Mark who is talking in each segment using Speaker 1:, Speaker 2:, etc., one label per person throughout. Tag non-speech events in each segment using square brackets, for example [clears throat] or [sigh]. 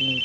Speaker 1: need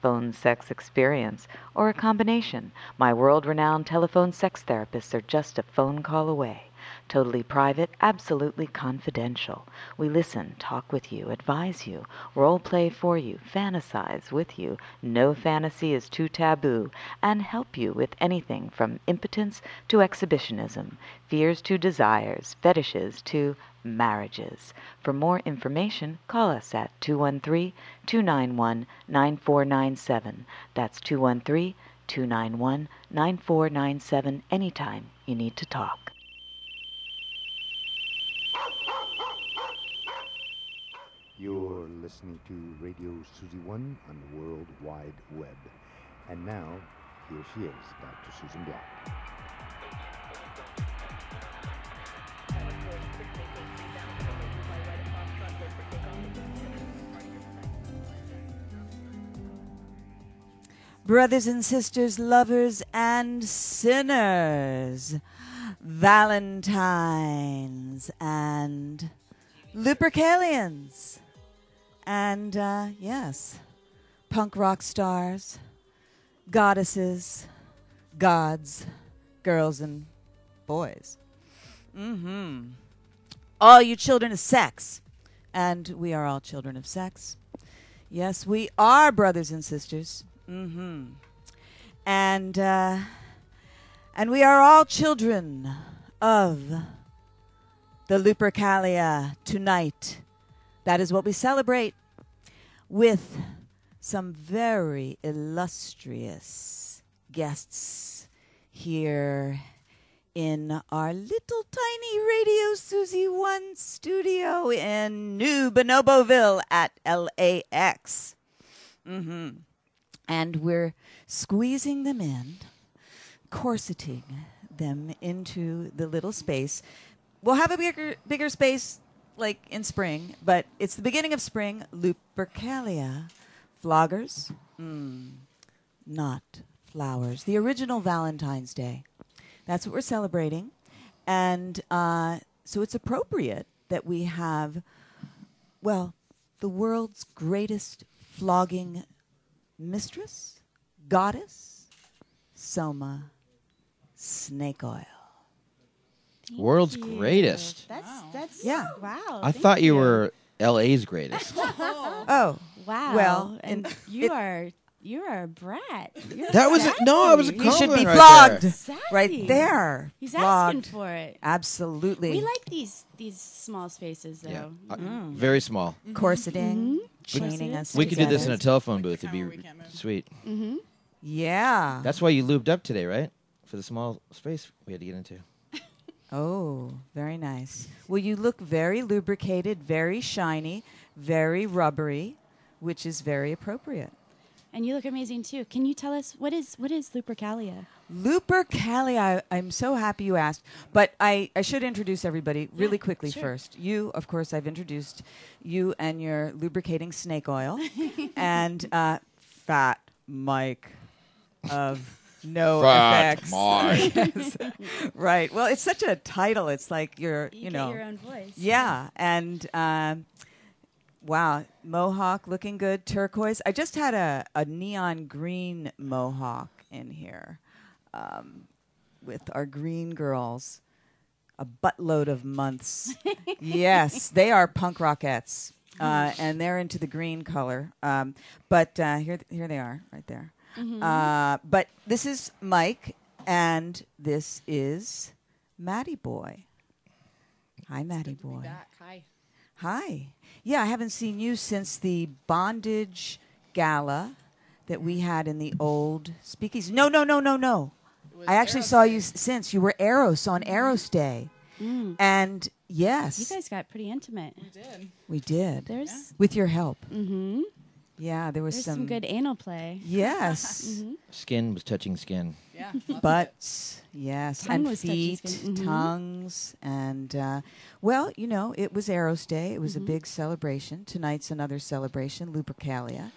Speaker 1: phone sex experience, or a combination, my world renowned telephone sex therapists are just a phone call away. Totally private, absolutely confidential. We listen, talk with you, advise you, role play for you, fantasize with you. No fantasy is too taboo, and help you with anything from impotence to exhibitionism, fears to desires, fetishes to marriages. For more information, call us at 213 291 9497. That's 213 291 9497 anytime you need to talk.
Speaker 2: You're listening to Radio Susie One on the World Wide Web. And now, here she is, Dr. Susan Block.
Speaker 3: brothers and sisters, lovers and sinners, Valentines and Lupercalians, and uh, yes, punk rock stars, goddesses, gods, girls, and boys. Mm-hmm. All you children of sex, and we are all children of sex. Yes, we are brothers and sisters. Mm-hmm. And uh, and we are all children of the Lupercalia tonight. That is what we celebrate with some very illustrious guests here in our little tiny Radio Susie One studio in New Bonoboville at LAX. Mm-hmm and we're squeezing them in, corseting them into the little space. We'll have a bigger bigger space like in spring, but it's the beginning of spring. Lupercalia, floggers, mm, not flowers. The original Valentine's Day. That's what we're celebrating, and uh, so it's appropriate that we have, well, the world's greatest flogging mistress, goddess, soma, snake oil.
Speaker 4: World's greatest.
Speaker 5: That's that's
Speaker 3: Yeah.
Speaker 5: Wow.
Speaker 4: I
Speaker 5: thank
Speaker 4: thought you
Speaker 5: you.
Speaker 4: were LA's greatest.
Speaker 3: Oh,
Speaker 5: Wow.
Speaker 3: Well,
Speaker 5: and
Speaker 3: and
Speaker 5: you
Speaker 3: it-
Speaker 5: are you are a brat. You're
Speaker 4: that was a, no, I was a
Speaker 5: sassy.
Speaker 3: he should be
Speaker 4: compliment right
Speaker 3: flogged
Speaker 4: there.
Speaker 3: right there.
Speaker 5: He's
Speaker 3: flogged.
Speaker 5: asking for it.
Speaker 3: Absolutely.
Speaker 5: We like these these small spaces though. Mm.
Speaker 4: Yeah, I- very small.
Speaker 3: corseting, chaining
Speaker 5: Mm-hmm. Corseted.
Speaker 3: us.
Speaker 4: We could do this in a
Speaker 3: together.
Speaker 4: telephone booth. It'd be sweet.
Speaker 3: Yeah.
Speaker 4: That's why you lubed up today, right? For the small space we had to get into.
Speaker 3: Oh, very nice. Well, you look very lubricated, very shiny, very rubbery, which is very appropriate.
Speaker 5: And you look amazing too. Can you tell us what is what is Lupercalia?
Speaker 3: Lupercalia. I, I'm so happy you asked, but I, I should introduce everybody really
Speaker 5: Yeah,
Speaker 3: quickly
Speaker 5: sure.
Speaker 3: first. You, of course, I've introduced you and your lubricating snake oil
Speaker 5: [laughs]
Speaker 3: and uh, Fat Mike of No
Speaker 4: Fat
Speaker 3: Effects.
Speaker 4: Mike.
Speaker 3: [laughs] Yes. right. Well, it's such a title. It's like you're, you,
Speaker 5: get
Speaker 3: know.
Speaker 5: your own voice.
Speaker 3: Yeah, and um, wow, mohawk looking good, turquoise. I just had a, a neon green mohawk in here um, with our green girls. A buttload of months. yes, they are punk rockettes, uh, and they're into the green color. Um, but uh, here, here they are, right there. Uh, but this is Mike, and this is Matty Boy. Hi, Matty Boy.
Speaker 6: Hi.
Speaker 3: Hi. Yeah, I haven't seen you since the bondage gala that we had in the old speakeasy. No, no, no, no, no. I actually saw you s- since you were Eros on Eros Day.
Speaker 5: Mm.
Speaker 3: And yes,
Speaker 5: You guys got pretty intimate.
Speaker 6: We did.
Speaker 3: we did
Speaker 5: There's
Speaker 3: with your help. Mm-hmm. Yeah, there was
Speaker 5: There's
Speaker 3: some,
Speaker 5: some, good Mm-hmm. anal play. [laughs]
Speaker 3: Yes,
Speaker 4: Skin was touching skin.
Speaker 6: Yeah.
Speaker 3: butts, yes,
Speaker 5: Tongue
Speaker 3: and
Speaker 5: was touching
Speaker 3: feet,
Speaker 5: skin. Mhm.
Speaker 3: tongues, and uh, well, you know, it was Eros Day. It was
Speaker 5: Mm-hmm.
Speaker 3: a big celebration. Tonight's another celebration, Lupercalia.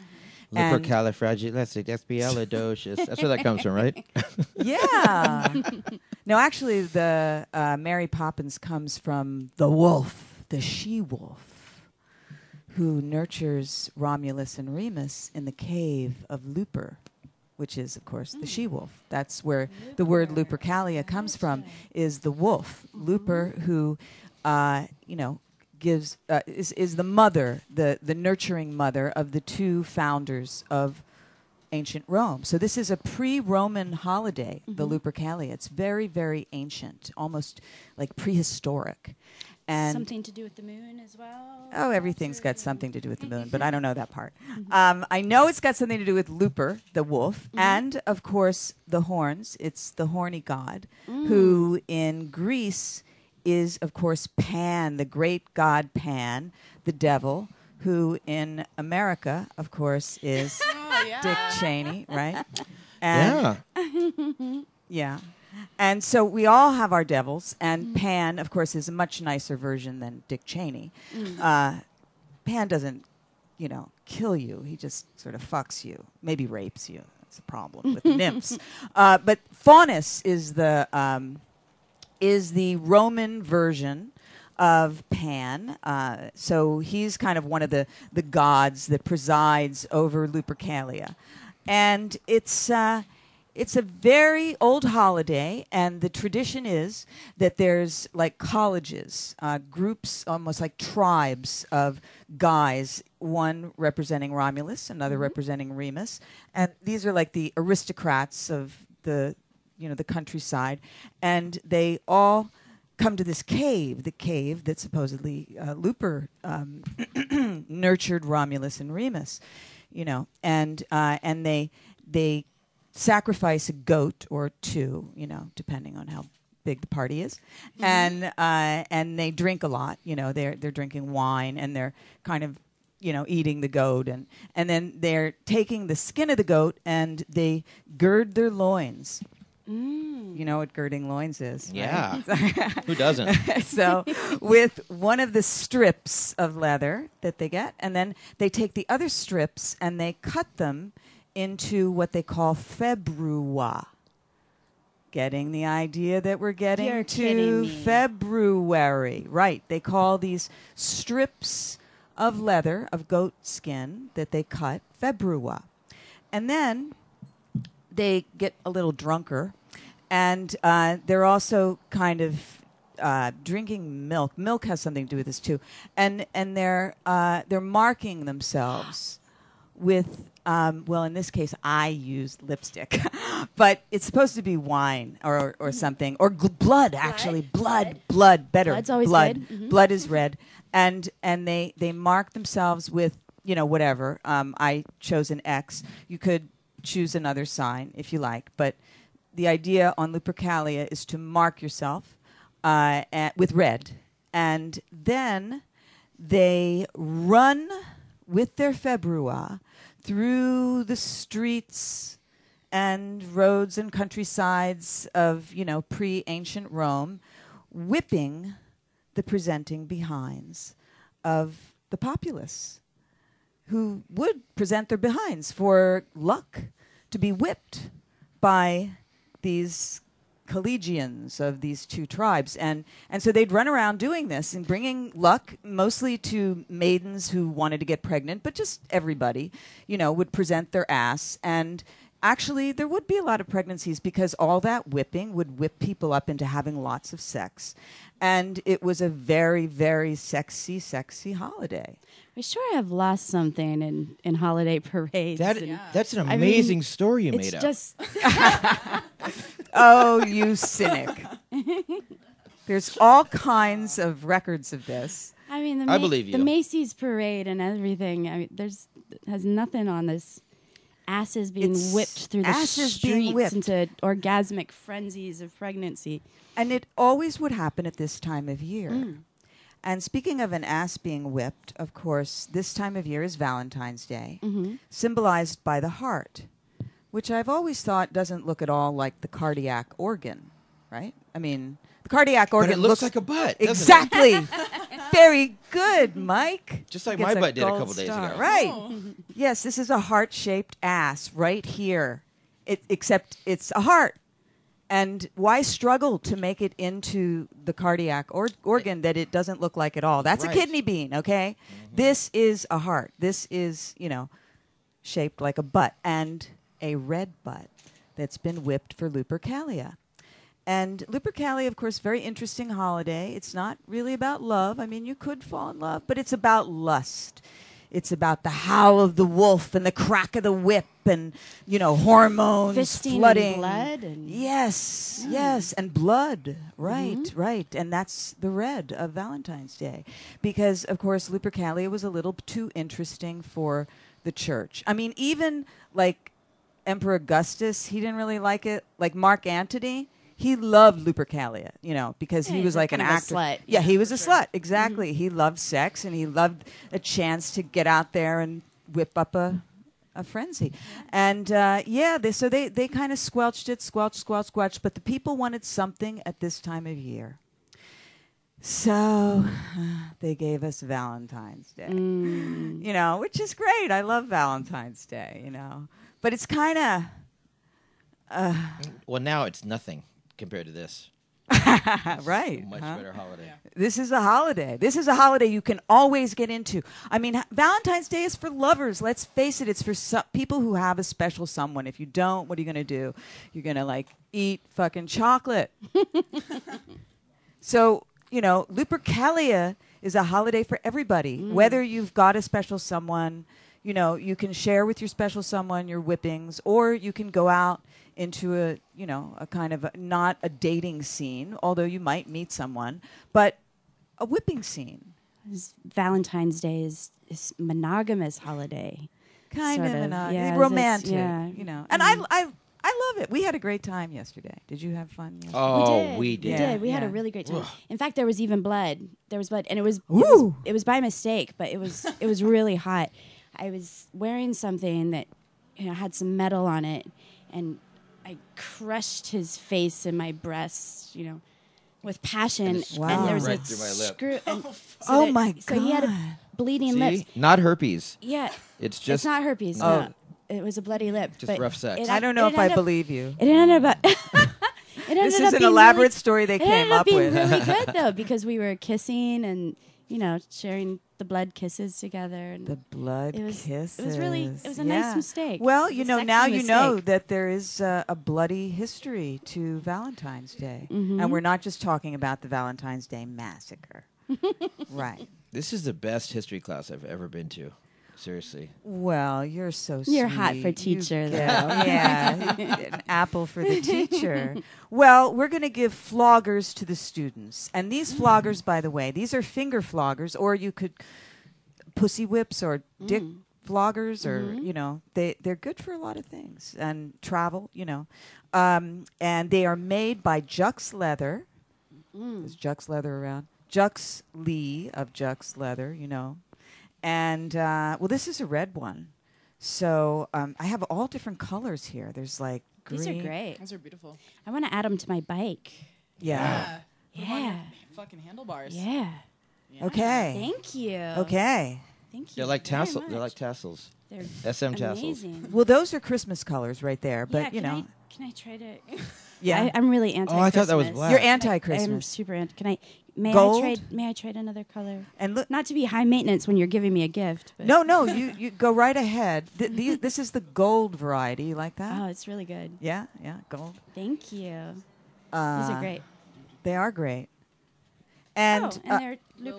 Speaker 4: Mm-hmm.
Speaker 3: And-
Speaker 4: Lupercalifragilisticexpialidocious. That's where that comes from, right?
Speaker 5: [laughs]
Speaker 3: Yeah. no, actually, the uh, Mary Poppins comes from the wolf, the she wolf, who nurtures Romulus and Remus in the cave of Looper, which is, of course, the she wolf. That's where the word Lupercalia comes from, is the wolf, Looper, who, uh, you know, gives uh, is, is the mother the the nurturing mother of the two founders of ancient Rome. So this is a pre-Roman holiday, the Lupercalia. It's very, very ancient, almost like prehistoric. And
Speaker 5: Something to do with the moon as well.
Speaker 3: oh, everything's got something to do with the moon, but I don't know that part.
Speaker 6: Mm-hmm.
Speaker 3: Um, I know it's got something to do with Looper, the wolf, and of course the horns. It's the horny god
Speaker 6: Mm.
Speaker 3: who in Greece is, of course, Pan, the great god Pan, the devil. Who in America, of course, is
Speaker 6: [laughs] Oh, yeah.
Speaker 3: Dick Cheney, right? And
Speaker 4: yeah.
Speaker 3: yeah. And so we all have our devils, and Pan, of course, is a much nicer version than Dick Cheney. Uh, Pan doesn't, you know, kill you. He just sort of fucks you, maybe rapes you. That's the problem with nymphs. Uh, but Faunus is the um, is the Roman version of Pan. Uh, so he's kind of one of the, the gods that presides over Lupercalia. And it's, uh, it's a very old holiday, and the tradition is that there's like colleges, uh, groups, almost like tribes of guys, one representing Romulus, another representing Remus. And these are like the aristocrats of the you know the countryside and they all come to this cave the cave that supposedly uh, looper um, [clears throat] nurtured romulus and remus you know and uh, and they they sacrifice a goat or two you know depending on how big the party is and uh, and they drink a lot you know they're they're drinking wine and they're kind of you know, eating the goat, and and then they're taking the skin of the goat and they gird their loins. You know what girding loins is? right?
Speaker 4: Yeah. Who doesn't?
Speaker 3: [laughs] so with one of the strips of leather that they get, and then they take the other strips and they cut them into what they call februa. Getting the idea that we're getting
Speaker 5: You're kidding
Speaker 3: to
Speaker 5: me.
Speaker 3: February. Right. They call these strips of leather of goat skin that they cut februa. And then they get a little drunker, and uh, they're also kind of uh, drinking milk. Milk has something to do with this too, and and they're uh, they're marking themselves with. Um, well, in this case, I used lipstick, [laughs] but it's supposed to be wine or,
Speaker 5: Hmm.
Speaker 3: or something or gl- blood. Actually, blood, blood, better.
Speaker 5: Blood's always
Speaker 3: blood.
Speaker 5: good. Mhm.
Speaker 3: Blood is red, and and they they mark themselves with you know whatever. Um, I chose an X. You could choose another sign if you like, but the idea on Lupercalia is to mark yourself uh, a- with red, and then they run with their februa through the streets and roads and countrysides of you know pre-ancient Rome, whipping the presenting behinds of the populace who would present their behinds for luck to be whipped by these collegians of these two tribes and and so they'd run around doing this and bringing luck mostly to maidens who wanted to get pregnant but just everybody you know would present their ass and actually there would be a lot of pregnancies because all that whipping would whip people up into having lots of sex and it was a very very sexy sexy holiday
Speaker 5: We sure have lost something in, in holiday [laughs] parades.
Speaker 4: That,
Speaker 5: and
Speaker 4: That's an
Speaker 5: I mean,
Speaker 4: amazing story you
Speaker 5: it's
Speaker 4: made up.
Speaker 5: just
Speaker 3: Oh, you cynic. There's all kinds of records of this.
Speaker 5: I mean, the
Speaker 4: I
Speaker 5: Ma-
Speaker 4: believe
Speaker 5: the
Speaker 4: you.
Speaker 5: Macy's parade and everything. I mean, there's has nothing on this asses being
Speaker 3: It's
Speaker 5: whipped through the
Speaker 3: asses being whipped.
Speaker 5: streets into orgasmic frenzies of pregnancy.
Speaker 3: Mm. And it always would happen at this time of year. And speaking of an ass being whipped, of course, this time of year is Valentine's Day, symbolized by the heart, which I've always thought doesn't look at all like the cardiac organ, right? I mean, the cardiac organ
Speaker 4: but it looks like a butt. doesn't it?
Speaker 3: Exactly.
Speaker 4: [laughs]
Speaker 3: Very good, Mike.
Speaker 4: Just like
Speaker 3: Gets
Speaker 4: my butt did a
Speaker 3: gold
Speaker 4: couple days
Speaker 3: star.
Speaker 4: ago.
Speaker 3: Right. Yes, this is a heart-shaped ass right here. It, except it's a heart. And why struggle to make it into the cardiac or- organ that it doesn't look like at all? That's
Speaker 4: Right.
Speaker 3: a kidney bean, okay?
Speaker 5: Mm-hmm.
Speaker 3: This is a heart. This is, you know, shaped like a butt and a red butt that's been whipped for Lupercalia. And Lupercalia, of course, very interesting holiday. It's not really about love. I mean, you could fall in love, but it's about lust. It's about the howl of the wolf and the crack of the whip and, you know, hormones
Speaker 5: Fisting and
Speaker 3: flooding.
Speaker 5: blood and- Mm.
Speaker 3: yes, yes, and blood. Right,
Speaker 5: Mm-hmm.
Speaker 3: right. And that's the red of Valentine's Day. Because, of course, Lupercalia was a little too interesting for the church. I mean, even like Emperor Augustus, he didn't really like it. Like Mark Antony, he loved Lupercalia, you know, because
Speaker 5: Yeah,
Speaker 3: he
Speaker 5: he's
Speaker 3: was
Speaker 5: a
Speaker 3: like an
Speaker 5: kind of a
Speaker 3: actor.
Speaker 5: slut,
Speaker 3: Yeah,
Speaker 5: yeah,
Speaker 3: he was
Speaker 5: for
Speaker 3: a
Speaker 5: sure.
Speaker 3: slut. Exactly. He loved sex and he loved a chance to get out there and whip up a, a frenzy. And uh, yeah, they, so they, they kind of squelched it, squelched, squelched, squelched. But the people wanted something at this time of year. So [sighs] they gave us Valentine's Day, you know, which is great. I love Valentine's Day, you know. But it's kind of.
Speaker 4: Well, now it's nothing compared to this.
Speaker 3: right.
Speaker 4: Much
Speaker 3: huh?
Speaker 4: better holiday.
Speaker 3: This is a holiday. This is a holiday you can always get into. I mean, h- Valentine's Day is for lovers. Let's face it, it's for so- people who have a special someone. If you don't, what are you going to do? You're going to like eat fucking chocolate. so, you know, Lupercalia is a holiday for everybody. Whether you've got a special someone, you know, you can share with your special someone your whippings, or you can go out into a, you know, a kind of a, not a dating scene, although you might meet someone, but a whipping scene.
Speaker 5: It's- Valentine's Day is is monogamous holiday.
Speaker 3: Kind
Speaker 5: Sort
Speaker 3: of,
Speaker 5: of,
Speaker 3: an, uh,
Speaker 5: yeah,
Speaker 3: romantic,
Speaker 5: that's- yeah. Mm.
Speaker 3: you know. And I, I, I love it. We had a great time yesterday. Did you have fun? Yesterday?
Speaker 4: Oh, we
Speaker 5: We
Speaker 4: did.
Speaker 3: Yeah.
Speaker 5: did. We had a
Speaker 3: yeah.
Speaker 5: really great time. In fact, there was even blood. There was blood, and it was it
Speaker 3: Ooh.
Speaker 5: was, it was by mistake, but it was it was really hot. I was wearing something that you know, had some metal on it, and I crushed his face and my breasts, you know, with passion.
Speaker 4: And
Speaker 5: And,
Speaker 4: it
Speaker 3: screwed
Speaker 5: there was
Speaker 4: right
Speaker 5: a
Speaker 4: through my lip.
Speaker 5: screw. and so
Speaker 3: Oh,
Speaker 5: there-
Speaker 3: my
Speaker 5: So he had
Speaker 3: God.
Speaker 5: a bleeding lips.
Speaker 4: See? Not herpes.
Speaker 5: Yeah,
Speaker 4: It's
Speaker 5: it's
Speaker 4: just
Speaker 5: not herpes.
Speaker 3: Oh.
Speaker 5: no. It was a bloody lip.
Speaker 4: Just
Speaker 5: but
Speaker 4: rough sex.
Speaker 5: it-
Speaker 3: I don't know
Speaker 5: it
Speaker 3: if I
Speaker 5: ended up-
Speaker 3: believe you.
Speaker 5: It ended
Speaker 4: [laughs]
Speaker 5: up. [laughs] it ended
Speaker 3: This
Speaker 5: up
Speaker 3: is an
Speaker 5: being
Speaker 3: elaborate
Speaker 5: really-
Speaker 3: story they
Speaker 5: it
Speaker 3: came
Speaker 5: ended up
Speaker 3: up
Speaker 5: being
Speaker 3: with.
Speaker 5: really good
Speaker 3: [laughs]
Speaker 5: though because we were kissing and you know sharing the blood kisses together. And
Speaker 3: The blood
Speaker 5: It was- it
Speaker 3: kisses.
Speaker 5: was really- it was a nice
Speaker 3: Yeah.
Speaker 5: mistake.
Speaker 3: Well,
Speaker 5: It was
Speaker 3: you
Speaker 5: a
Speaker 3: know,
Speaker 5: sexy
Speaker 3: now you know
Speaker 5: mistake.
Speaker 3: that there is uh, a bloody history to Valentine's Day,
Speaker 5: Mm-hmm.
Speaker 3: and we're not just talking about the Valentine's
Speaker 5: [laughs]
Speaker 3: Day massacre, right?
Speaker 4: This is the best history class I've ever been to. Seriously.
Speaker 3: Well, you're so sweet.
Speaker 5: You're hot for
Speaker 3: You
Speaker 5: teacher,
Speaker 3: go-
Speaker 5: though.
Speaker 3: [laughs] yeah, an apple for
Speaker 5: [laughs]
Speaker 3: the teacher. Well, we're going to give floggers to the students, and these
Speaker 5: Mm.
Speaker 3: floggers, by the way, these are finger floggers, or you could pussy whips or dick
Speaker 5: Mm.
Speaker 3: floggers, or
Speaker 5: Mm-hmm.
Speaker 3: you know, they they're good for a lot of things and travel, you know, um, and they are made by Jux Leather. Is Jux Leather around? Jux Lee of Jux Leather, you know. And uh, well, this is a red one. So um, I have all different colors here. There's like green.
Speaker 5: these are great.
Speaker 6: Those are beautiful.
Speaker 5: I want to add them to my bike.
Speaker 3: Yeah.
Speaker 6: Yeah.
Speaker 5: Yeah,
Speaker 6: Fucking handlebars.
Speaker 5: yeah.
Speaker 3: Okay.
Speaker 5: Thank you.
Speaker 3: Okay.
Speaker 5: Thank you.
Speaker 4: They're like
Speaker 5: very
Speaker 4: tassels. They're
Speaker 5: much.
Speaker 4: like tassels.
Speaker 5: They're
Speaker 4: SM tassels.
Speaker 5: amazing.
Speaker 3: Well, those are Christmas colors right there,
Speaker 5: yeah,
Speaker 3: but you
Speaker 5: can
Speaker 3: know,
Speaker 5: I, can I try to? [laughs]
Speaker 3: yeah.
Speaker 5: I, I'm really anti.
Speaker 4: Oh, I thought that was black.
Speaker 3: You're
Speaker 4: I-
Speaker 5: I'm
Speaker 3: anti-Christmas.
Speaker 5: super anti. Can I? May
Speaker 3: Gold?
Speaker 5: I trade? May I trade another color?
Speaker 3: and look,
Speaker 5: Not to be high maintenance when you're giving me a gift. But
Speaker 3: no, no, you, you go right ahead. Th-
Speaker 5: [laughs]
Speaker 3: these, this is the gold variety. You like that?
Speaker 5: Oh, it's really good.
Speaker 3: yeah, yeah, gold.
Speaker 5: Thank you.
Speaker 3: Uh,
Speaker 5: These are great.
Speaker 3: They are great. And,
Speaker 5: oh, and
Speaker 3: uh,
Speaker 5: they're Lupercalian.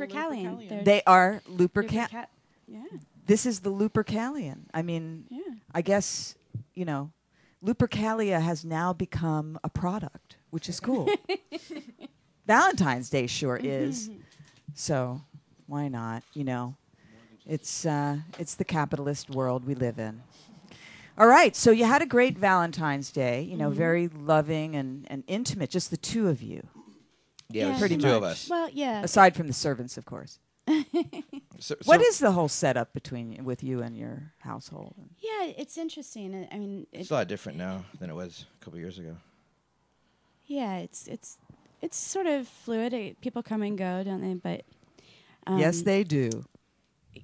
Speaker 6: Lupercalian.
Speaker 5: They're
Speaker 3: they are Lupercal.
Speaker 5: Luperca- yeah,
Speaker 3: this is the Lupercalian. I mean,
Speaker 5: yeah.
Speaker 3: I guess, you know, Lupercalia has now become a product, which is cool. Valentine's Day sure is. So why not, you know? It's uh, it's the capitalist world we live in. All right, so you had a great Valentine's Day, you know, very loving and, and intimate, just the two of you.
Speaker 4: Yeah, it was
Speaker 3: Pretty
Speaker 4: just the two of
Speaker 3: much.
Speaker 4: us.
Speaker 5: Well, yeah.
Speaker 3: Aside from the servants, of course.
Speaker 4: So,
Speaker 3: what
Speaker 4: so-
Speaker 3: is the whole setup between with you and your household?
Speaker 5: Yeah, it's interesting. I- I mean, it,
Speaker 4: It's a lot different now than it was a couple years ago.
Speaker 5: yeah, it's it's it's sort of fluid. It, people come and go, don't they? But um,
Speaker 3: yes, they do.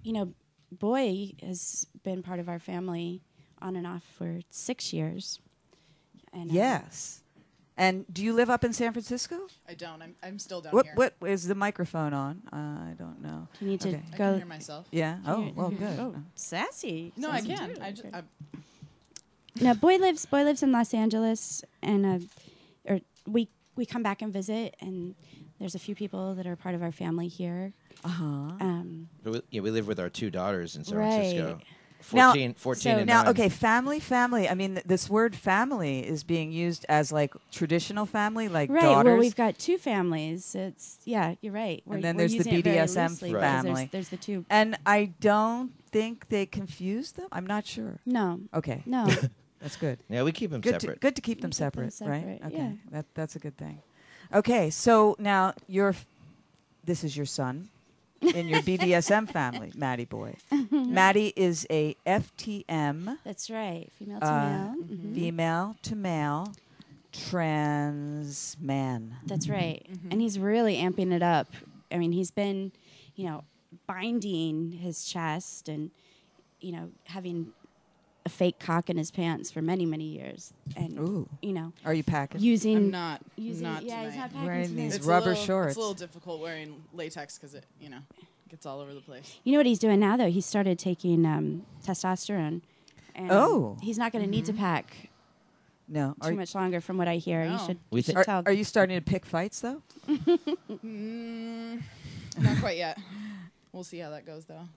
Speaker 5: you know, boy has been part of our family on and off for six years. And uh,
Speaker 3: Yes. And do you live up in San Francisco?
Speaker 6: I don't. I'm, I'm still down
Speaker 3: What
Speaker 6: here.
Speaker 3: what is the microphone on? Uh, I don't know.
Speaker 5: you need to
Speaker 3: Okay.
Speaker 6: I can
Speaker 5: go.
Speaker 6: hear myself.
Speaker 3: Yeah. Oh, well, good.
Speaker 5: sassy.
Speaker 6: No, I can. I just, I,
Speaker 5: no, boy lives boy lives in Los Angeles, and uh, or we we come back and visit, and there's a few people that are part of our family here.
Speaker 3: Uh huh.
Speaker 5: Um,
Speaker 4: But we, yeah, we live with our two daughters in San
Speaker 5: Right.
Speaker 4: Francisco.
Speaker 3: Now-
Speaker 4: 14, 14
Speaker 5: so-
Speaker 4: and
Speaker 3: Now,
Speaker 4: nine.
Speaker 3: okay, family, family. I mean, th- this word family is being used as like traditional family, like
Speaker 5: right.
Speaker 3: daughters.
Speaker 5: Well, we've got two families. It's yeah, you're right. We're,
Speaker 3: And then
Speaker 5: we're
Speaker 3: there's the
Speaker 5: using it very
Speaker 3: BDSM
Speaker 5: loosely because
Speaker 3: family.
Speaker 5: There's, there's the two.
Speaker 3: and I don't think they confuse them. I'm not sure.
Speaker 5: No,
Speaker 3: Okay,
Speaker 5: no.
Speaker 3: that's good.
Speaker 4: Yeah, we keep them
Speaker 3: Good to,
Speaker 4: separate.
Speaker 3: good to keep them
Speaker 5: Keep them
Speaker 3: separate, right?
Speaker 5: separate,
Speaker 3: Okay,
Speaker 5: yeah.
Speaker 3: that, that's a good thing. Okay, so now your, f- this is your son in
Speaker 5: [laughs]
Speaker 3: your BDSM family, Maddie boy. Maddie is a FTM,
Speaker 5: That's right. Female to
Speaker 3: Uh,
Speaker 5: male. Mhm.
Speaker 3: female to male, trans man.
Speaker 5: That's
Speaker 6: Mm-hmm.
Speaker 5: right. And he's really amping it up. I mean, he's been, you know, binding his chest and, you know, having a fake cock in his pants for many, many years. And,
Speaker 3: Ooh.
Speaker 5: you know,
Speaker 3: Are you packing?
Speaker 5: using.
Speaker 6: I'm not.
Speaker 5: using
Speaker 6: not
Speaker 5: yeah, he's
Speaker 6: tonight.
Speaker 5: not packing
Speaker 3: Wearing
Speaker 5: tonight.
Speaker 3: these
Speaker 6: It's a
Speaker 3: rubber
Speaker 6: little-
Speaker 3: shorts.
Speaker 6: It's a little difficult wearing latex because it, you know, gets all over
Speaker 5: [laughs]
Speaker 6: the place.
Speaker 5: You know what he's doing now, though? He started taking um, testosterone. And
Speaker 3: Oh.
Speaker 5: He's not going to need to
Speaker 6: Mm-hmm.
Speaker 5: pack
Speaker 3: no. Are,
Speaker 5: too much longer, from what I hear. You
Speaker 6: No.
Speaker 5: should,
Speaker 4: We
Speaker 5: you should
Speaker 4: thi-
Speaker 3: are,
Speaker 5: tell.
Speaker 3: are you starting to pick fights though?
Speaker 6: Mm, not quite yet. We'll see how that goes, though.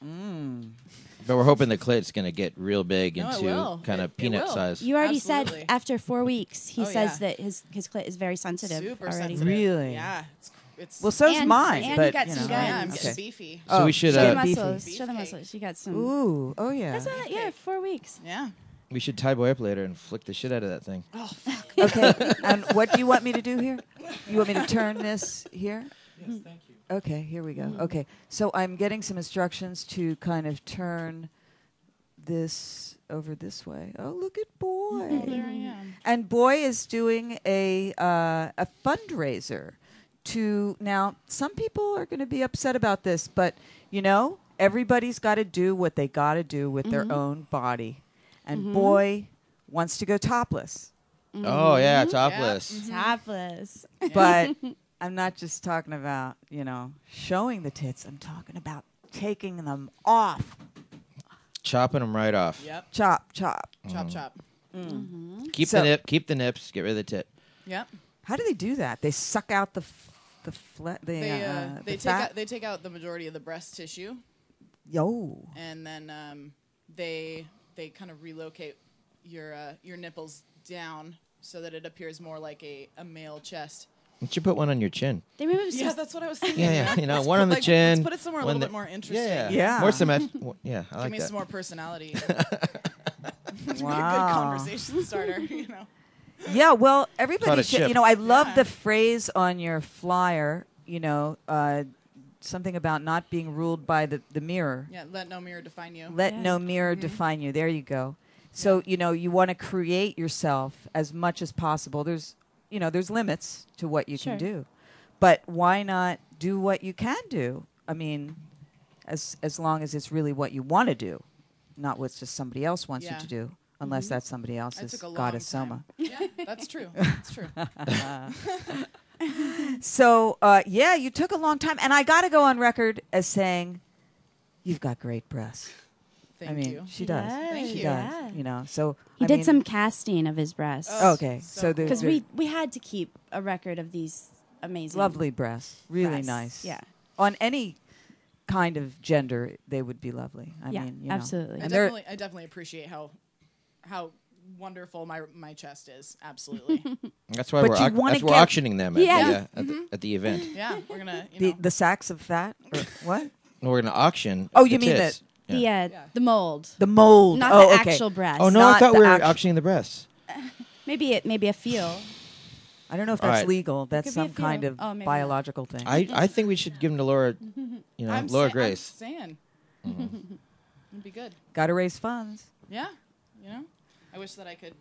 Speaker 4: But we're hoping the clit's going to get real big
Speaker 6: No, it
Speaker 4: into
Speaker 6: will.
Speaker 4: kind
Speaker 6: It-
Speaker 4: of
Speaker 6: it
Speaker 4: peanut
Speaker 6: will.
Speaker 4: size.
Speaker 5: You already said
Speaker 6: Absolutely.
Speaker 5: after four weeks, he
Speaker 6: Oh,
Speaker 5: says
Speaker 6: yeah.
Speaker 5: that his, his clit is very sensitive
Speaker 6: Super
Speaker 5: already.
Speaker 6: sensitive.
Speaker 3: Really?
Speaker 6: Yeah. It's. it's
Speaker 3: Well, so's
Speaker 5: And-
Speaker 3: mine.
Speaker 5: and you
Speaker 3: but,
Speaker 5: got some
Speaker 3: know.
Speaker 5: guns.
Speaker 6: yeah, I'm getting
Speaker 3: Okay.
Speaker 6: beefy.
Speaker 4: So
Speaker 3: Oh,
Speaker 4: we should
Speaker 5: Show the
Speaker 4: uh,
Speaker 3: beefy.
Speaker 5: muscles. Show the
Speaker 6: Beefcake.
Speaker 5: muscles. You got some.
Speaker 3: Ooh, oh yeah.
Speaker 5: That's not, yeah, four weeks.
Speaker 6: Yeah.
Speaker 4: we should tie boy up later and flick the shit out of that thing.
Speaker 3: okay. And what do you want me to do here? You want me to turn this here?
Speaker 4: Yes, thank you.
Speaker 3: Okay, here we go. Okay. So I'm getting some instructions to kind of turn this over this way. Oh, look at
Speaker 6: Well,
Speaker 4: Mm-hmm.
Speaker 6: there
Speaker 3: boy.
Speaker 6: I am.
Speaker 3: And boy is doing a uh, a fundraiser to now some people are going to be upset about this, but you know, everybody's got to do what they got to do with
Speaker 4: Mm-hmm.
Speaker 3: their own body. And boy wants to go topless.
Speaker 4: Oh, yeah, topless.
Speaker 5: Mm-hmm. Topless.
Speaker 6: [laughs]
Speaker 3: but I'm not just talking about, you know, showing the tits. I'm talking about taking them off.
Speaker 4: Chopping them right off.
Speaker 6: Yep.
Speaker 3: Chop, chop.
Speaker 6: Chop, chop.
Speaker 4: Keep
Speaker 3: So-
Speaker 4: the nip, keep the nips, get rid of the tit.
Speaker 6: Yep.
Speaker 3: How do they do that? They suck out the f- the fle- the,
Speaker 6: They,
Speaker 3: uh,
Speaker 6: uh,
Speaker 3: the
Speaker 6: they take
Speaker 3: fat.
Speaker 6: out they take out the majority of the breast tissue, [laughs]
Speaker 3: Yo.
Speaker 6: and then um, they they kind of relocate your uh, your nipples down so that it appears more like a, a male chest.
Speaker 4: Why don't you put one on your chin?
Speaker 5: They remove
Speaker 6: Yeah, that's what I was thinking.
Speaker 4: Yeah, yeah. You know, one
Speaker 6: put,
Speaker 4: on the
Speaker 6: like,
Speaker 4: chin.
Speaker 6: let's put it somewhere a
Speaker 4: one
Speaker 6: little
Speaker 4: that-
Speaker 6: bit more interesting.
Speaker 4: Yeah,
Speaker 3: Yeah.
Speaker 4: More
Speaker 6: [laughs]
Speaker 4: symmetric. yeah, I like
Speaker 6: Give me
Speaker 4: that.
Speaker 6: some
Speaker 4: [laughs]
Speaker 6: more personality. Good
Speaker 3: Wow.
Speaker 6: conversation
Speaker 3: [laughs]
Speaker 6: starter. You know.
Speaker 3: yeah, well,
Speaker 4: Thought
Speaker 3: everybody
Speaker 4: it
Speaker 3: should. You
Speaker 4: shipped.
Speaker 3: know, I love
Speaker 6: Yeah.
Speaker 3: the phrase on your flyer, you know, uh, something about not being ruled by the, the mirror.
Speaker 6: Yeah, let no mirror define you.
Speaker 3: Let
Speaker 5: Yeah.
Speaker 3: no mirror define you. There you go. So you know you want to create yourself as much as possible. There's you know there's limits to what you
Speaker 5: Sure.
Speaker 3: can do, but why not do what you can do? I mean, as as long as it's really what you want to do, not what just somebody else wants
Speaker 6: Yeah.
Speaker 3: you to do. Unless that's somebody
Speaker 6: I
Speaker 3: else's
Speaker 6: took a long
Speaker 3: goddess
Speaker 6: time.
Speaker 3: Soma.
Speaker 6: Yeah, that's true.
Speaker 3: [laughs]
Speaker 6: That's true.
Speaker 3: So uh, yeah, you took a long time, and I got to go on record as saying, you've got great breasts.
Speaker 6: Thank
Speaker 3: I mean,
Speaker 6: you.
Speaker 3: she does.
Speaker 6: Thank
Speaker 3: she
Speaker 6: you.
Speaker 3: does.
Speaker 5: Yeah.
Speaker 3: You know, so
Speaker 5: He
Speaker 3: I
Speaker 5: did
Speaker 3: mean-
Speaker 5: some casting of his breasts.
Speaker 6: Oh.
Speaker 3: Okay, so,
Speaker 6: So
Speaker 3: the,
Speaker 5: Because
Speaker 3: the-
Speaker 5: we, we had to keep a record of these amazing.
Speaker 3: lovely breasts, really
Speaker 5: breasts,
Speaker 3: nice.
Speaker 5: yeah.
Speaker 3: on any kind of gender, they would be lovely. I
Speaker 5: Yeah,
Speaker 3: mean, you know.
Speaker 5: absolutely.
Speaker 6: I
Speaker 3: And they're
Speaker 6: definitely, I definitely appreciate how how wonderful my my chest is.
Speaker 3: [laughs]
Speaker 6: Absolutely.
Speaker 4: That's why
Speaker 3: But
Speaker 4: we're,
Speaker 3: you
Speaker 4: au-
Speaker 3: wanna
Speaker 4: that's we're
Speaker 3: get-
Speaker 4: auctioning them at,
Speaker 5: Yeah.
Speaker 4: the, uh, at,
Speaker 6: Mm-hmm.
Speaker 4: the, at the event.
Speaker 6: yeah, we're gonna. You
Speaker 3: the
Speaker 6: know,
Speaker 3: the sacks of fat
Speaker 5: [laughs]
Speaker 3: or what?
Speaker 4: And We're going to auction.
Speaker 3: Oh,
Speaker 4: the
Speaker 3: you mean
Speaker 4: tits.
Speaker 5: The, uh,
Speaker 4: Yeah.
Speaker 5: the mold.
Speaker 3: The mold.
Speaker 5: Not
Speaker 3: oh,
Speaker 5: the
Speaker 3: okay.
Speaker 5: actual breast.
Speaker 4: Oh no,
Speaker 3: not
Speaker 4: I thought
Speaker 3: the
Speaker 4: we were
Speaker 3: action-
Speaker 4: auctioning the breasts.
Speaker 5: Maybe it maybe a feel.
Speaker 3: I don't know if
Speaker 4: All
Speaker 3: that's
Speaker 4: right.
Speaker 3: legal. That's
Speaker 5: could be a
Speaker 3: some kind
Speaker 5: few.
Speaker 3: of
Speaker 5: Oh, maybe not.
Speaker 3: biological thing.
Speaker 4: I, I think we should give him to Laura, you know,
Speaker 6: I'm
Speaker 4: Laura
Speaker 6: sa-
Speaker 4: Grace. Mm-hmm.
Speaker 6: I'm saying. [laughs] It'd be good.
Speaker 3: Got to raise funds.
Speaker 6: Yeah. You know, I wish that I could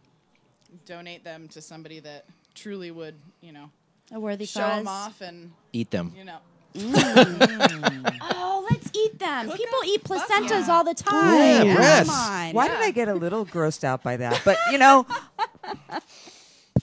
Speaker 6: donate them to somebody that truly would, you know,
Speaker 5: A worthy
Speaker 6: show
Speaker 5: cause.
Speaker 6: them off and,
Speaker 4: Eat them.
Speaker 6: you know.
Speaker 5: Oh, let's eat them. People eat placentas
Speaker 6: yeah.
Speaker 5: all the time.
Speaker 4: Yeah, breasts.
Speaker 5: Come on.
Speaker 3: Why did I get
Speaker 5: [laughs]
Speaker 3: a little grossed out by that? But you know,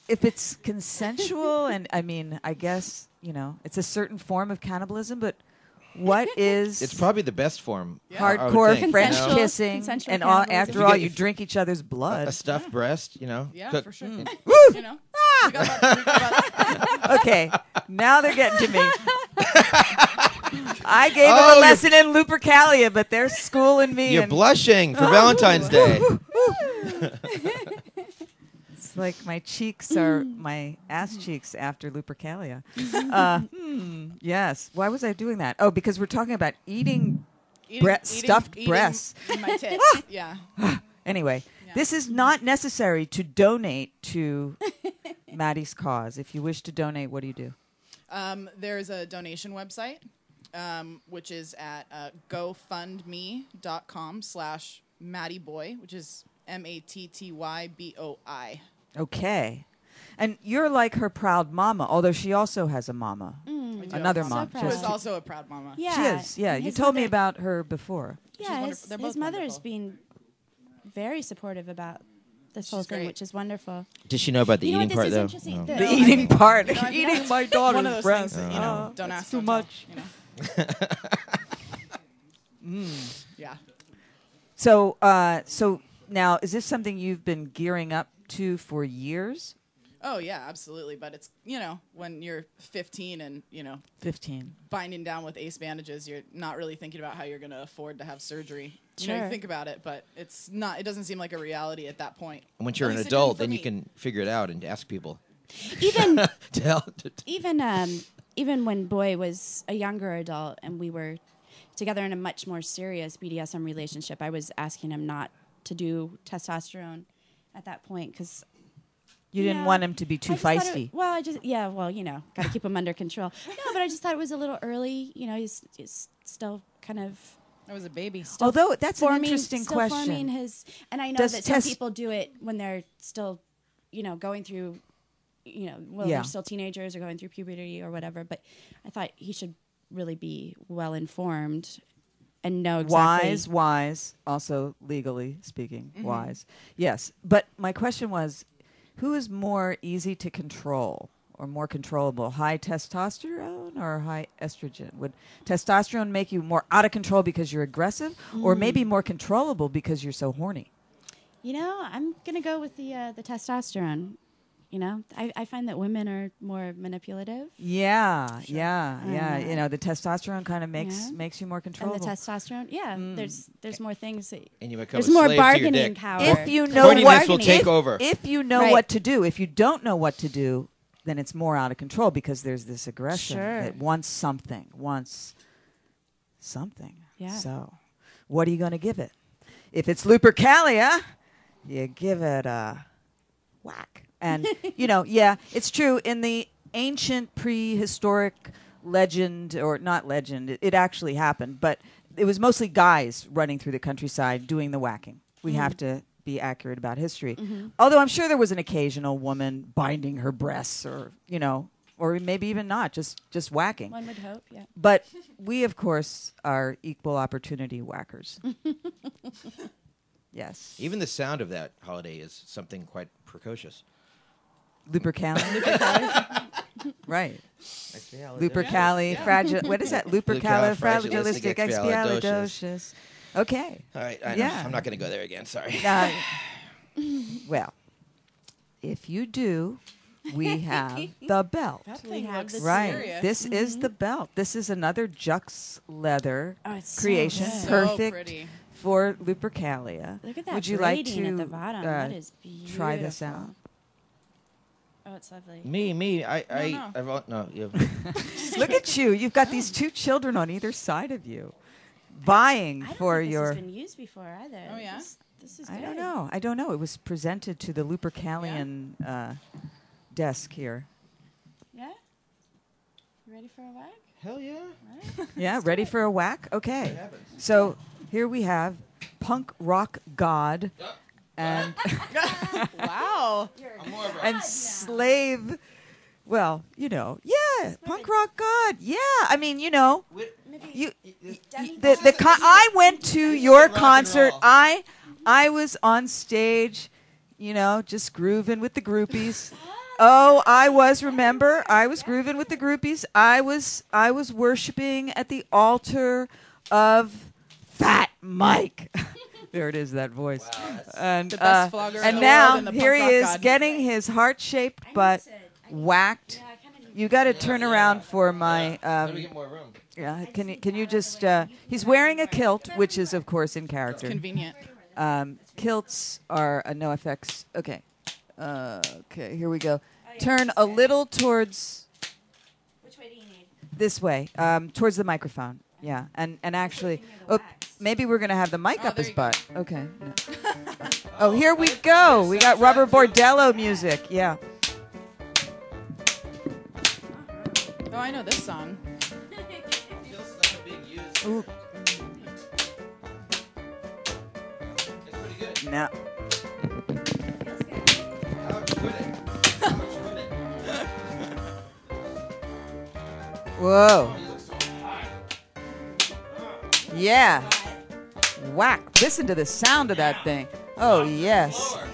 Speaker 3: if it's
Speaker 5: [laughs]
Speaker 3: consensual, and I mean, I guess you know, it's a certain form of cannibalism. But
Speaker 5: [laughs]
Speaker 3: what is
Speaker 4: It's probably the best form.
Speaker 6: Yeah.
Speaker 4: I- I would
Speaker 3: hardcore
Speaker 4: think,
Speaker 3: French
Speaker 5: Consensual-
Speaker 3: kissing?
Speaker 5: consensual
Speaker 3: And all,
Speaker 5: cannibalism.
Speaker 3: after
Speaker 4: You
Speaker 3: all,
Speaker 4: get-
Speaker 3: you drink each other's blood.
Speaker 4: A [laughs] stuffed breast, you know.
Speaker 6: Yeah,
Speaker 4: cook- Mm.
Speaker 6: for sure. [laughs] You know, we got about- we got
Speaker 4: [laughs]
Speaker 3: [laughs]
Speaker 6: about-
Speaker 3: okay, now they're getting to me. I gave
Speaker 4: Oh,
Speaker 3: them a
Speaker 4: you're-
Speaker 3: lesson in Lupercalia, but they're schooling
Speaker 4: [laughs]
Speaker 3: me.
Speaker 4: You're
Speaker 3: in-
Speaker 4: blushing
Speaker 3: [laughs]
Speaker 4: for Valentine's Day. [laughs]
Speaker 3: It's like my cheeks are my ass cheeks after Lupercalia. uh, hmm, yes. Why was I doing that? Oh, because we're talking about eating.
Speaker 6: eating-
Speaker 3: Bre-
Speaker 6: eating-
Speaker 3: stuffed
Speaker 6: eating
Speaker 3: breasts.
Speaker 6: My tits. yeah.
Speaker 3: Anyway, this is not necessary to donate to Maddie's cause. If you wish to donate, what do you do?
Speaker 6: Um, there's a donation website, um, which is at uh, gofundme.com slash Matty Boy, which is M A T T Y B O I.
Speaker 3: Okay. And you're like her proud mama, although she also has a mama.
Speaker 6: Mm.
Speaker 3: Another
Speaker 6: So
Speaker 3: mom.
Speaker 5: proud.
Speaker 6: She was
Speaker 3: Just-
Speaker 5: all-
Speaker 6: also a proud mama.
Speaker 5: Yeah.
Speaker 3: She is. Yeah.
Speaker 5: and
Speaker 3: You
Speaker 5: his
Speaker 3: told me
Speaker 5: mother-
Speaker 3: about her before.
Speaker 5: Yeah,
Speaker 6: wonderful.
Speaker 5: his,
Speaker 6: They're both
Speaker 5: his mother's
Speaker 6: wonderful.
Speaker 5: been very supportive about this whole
Speaker 6: She's
Speaker 5: thing,
Speaker 6: great.
Speaker 5: which is wonderful.
Speaker 4: Does she know about the
Speaker 5: You know
Speaker 4: eating
Speaker 5: what, this
Speaker 4: part
Speaker 5: is
Speaker 4: though?
Speaker 5: interesting.
Speaker 4: No.
Speaker 5: The-
Speaker 3: The
Speaker 5: Oh,
Speaker 6: [laughs]
Speaker 3: eating part.
Speaker 6: You know, I mean,
Speaker 3: eating
Speaker 6: that's
Speaker 3: my daughter's
Speaker 6: One of those
Speaker 3: breast.
Speaker 6: things that, you know,
Speaker 3: Oh,
Speaker 6: don't
Speaker 3: that's
Speaker 6: ask,
Speaker 3: too
Speaker 6: don't tell,
Speaker 3: much.
Speaker 6: You know? Yeah.
Speaker 3: So, uh, so now is this something you've been gearing up to for years?
Speaker 6: Oh yeah, absolutely. But it's you know when you're 15 and you know
Speaker 3: Fifteen.
Speaker 6: binding down with ace bandages, you're not really thinking about how you're going to afford to have surgery. You know, you
Speaker 5: Sure.
Speaker 6: think about it, but it's not. It doesn't seem like a reality at that point.
Speaker 4: And Once you're
Speaker 6: At
Speaker 4: an
Speaker 6: least it didn't
Speaker 4: adult,
Speaker 6: for
Speaker 4: then you
Speaker 6: me.
Speaker 4: can figure it out and ask people.
Speaker 5: Even
Speaker 4: [laughs] to help. to- to-
Speaker 5: even um, even when Boy was a younger adult and we were together in a much more serious BDSM relationship, I was asking him not to do testosterone at that point because
Speaker 3: You didn't
Speaker 5: No.
Speaker 3: want him to be too
Speaker 5: I just thought it-
Speaker 3: feisty.
Speaker 5: well, I just yeah, well, you know, got to keep him under
Speaker 3: [laughs]
Speaker 5: control. No, but I just thought it was a little early. You know, he's, he's still kind of
Speaker 6: I was a baby.
Speaker 5: still
Speaker 3: Although that's an
Speaker 5: forming-
Speaker 3: interesting
Speaker 5: still
Speaker 3: question.
Speaker 5: Forming his, and I know
Speaker 3: Does
Speaker 5: that
Speaker 3: test-
Speaker 5: some people do it when they're still, you know, going through, you know, well,
Speaker 3: Yeah.
Speaker 5: they're still teenagers or going through puberty or whatever. But I thought he should really be well informed and know exactly. Mm-hmm.
Speaker 3: Wise, wise, also legally speaking, wise. Yes. But my question was who is more easy to control or more controllable, high testosterone or high estrogen? Would testosterone make you more out of control because you're aggressive or
Speaker 5: Mm-hmm.
Speaker 3: maybe more controllable because you're so horny?
Speaker 5: You know, I'm gonna go with the uh, the testosterone. You know, I, I find that women are more manipulative.
Speaker 3: Yeah, yeah, yeah.
Speaker 5: Uh,
Speaker 3: You know, the testosterone kind of makes
Speaker 5: yeah.
Speaker 3: makes you more
Speaker 5: and
Speaker 3: controllable.
Speaker 5: the testosterone. Yeah,
Speaker 3: Hmm.
Speaker 5: there's there's more things. That,
Speaker 4: And you become
Speaker 5: there's
Speaker 4: a
Speaker 5: more
Speaker 4: slave to your
Speaker 5: bargaining
Speaker 4: dick.
Speaker 5: power.
Speaker 3: if you
Speaker 5: There's
Speaker 3: know
Speaker 5: more
Speaker 4: Horniness
Speaker 3: what
Speaker 4: will
Speaker 5: bargaining.
Speaker 4: take
Speaker 3: if,
Speaker 4: over.
Speaker 3: If you know
Speaker 5: Right.
Speaker 3: what to do, if you don't know what to do, then it's more out of control because there's this aggression
Speaker 5: Sure.
Speaker 3: that wants something, wants something.
Speaker 5: Yeah.
Speaker 3: So, what are you going to give it? If it's Lupercalia, you give it a whack. And you know, yeah, it's true. In the ancient prehistoric legend, or not legend, it, it actually happened, but it was mostly guys running through the countryside doing the whacking. We have to be accurate about history. Although I'm sure there was an occasional woman binding her breasts, or you know, or maybe even not, just just whacking.
Speaker 5: One would hope, yeah.
Speaker 3: But we, of course, are equal opportunity whackers. yes,
Speaker 4: Even the sound of that holiday is something quite precocious.
Speaker 3: Lupercalia. right.
Speaker 5: Oh,
Speaker 4: Yeah.
Speaker 3: Lupercali, fragile. What is
Speaker 5: [laughs]
Speaker 3: that? Lupercalifragilistic
Speaker 4: Lupercalifragilistic
Speaker 3: expialidocious. Okay.
Speaker 4: All right, I
Speaker 3: Yeah.
Speaker 4: am not going to go there again. Sorry.
Speaker 3: Now, [sighs] well, if you do,
Speaker 5: [laughs]
Speaker 3: we have the belt.
Speaker 5: We have the
Speaker 3: Right.
Speaker 6: serious.
Speaker 3: This is the belt. This is another Jux leather
Speaker 5: Mm-hmm. Oh, it's so
Speaker 3: creation,
Speaker 5: good.
Speaker 6: So
Speaker 3: perfect
Speaker 6: pretty.
Speaker 3: for Lupercalia.
Speaker 5: Look at that
Speaker 3: Would you like to
Speaker 5: braiding at the bottom.
Speaker 3: uh,
Speaker 5: That is
Speaker 3: try this
Speaker 5: beautiful. [laughs]
Speaker 3: out?
Speaker 5: Oh, it's lovely.
Speaker 4: [laughs] Me, me, I, I,
Speaker 6: no.
Speaker 4: I've all, no, you.
Speaker 3: [laughs] Look at you. You've got these two children on either side of you, vying
Speaker 5: I don't
Speaker 3: for
Speaker 5: think
Speaker 3: your.
Speaker 5: this has been used before either.
Speaker 6: Oh, yeah?
Speaker 5: This, this is
Speaker 3: I
Speaker 5: good.
Speaker 3: don't know. I don't know. It was presented to the Lupercalian uh, desk here.
Speaker 5: You ready for a
Speaker 3: [laughs]
Speaker 5: whack?
Speaker 4: Hell yeah.
Speaker 3: Yeah, ready for a whack? Okay.
Speaker 4: happens.
Speaker 3: So here we have punk rock god and
Speaker 6: wow.
Speaker 4: I'm more of a
Speaker 3: and slave. Well, you know, yeah, punk rock god. Yeah, I mean, you know, you [laughs] the the con- I went to your
Speaker 4: rock and
Speaker 3: concert.
Speaker 4: roll.
Speaker 3: I I was on stage, you know, just grooving with the
Speaker 6: [laughs]
Speaker 3: groupies. Oh, I was remember. I was grooving with the groupies. I was I was worshiping at the altar of Fat Mike. [laughs] there it is, that voice. and
Speaker 6: The best
Speaker 3: uh,
Speaker 6: flogger in
Speaker 3: and
Speaker 6: the
Speaker 3: now
Speaker 6: world and the
Speaker 3: here
Speaker 6: punk
Speaker 3: he
Speaker 6: rock
Speaker 3: is
Speaker 6: god.
Speaker 3: getting his heart shaped butt whacked. You got to turn around for my.
Speaker 4: Let me
Speaker 3: Um,
Speaker 4: get more room.
Speaker 3: yeah, can you can you just? Uh, he's wearing a kilt, which is of course in character.
Speaker 6: Convenient.
Speaker 3: Um, kilts are uh, no effects. Okay, uh, okay, here we go.
Speaker 5: Oh,
Speaker 3: Turn a little towards
Speaker 5: Which way do you need?
Speaker 3: this way, um, towards the microphone. Yeah, and and actually, oh, maybe we're gonna have the mic
Speaker 6: Oh,
Speaker 3: up
Speaker 6: there
Speaker 3: his
Speaker 6: you go.
Speaker 3: butt. Okay.
Speaker 5: [laughs]
Speaker 3: no. oh, here we go. We got rubber bordello music. Yeah.
Speaker 6: Oh, I know this song.
Speaker 4: Feels like a big use. It's
Speaker 3: Ooh,
Speaker 4: pretty good.
Speaker 3: no.
Speaker 4: How much would it? How much would it?
Speaker 3: Whoa.
Speaker 4: You look so hot.
Speaker 3: Yeah. Whack. Listen to the sound of that thing. Oh, yes.
Speaker 4: Floor.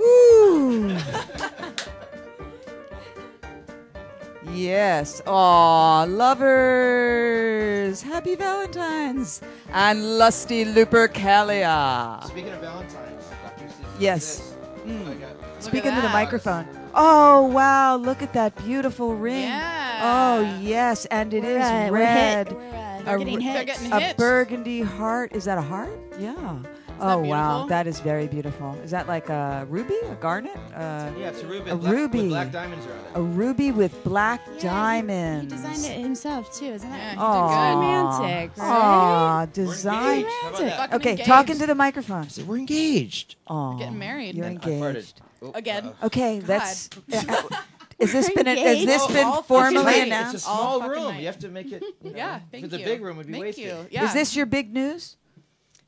Speaker 3: Woo. yes. Aw, lovers. Happy Valentine's. And lusty ah. Lupercalia.
Speaker 4: Speaking of Valentine's, Dr. Seuss
Speaker 3: Yes.
Speaker 4: exists.
Speaker 3: Mm.
Speaker 4: I got-
Speaker 3: Speak into the
Speaker 6: that.
Speaker 3: microphone. Oh, wow. Look at that beautiful ring.
Speaker 6: Yeah.
Speaker 3: Oh, yes. And it is red.
Speaker 5: We're hit. We're, uh,
Speaker 3: A
Speaker 5: we're getting
Speaker 3: re-
Speaker 5: hit.
Speaker 6: They're getting
Speaker 3: a
Speaker 6: hit.
Speaker 3: burgundy heart. Is that a heart? Yeah. oh wow,
Speaker 6: beautiful?
Speaker 3: that is very beautiful. Is that like a ruby, a garnet, uh,
Speaker 4: Yeah, it's a ruby.
Speaker 3: A
Speaker 4: black, with
Speaker 3: ruby.
Speaker 4: black diamonds are on it.
Speaker 3: a ruby with black
Speaker 5: Yeah, he-
Speaker 3: diamonds?
Speaker 5: He, designed it himself too, isn't
Speaker 6: Yeah,
Speaker 5: that?
Speaker 6: he did
Speaker 3: Aw.
Speaker 5: romantic, right?
Speaker 3: Aw,
Speaker 4: We're
Speaker 3: design.
Speaker 4: engaged. How about that?
Speaker 6: Fucking
Speaker 3: Okay,
Speaker 6: engaged.
Speaker 3: talking to the microphone.
Speaker 4: So we're engaged.
Speaker 3: Aw,
Speaker 6: Getting married.
Speaker 3: You're
Speaker 6: And
Speaker 4: I farted.
Speaker 3: engaged.
Speaker 4: Oh,
Speaker 6: Again.
Speaker 4: uh-oh.
Speaker 3: Okay,
Speaker 6: God.
Speaker 3: that's. Has this been? Has
Speaker 5: engaged.
Speaker 3: this
Speaker 4: Oh,
Speaker 3: been
Speaker 6: all fucking
Speaker 3: formally
Speaker 6: night.
Speaker 4: Hey, it's a
Speaker 3: announced?
Speaker 6: All
Speaker 4: small
Speaker 6: fucking
Speaker 4: room.
Speaker 6: night.
Speaker 4: You have to
Speaker 6: [laughs]
Speaker 4: make it. You know,
Speaker 6: [laughs] Yeah,
Speaker 4: if
Speaker 6: thank
Speaker 4: it's
Speaker 6: you.
Speaker 4: a big room, it would be
Speaker 6: Thank
Speaker 4: wasted.
Speaker 6: you. Yeah.
Speaker 3: Is this your big news?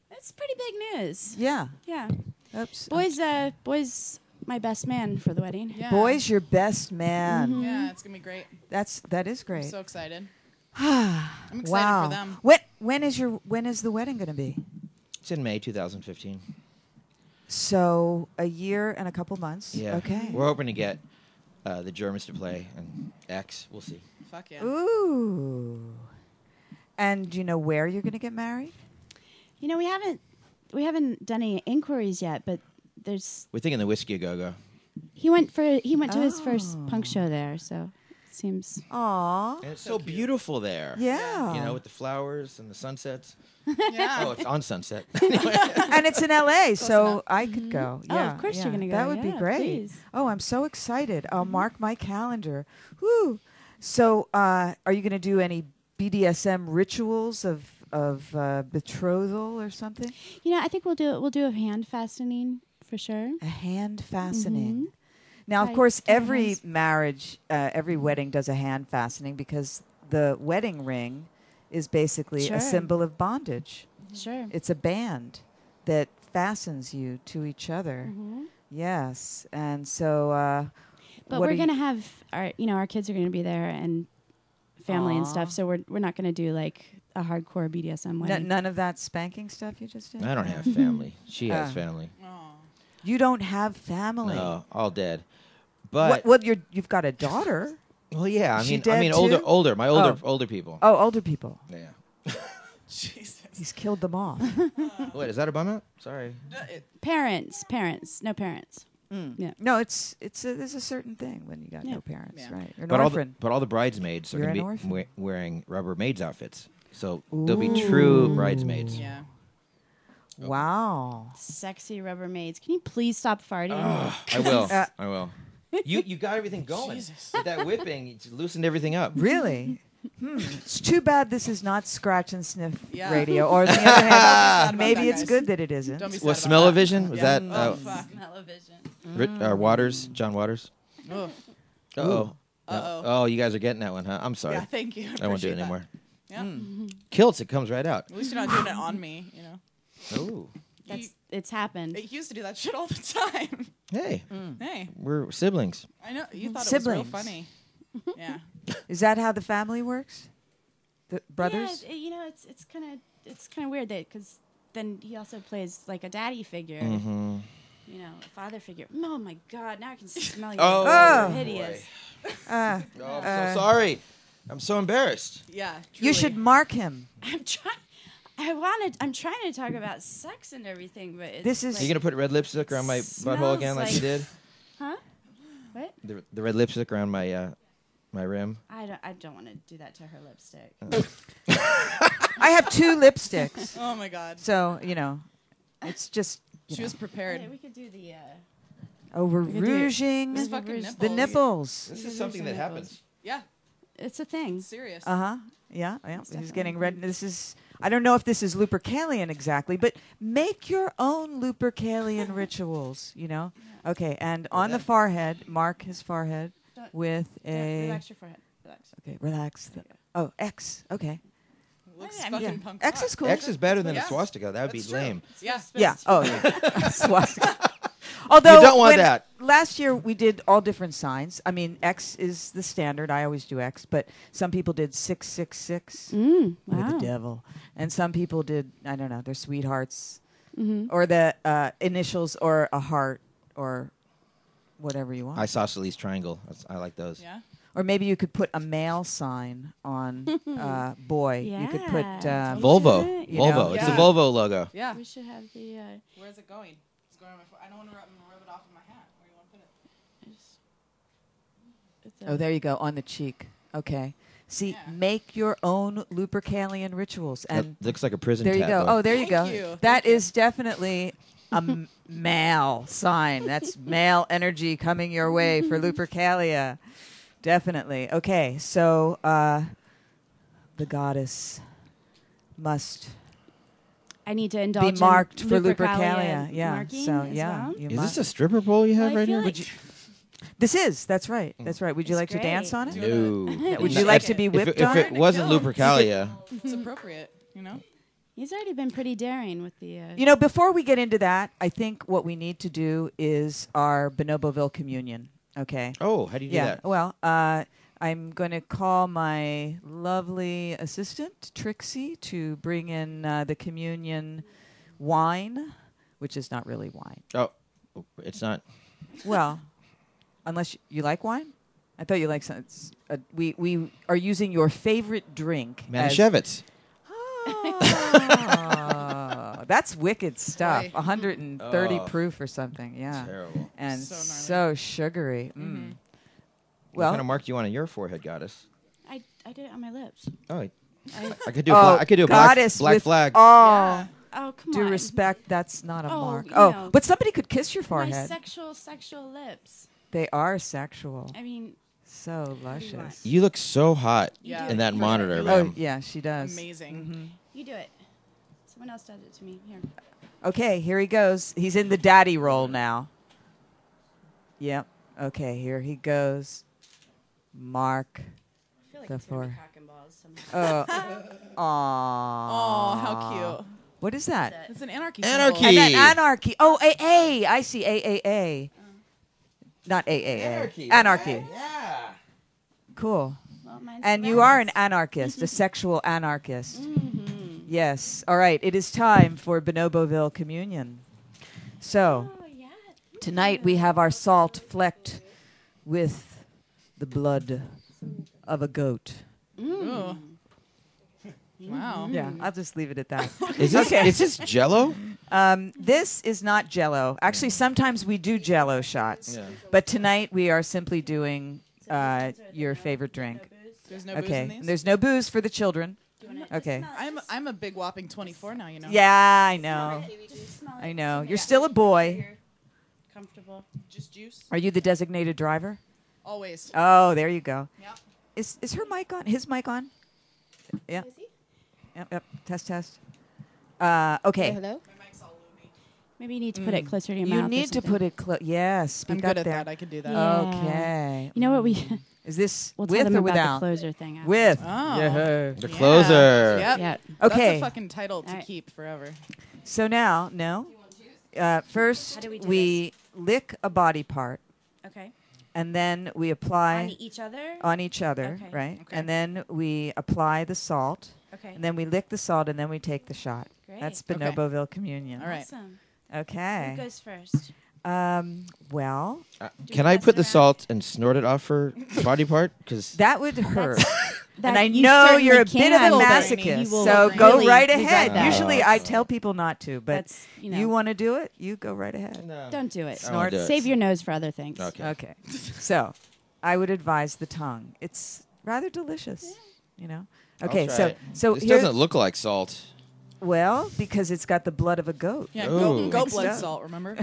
Speaker 5: That's pretty big news.
Speaker 3: Yeah.
Speaker 5: Yeah.
Speaker 3: Oops.
Speaker 5: Boys, uh, boys, my best man for the wedding.
Speaker 6: Yeah.
Speaker 3: Boy's your best man.
Speaker 6: Yeah, it's gonna be great.
Speaker 3: That's that is Mm-hmm. great.
Speaker 6: I'm so excited. I'm
Speaker 3: [sighs]
Speaker 6: excited
Speaker 3: wow.
Speaker 6: for them.
Speaker 3: When when is your when is the wedding going to be?
Speaker 4: It's in May 2015.
Speaker 3: So a year and a couple months.
Speaker 4: Yeah.
Speaker 3: Okay.
Speaker 4: We're hoping to get uh, the Germans to play and X. We'll see.
Speaker 6: Fuck yeah.
Speaker 3: Ooh. And do you know where you're going to get married?
Speaker 5: You know, we haven't we haven't done any inquiries yet, but there's
Speaker 4: We're thinking the Whiskey Go Go.
Speaker 6: Oh,
Speaker 5: he went for he went to his first punk show there, so it seems
Speaker 3: Aw.
Speaker 4: And it's so, beautiful there.
Speaker 3: Yeah.
Speaker 4: You know, with the flowers and the sunsets.
Speaker 6: [laughs] Yeah. [laughs]
Speaker 4: Oh, it's on
Speaker 3: [laughs]
Speaker 4: sunset. anyway.
Speaker 3: and it's in LA, so I could go.
Speaker 5: Oh, of
Speaker 3: Yeah,
Speaker 5: course you're
Speaker 3: yeah.
Speaker 5: gonna go.
Speaker 3: That would be
Speaker 5: Yeah,
Speaker 3: great.
Speaker 5: please. Mm-hmm.
Speaker 3: Oh, I'm so excited. I'll mark my calendar. Woo. So, uh, are you going to do any BDSM rituals of of uh, betrothal or something?
Speaker 5: you know, I think we'll do we'll do a hand fastening for sure.
Speaker 3: A hand fastening.
Speaker 5: Mm-hmm.
Speaker 3: Now, of
Speaker 5: Right,
Speaker 3: course,
Speaker 5: two
Speaker 3: every
Speaker 5: hands.
Speaker 3: marriage, uh, every wedding does a hand fastening because the wedding ring is basically
Speaker 5: Sure.
Speaker 3: a symbol of bondage.
Speaker 5: Sure.
Speaker 3: It's a band that fastens you to each
Speaker 5: Mm-hmm.
Speaker 3: other. Yes, and so. Uh,
Speaker 5: But
Speaker 3: what are
Speaker 5: we're
Speaker 3: you-
Speaker 5: gonna have our you know, our kids are gonna be there and family and
Speaker 3: Aw.
Speaker 5: stuff, so we're we're not gonna do like a hardcore BDSM
Speaker 3: N-
Speaker 5: wedding.
Speaker 3: none of that spanking stuff you just did.
Speaker 4: I don't have family. She has
Speaker 3: Ah.
Speaker 4: family.
Speaker 6: Aw.
Speaker 3: You don't have family.
Speaker 4: No, all dead.
Speaker 3: What,
Speaker 4: But
Speaker 3: well, you're, you've got a daughter.
Speaker 4: well, yeah. I
Speaker 3: She
Speaker 4: mean,
Speaker 3: dead
Speaker 4: I mean, older,
Speaker 3: too?
Speaker 4: older, my older,
Speaker 3: Oh.
Speaker 4: older people.
Speaker 3: Oh, older people.
Speaker 4: Yeah.
Speaker 6: Jesus.
Speaker 3: He's killed them off.
Speaker 4: Wait, is that a bum out? Sorry.
Speaker 5: Parents, parents, no parents. Yeah.
Speaker 3: no, it's it's a, there's a certain thing when you got
Speaker 5: Yeah.
Speaker 3: no parents,
Speaker 6: Yeah.
Speaker 3: right? You're an
Speaker 4: but all the,
Speaker 3: orphan.
Speaker 4: but all the bridesmaids are
Speaker 3: You're
Speaker 4: going
Speaker 3: an
Speaker 4: to be
Speaker 3: orphan.
Speaker 4: we- wearing rubber maids outfits. So they'll be true bridesmaids.
Speaker 6: Yeah.
Speaker 4: Oh.
Speaker 3: Wow.
Speaker 5: Sexy rubber maids. Can you please stop farting?
Speaker 4: I will.
Speaker 3: Uh,
Speaker 4: I will. You you got everything going.
Speaker 6: Jesus.
Speaker 4: With that whipping, you just loosened everything up.
Speaker 3: Really? Hmm. It's too bad this is not scratch and sniff
Speaker 6: Yeah.
Speaker 3: radio. Or on the other hand,
Speaker 6: about
Speaker 3: maybe
Speaker 6: that,
Speaker 3: it's
Speaker 6: guys.
Speaker 3: good that it isn't.
Speaker 6: Don't be sad
Speaker 4: Was
Speaker 6: about
Speaker 4: smell o
Speaker 6: that.
Speaker 4: vision? Was
Speaker 3: Yeah. Mm.
Speaker 4: that
Speaker 6: Oh
Speaker 4: uh,
Speaker 6: fuck.
Speaker 5: Television.
Speaker 4: Ri- uh, Waters? John Waters?
Speaker 6: Ugh.
Speaker 4: Oh,
Speaker 6: Uh oh.
Speaker 4: Oh, you guys are getting that one, huh? I'm sorry.
Speaker 6: Yeah, thank you.
Speaker 4: I won't do
Speaker 6: appreciate
Speaker 4: it
Speaker 6: that.
Speaker 4: anymore.
Speaker 6: Yeah.
Speaker 3: Mm.
Speaker 4: Kilts, it comes right out.
Speaker 6: At least you're not doing it on me,
Speaker 3: [laughs]
Speaker 6: you know.
Speaker 4: Oh,
Speaker 5: That's
Speaker 6: You-
Speaker 5: it's happened.
Speaker 6: it used to do that shit all the time.
Speaker 3: [laughs]
Speaker 4: hey,
Speaker 6: hey,
Speaker 4: we're siblings.
Speaker 6: I know you thought
Speaker 3: Mm.
Speaker 6: it
Speaker 3: Siblings.
Speaker 6: was
Speaker 3: [laughs]
Speaker 6: real funny. Yeah.
Speaker 3: Is that how the family works? The brothers?
Speaker 5: Yeah, it- you know, it's it's kind of it's kind of weird that because then he also plays like a daddy figure,
Speaker 3: Mm-hmm.
Speaker 5: you know, a father figure. Oh my God! Now I can smell you.
Speaker 4: Oh,
Speaker 5: You're
Speaker 3: boy.
Speaker 5: hideous.
Speaker 3: Ah,
Speaker 4: Oh, I'm so sorry. I'm so embarrassed.
Speaker 6: Yeah.
Speaker 3: you should
Speaker 6: truly.
Speaker 3: mark him.
Speaker 5: I'm trying. I wanted. I'm trying to talk about sex and everything, but it's
Speaker 3: This is-
Speaker 4: Are you gonna put red lipstick around my butthole
Speaker 5: Smells
Speaker 4: again, like,
Speaker 5: like-
Speaker 4: you did?
Speaker 5: huh? What?
Speaker 4: The, the red lipstick around my uh, my rim. [laughs]
Speaker 5: I don't. I don't want to do that to her lipstick.
Speaker 3: Oh. I have two lipsticks,
Speaker 6: Oh my god.
Speaker 3: so you know, it's just. you
Speaker 6: She
Speaker 3: know.
Speaker 6: was prepared.
Speaker 5: Hey, we could do the. Uh,
Speaker 3: Oh, we're
Speaker 5: could do it.
Speaker 6: Those
Speaker 3: rouging
Speaker 6: fucking nipples.
Speaker 3: the nipples.
Speaker 4: This
Speaker 5: These
Speaker 4: is
Speaker 5: are
Speaker 4: something
Speaker 5: some
Speaker 4: that
Speaker 5: nipples.
Speaker 4: happens.
Speaker 6: Yeah.
Speaker 5: it's a thing.
Speaker 6: Serious.
Speaker 3: Uh huh. Yeah, yeah. He's
Speaker 5: definitely
Speaker 3: getting red. This is. I don't know if this is Lupercalian exactly, but make your own Lupercalian rituals. You know. Okay, and on the
Speaker 4: that-
Speaker 3: forehead, mark his forehead
Speaker 5: Don't-
Speaker 3: with
Speaker 5: Don't-
Speaker 3: a.
Speaker 5: Relax your forehead. Relax.
Speaker 3: Okay, relax. the- oh, X. Okay.
Speaker 6: Looks
Speaker 5: I mean,
Speaker 6: fucking
Speaker 3: Yeah.
Speaker 6: punk.
Speaker 3: X
Speaker 6: rock.
Speaker 3: is cool.
Speaker 4: X is better than
Speaker 6: Yeah.
Speaker 4: a swastika. That would be
Speaker 6: That's true.
Speaker 4: lame.
Speaker 6: Yeah.
Speaker 3: Yeah. Oh, yeah.
Speaker 5: [laughs]
Speaker 3: Swastika. Although
Speaker 4: You don't want
Speaker 3: when-
Speaker 4: that.
Speaker 3: Last year we did all different signs. I mean, X is the standard. I always do X, but some people did six six six
Speaker 5: Mm,
Speaker 3: or the
Speaker 5: wow.
Speaker 3: devil, and some people did I don't know their sweethearts
Speaker 5: Mm-hmm.
Speaker 3: or the uh, initials or a heart or whatever you want.
Speaker 4: Isosceles triangle. That's- I like those.
Speaker 6: Yeah.
Speaker 3: or maybe you could put a male sign
Speaker 5: [laughs]
Speaker 3: on uh, boy. You could put
Speaker 5: Yeah.
Speaker 3: uh,
Speaker 5: Vol-
Speaker 4: Volvo.
Speaker 5: You
Speaker 4: Volvo.
Speaker 3: know?
Speaker 4: It's
Speaker 6: Yeah.
Speaker 4: a Volvo logo.
Speaker 6: Yeah.
Speaker 5: We should have the. Uh,
Speaker 6: Where's it going? It's going on my. Fo- I don't want to rub, rub it off in my hat. Where do you want to put it?
Speaker 5: it's a-
Speaker 3: Oh, there you go on the cheek. Okay. See,
Speaker 6: Yeah.
Speaker 3: make your own Lupercalian rituals,
Speaker 4: That
Speaker 3: and
Speaker 4: looks like a prison
Speaker 3: there you
Speaker 4: tab,
Speaker 3: go.
Speaker 4: though.
Speaker 3: Oh, there you
Speaker 6: Thank
Speaker 3: go.
Speaker 6: you.
Speaker 3: That is
Speaker 6: Thank
Speaker 3: definitely a m- [laughs] male sign. That's male energy coming your way for Lupercalia. Definitely. Okay, so uh, the goddess must
Speaker 5: I need to indulge.
Speaker 3: be marked
Speaker 5: in
Speaker 3: for
Speaker 5: Lupercalia
Speaker 3: Lupercalia. Yeah.
Speaker 5: Marking
Speaker 3: So
Speaker 5: as
Speaker 3: yeah,
Speaker 5: well?
Speaker 3: you
Speaker 4: Is
Speaker 3: mu-
Speaker 4: this a stripper pole you have
Speaker 5: Well, I
Speaker 4: right
Speaker 5: feel
Speaker 4: here?
Speaker 5: like-
Speaker 4: Would you,
Speaker 3: this is. That's right. That's right. Would you
Speaker 5: It's
Speaker 3: like to dance
Speaker 5: great.
Speaker 3: on it?
Speaker 6: Do
Speaker 4: no.
Speaker 3: [laughs] Would
Speaker 6: If-
Speaker 3: you like to
Speaker 6: if-
Speaker 3: be
Speaker 4: If,
Speaker 3: whipped
Speaker 4: it-
Speaker 3: on
Speaker 4: if
Speaker 3: it?
Speaker 4: it
Speaker 3: [laughs]
Speaker 4: wasn't
Speaker 6: Kinda
Speaker 4: Lupercalia,
Speaker 6: [laughs] It's appropriate. You know.
Speaker 5: He's already been pretty daring with the. Uh,
Speaker 3: You know, before we get into that, I think what we need to do is our Bonoboville communion. Okay.
Speaker 4: oh, how do you do
Speaker 3: yeah.
Speaker 4: that?
Speaker 3: Well, uh, I'm going to call my lovely assistant Trixie to bring in uh, the communion wine, which is not really wine.
Speaker 4: Oh, it's not.
Speaker 3: Well, unless you, you like wine. I thought you liked some. it's, Uh, we we are using your favorite drink. as-
Speaker 4: Manischewitz.
Speaker 3: Oh, that's
Speaker 5: [laughs]
Speaker 3: wicked stuff.
Speaker 6: Boy.
Speaker 3: 130
Speaker 4: Oh.
Speaker 3: proof or something. Yeah.
Speaker 4: Terrible.
Speaker 3: And
Speaker 6: So
Speaker 3: so,
Speaker 6: gnarly.
Speaker 3: sugary.
Speaker 5: Mm-hmm.
Speaker 3: Mm.
Speaker 4: what
Speaker 3: Well,
Speaker 4: kind of mark do you want on your forehead, goddess?
Speaker 5: I, I did it on my lips.
Speaker 4: Oh, I,
Speaker 5: I,
Speaker 4: I could do. A bla- I could do a black,
Speaker 3: Oh, goddess
Speaker 4: black
Speaker 3: with
Speaker 4: flag.
Speaker 3: All
Speaker 6: Yeah.
Speaker 5: oh come
Speaker 3: due
Speaker 5: on.
Speaker 3: respect, that's not a
Speaker 5: Oh,
Speaker 3: mark.
Speaker 5: you
Speaker 3: Oh,
Speaker 5: know.
Speaker 3: but somebody could kiss your
Speaker 5: My
Speaker 3: forehead.
Speaker 5: sexual sexual lips.
Speaker 3: they are sexual.
Speaker 5: I mean,
Speaker 3: So
Speaker 5: do you want?
Speaker 3: luscious.
Speaker 4: You look so hot
Speaker 6: Yeah.
Speaker 4: in that
Speaker 5: Right.
Speaker 4: monitor,
Speaker 3: Oh, Mm-hmm.
Speaker 4: ma'am.
Speaker 3: yeah, she does.
Speaker 6: Amazing.
Speaker 5: you do it. Someone else does it to me. Here.
Speaker 3: Okay, here he goes. He's in the daddy role now. Yep. Okay, here he goes. Mark.
Speaker 5: I feel like
Speaker 3: Go
Speaker 5: it's gonna be
Speaker 3: for it.
Speaker 5: cock and balls [laughs] somehow.
Speaker 3: Oh.
Speaker 6: Oh,
Speaker 3: [laughs] Aw.
Speaker 6: how cute.
Speaker 3: What is that?
Speaker 6: It's an anarchy.
Speaker 4: Anarchy.
Speaker 6: symbol.
Speaker 3: And
Speaker 4: Hey.
Speaker 3: then anarchy. Oh, AA. I see AAA. Not AAA. Anarchy.
Speaker 4: Yeah.
Speaker 3: Cool.
Speaker 5: Well, mine's
Speaker 3: And you
Speaker 5: brown.
Speaker 3: are an anarchist, a sexual anarchist.
Speaker 4: Mm-hmm.
Speaker 3: Yes. All right. It is time for Bonoboville Communion. So
Speaker 5: Oh yeah.
Speaker 3: tonight we have our salt flecked with the blood of a goat.
Speaker 6: Ooh. Wow.
Speaker 3: Mm-hmm. Yeah, I'll just leave it at that. [laughs]
Speaker 4: Is this is this Jello?
Speaker 3: Um, this is not Jello. Actually, sometimes we do Jello shots,
Speaker 4: Yeah.
Speaker 3: but tonight we are simply doing uh, your favorite drink.
Speaker 6: There's no booze
Speaker 3: Okay,
Speaker 6: in these.
Speaker 3: there's no booze for the children. Okay.
Speaker 6: I'm I'm a big whopping 24 now. You know.
Speaker 3: Yeah, I know.
Speaker 5: Just smell
Speaker 3: I
Speaker 5: it.
Speaker 3: know.
Speaker 5: Smell
Speaker 3: You're
Speaker 5: it.
Speaker 3: still a boy.
Speaker 5: You're comfortable.
Speaker 6: Just juice.
Speaker 3: Are you the designated driver?
Speaker 6: Always.
Speaker 3: Oh, there you go.
Speaker 6: Yep.
Speaker 3: Is is her mic on? His mic on? Yeah. Yep. Yep. Test test. Uh, okay.
Speaker 5: Hello.
Speaker 6: My mic's all loomy.
Speaker 5: Maybe Mm. you need to put it closer to your
Speaker 3: You
Speaker 5: mouth. or
Speaker 3: need to
Speaker 5: something.
Speaker 3: put it close. Yes, speak
Speaker 6: I'm good
Speaker 3: up
Speaker 6: at
Speaker 3: there.
Speaker 6: that. I could do that. Um,
Speaker 5: Yeah.
Speaker 3: Okay.
Speaker 5: You know what we?
Speaker 3: Is this
Speaker 5: [laughs] we'll tell
Speaker 3: with
Speaker 5: them
Speaker 3: or
Speaker 5: about
Speaker 3: without?
Speaker 5: the closer thing. after.
Speaker 3: With.
Speaker 6: Oh.
Speaker 4: The
Speaker 6: Yeah.
Speaker 4: closer.
Speaker 6: Yep.
Speaker 5: Yeah.
Speaker 6: That's
Speaker 3: Okay.
Speaker 6: a fucking title to
Speaker 5: Alright.
Speaker 6: keep forever.
Speaker 3: So now, no. Uh, first,
Speaker 5: do we do
Speaker 3: we lick a body part,
Speaker 5: Okay.
Speaker 3: and then we apply
Speaker 5: On each other.
Speaker 3: on each other,
Speaker 5: Okay.
Speaker 3: right?
Speaker 6: Okay.
Speaker 3: And then we apply the salt,
Speaker 5: Okay.
Speaker 3: and then we lick the salt, and then we take the shot. That's
Speaker 6: Great. Okay.
Speaker 3: Bonoboville Communion.
Speaker 6: All right.
Speaker 5: Awesome. Who
Speaker 3: Okay.
Speaker 5: goes first?
Speaker 3: Um, well,
Speaker 4: Uh,
Speaker 5: Do
Speaker 4: can
Speaker 5: we
Speaker 4: I
Speaker 5: pass
Speaker 4: put
Speaker 5: it
Speaker 4: the
Speaker 5: around?
Speaker 4: salt and snort it off her body part? Because
Speaker 3: that would hurt.
Speaker 5: [laughs] That
Speaker 3: and I
Speaker 5: you
Speaker 3: know
Speaker 5: certainly
Speaker 3: you're a bit of
Speaker 5: can.
Speaker 3: a
Speaker 6: Wolverine.
Speaker 3: masochist,
Speaker 6: You will
Speaker 3: so
Speaker 6: really
Speaker 3: go right
Speaker 5: regret
Speaker 3: ahead.
Speaker 5: that.
Speaker 3: Usually, I tell people not to, but
Speaker 5: That's, you know,
Speaker 3: want to do it, you go right ahead.
Speaker 5: don't do it.
Speaker 3: I won't do it.
Speaker 5: Save your nose for other things.
Speaker 4: Okay.
Speaker 3: Okay, so I would advise the tongue. It's rather delicious, you know. Okay, so so
Speaker 4: this
Speaker 3: here,
Speaker 4: doesn't look like salt.
Speaker 3: well because it's got the blood of a goat.
Speaker 6: Yeah,
Speaker 4: Ooh.
Speaker 6: go, go
Speaker 3: Mixed
Speaker 6: blood
Speaker 3: up. [laughs]
Speaker 6: salt, remember?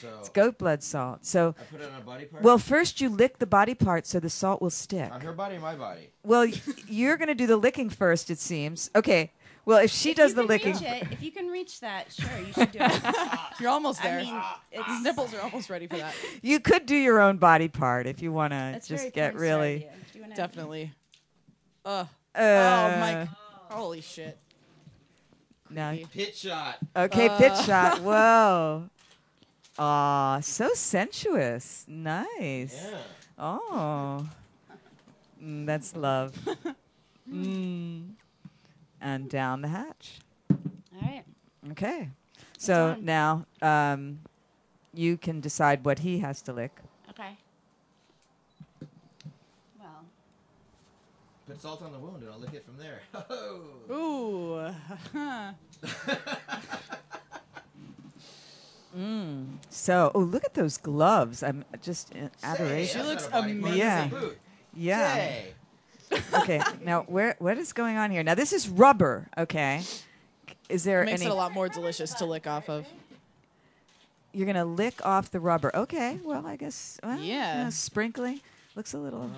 Speaker 4: So
Speaker 3: It's goat blood salt. So
Speaker 4: I put it on a body part.
Speaker 3: well, first you lick the body part so the salt will stick.
Speaker 4: on her body, and my body.
Speaker 3: Well, y- you're gonna do the licking first, it seems. Okay. Well, if she does the licking,
Speaker 5: if you can reach that, sure, you should do [laughs] it.
Speaker 6: You're almost there.
Speaker 5: [laughs] it's,
Speaker 6: [laughs] Nipples are almost ready for that.
Speaker 3: you could do your own body part if you want to just get really.
Speaker 6: Definitely. Ugh.
Speaker 3: Uh,
Speaker 6: oh, Mike. Holy shit.
Speaker 3: No.
Speaker 6: Creepy.
Speaker 4: Pit shot.
Speaker 3: Okay,
Speaker 6: Uh.
Speaker 3: pitch
Speaker 6: [laughs]
Speaker 3: shot. Whoa. Aw, so sensuous. Nice. Oh. Mm, that's
Speaker 6: [laughs]
Speaker 3: love. mm. And down the hatch.
Speaker 5: All right.
Speaker 3: Okay. So
Speaker 5: on.
Speaker 3: now um, you can decide what he has to lick.
Speaker 5: Okay. Well,
Speaker 4: Put salt on the wound, and I'll lick it from there. [laughs]
Speaker 6: Ooh. Mm.
Speaker 3: So, oh, look at those gloves. I'm just in
Speaker 6: She
Speaker 3: adoration.
Speaker 6: that's looks
Speaker 3: Yeah. Yeah.
Speaker 4: Say.
Speaker 3: Okay. Now, where what is going on here? Now, this is rubber. Okay. Is there
Speaker 6: Makes
Speaker 3: any?
Speaker 6: it a lot more delicious to lick off of.
Speaker 3: You're gonna lick off the rubber. Okay. Well, I guess. Well,
Speaker 6: Yeah.
Speaker 3: sprinkling looks a little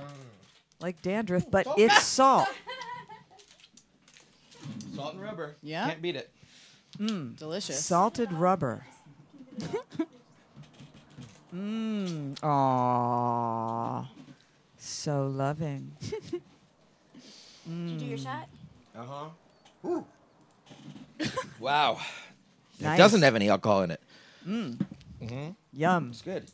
Speaker 3: like dandruff, but it's salt.
Speaker 4: Salt and rubber.
Speaker 6: Yeah.
Speaker 4: Can't beat it.
Speaker 6: Delicious.
Speaker 3: Salted rubber. Mmm.
Speaker 6: Mm.
Speaker 3: Aww. So loving.
Speaker 5: did you do
Speaker 3: Hmm.
Speaker 5: your shot?
Speaker 4: Uh
Speaker 3: Uh-huh.
Speaker 4: huh. Wow.
Speaker 3: Nice. Mm.
Speaker 4: It doesn't have any alcohol in it.
Speaker 3: Yum.
Speaker 4: Mm-hmm. [laughs] It's good.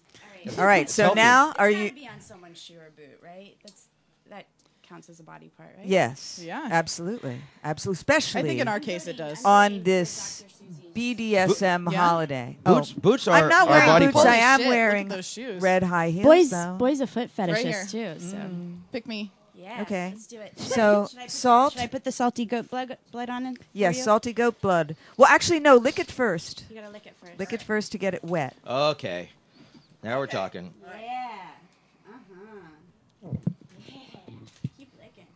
Speaker 3: All right. So
Speaker 4: healthy.
Speaker 3: now, are
Speaker 5: it's gotta
Speaker 3: you?
Speaker 5: be on someone's shoe or boot, right? That's that counts as a body part, right?
Speaker 3: Yes.
Speaker 6: Yeah.
Speaker 3: Absolutely. Absolutely. Especially.
Speaker 6: I think in our case it does.
Speaker 3: on this BDSM
Speaker 6: Yeah.
Speaker 3: holiday.
Speaker 4: Boots,
Speaker 3: oh,
Speaker 4: boots are
Speaker 3: I'm not
Speaker 4: are
Speaker 3: wearing
Speaker 4: body
Speaker 3: boots.
Speaker 4: parts.
Speaker 3: I
Speaker 6: Holy
Speaker 3: am
Speaker 6: shit, look at
Speaker 3: wearing
Speaker 6: those shoes.
Speaker 3: Oh, red high heels.
Speaker 5: Boys,
Speaker 3: though.
Speaker 5: boys a foot fetishist
Speaker 6: fetishist,
Speaker 5: too. So
Speaker 3: Hmm.
Speaker 6: Pick me.
Speaker 5: yeah,
Speaker 3: Okay.
Speaker 5: let's do it.
Speaker 3: So,
Speaker 5: [laughs] Should I put-
Speaker 3: salt.
Speaker 5: Should I put the salty goat blood, blood on it? for
Speaker 3: Yes,
Speaker 5: you?
Speaker 3: salty goat blood. Well, actually, no. Lick it first.
Speaker 5: You gotta lick it first.
Speaker 3: Lick it first to get it wet.
Speaker 4: Okay. Now we're talking.
Speaker 5: Yeah. Uh huh. Yeah. Keep licking.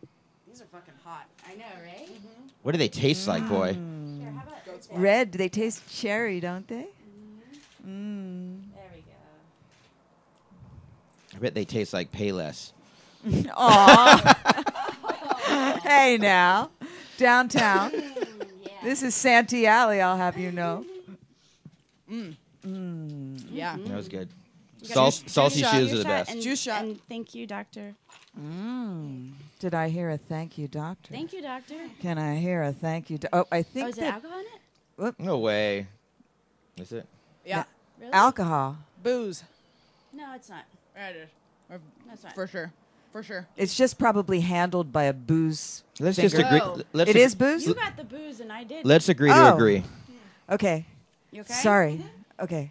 Speaker 5: These are fucking hot. Mm-hmm. I know, right?
Speaker 4: What do they taste like, boy?
Speaker 3: Mm.
Speaker 5: Here, how about this? There
Speaker 3: Red. They taste cherry, don't they?
Speaker 5: we go.
Speaker 4: I bet they taste like Payless.
Speaker 3: Aw. [laughs] hey now, downtown. This is Santee Alley. I'll have you know.
Speaker 6: Yeah.
Speaker 4: That was good.
Speaker 5: got
Speaker 3: Mm.
Speaker 4: Salt, salty
Speaker 6: shot.
Speaker 4: shoes
Speaker 5: Your
Speaker 4: are the
Speaker 5: shot
Speaker 4: best.
Speaker 5: And,
Speaker 6: Juice shot.
Speaker 5: and thank you, doctor.
Speaker 3: Mm. Did I hear a thank you, doctor?
Speaker 5: Thank you, doctor.
Speaker 3: Can I hear a thank you? Do- oh, I think
Speaker 5: Oh, is there
Speaker 3: that
Speaker 5: alcohol in it?
Speaker 4: no way. Is it?
Speaker 6: Yeah.
Speaker 5: Really?
Speaker 3: alcohol.
Speaker 6: Booze.
Speaker 5: no, it's not.
Speaker 6: Right. Or-
Speaker 5: No, it's not.
Speaker 6: For sure. For sure.
Speaker 3: It's just probably handled by a booze.
Speaker 4: Let's
Speaker 3: finger.
Speaker 4: just agree.
Speaker 5: Oh.
Speaker 4: Let's
Speaker 3: It
Speaker 4: ag-
Speaker 3: is booze.
Speaker 5: you got the booze and I didn't.
Speaker 4: Let's agree to
Speaker 3: Oh.
Speaker 4: agree.
Speaker 3: Okay.
Speaker 5: you okay?
Speaker 3: Sorry. Okay.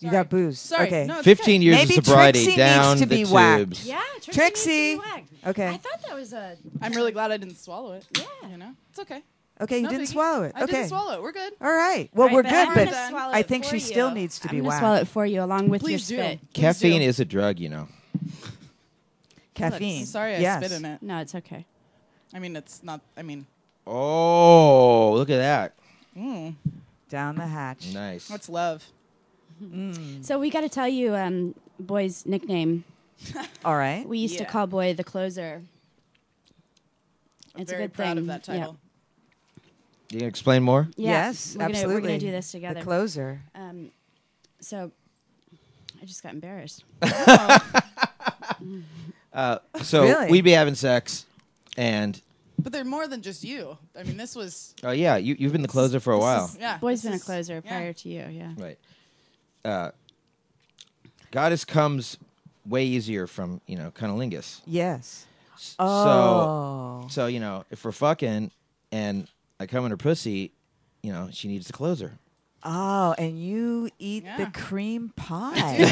Speaker 3: You got booze.
Speaker 6: Sorry.
Speaker 3: Okay.
Speaker 6: No, it's
Speaker 4: Fifteen
Speaker 6: okay.
Speaker 4: years
Speaker 3: Maybe
Speaker 4: of sobriety
Speaker 3: Trixie needs
Speaker 4: down the
Speaker 3: to be
Speaker 4: tubes.
Speaker 3: whacked.
Speaker 5: Yeah, Trixie.
Speaker 3: Trixie.
Speaker 5: needs to be wagged.
Speaker 3: Okay.
Speaker 5: I thought that was a.
Speaker 6: I'm really glad I didn't swallow it.
Speaker 5: Yeah.
Speaker 6: You know? It's okay.
Speaker 3: Okay. You
Speaker 6: No
Speaker 3: didn't
Speaker 6: biggie.
Speaker 3: swallow it.
Speaker 6: I
Speaker 3: okay.
Speaker 6: didn't swallow it. We're good.
Speaker 3: All right. Well, we're
Speaker 5: but
Speaker 3: good,
Speaker 5: I'm
Speaker 3: but
Speaker 5: gonna swallow
Speaker 3: I
Speaker 5: it
Speaker 3: think
Speaker 5: for
Speaker 3: she still
Speaker 5: you.
Speaker 3: needs to
Speaker 5: I'm
Speaker 3: be
Speaker 5: gonna
Speaker 3: whacked.
Speaker 5: swallow it for you along with
Speaker 6: Please do.
Speaker 5: your spit.
Speaker 6: Please
Speaker 4: Caffeine
Speaker 6: do.
Speaker 4: is a drug, you know.
Speaker 3: Caffeine.
Speaker 6: Sorry I
Speaker 3: yes.
Speaker 6: spit in it.
Speaker 5: No, it's okay.
Speaker 6: I mean, it's not. I mean,
Speaker 4: Oh, look at that.
Speaker 6: mm,
Speaker 3: Down the hatch.
Speaker 4: Nice.
Speaker 6: that's love.
Speaker 5: So we got to tell you, um, boy's nickname.
Speaker 3: All right.
Speaker 5: We used to
Speaker 6: Yeah.
Speaker 5: call boy the closer.
Speaker 6: I'm
Speaker 5: It's
Speaker 6: very
Speaker 5: a good
Speaker 6: proud
Speaker 5: thing.
Speaker 6: of that
Speaker 5: Yeah.
Speaker 6: title.
Speaker 4: You can explain
Speaker 3: [laughs]
Speaker 4: more?
Speaker 5: Yeah,
Speaker 3: yes,
Speaker 5: we're gonna-
Speaker 3: absolutely.
Speaker 5: We're going to do this together.
Speaker 3: The closer.
Speaker 5: Um, so I just got embarrassed.
Speaker 4: So
Speaker 3: Really?
Speaker 4: we'd be having sex, and
Speaker 6: But they're more than just you. I mean, this [laughs] was
Speaker 4: oh yeah, you you've been the closer for a while,
Speaker 6: yeah.
Speaker 5: Boy's
Speaker 6: this
Speaker 5: been a
Speaker 6: is-
Speaker 5: closer
Speaker 6: yeah.
Speaker 5: prior to you, yeah.
Speaker 4: right? Uh, goddess comes way easier from you know cunnilingus.
Speaker 3: Yes.
Speaker 4: S-
Speaker 3: Oh.
Speaker 4: So so you know if we're fucking and I come in her pussy, you know she needs the closer.
Speaker 3: Oh, and you eat the
Speaker 6: Yeah.
Speaker 3: cream
Speaker 6: I
Speaker 3: pie.
Speaker 6: do.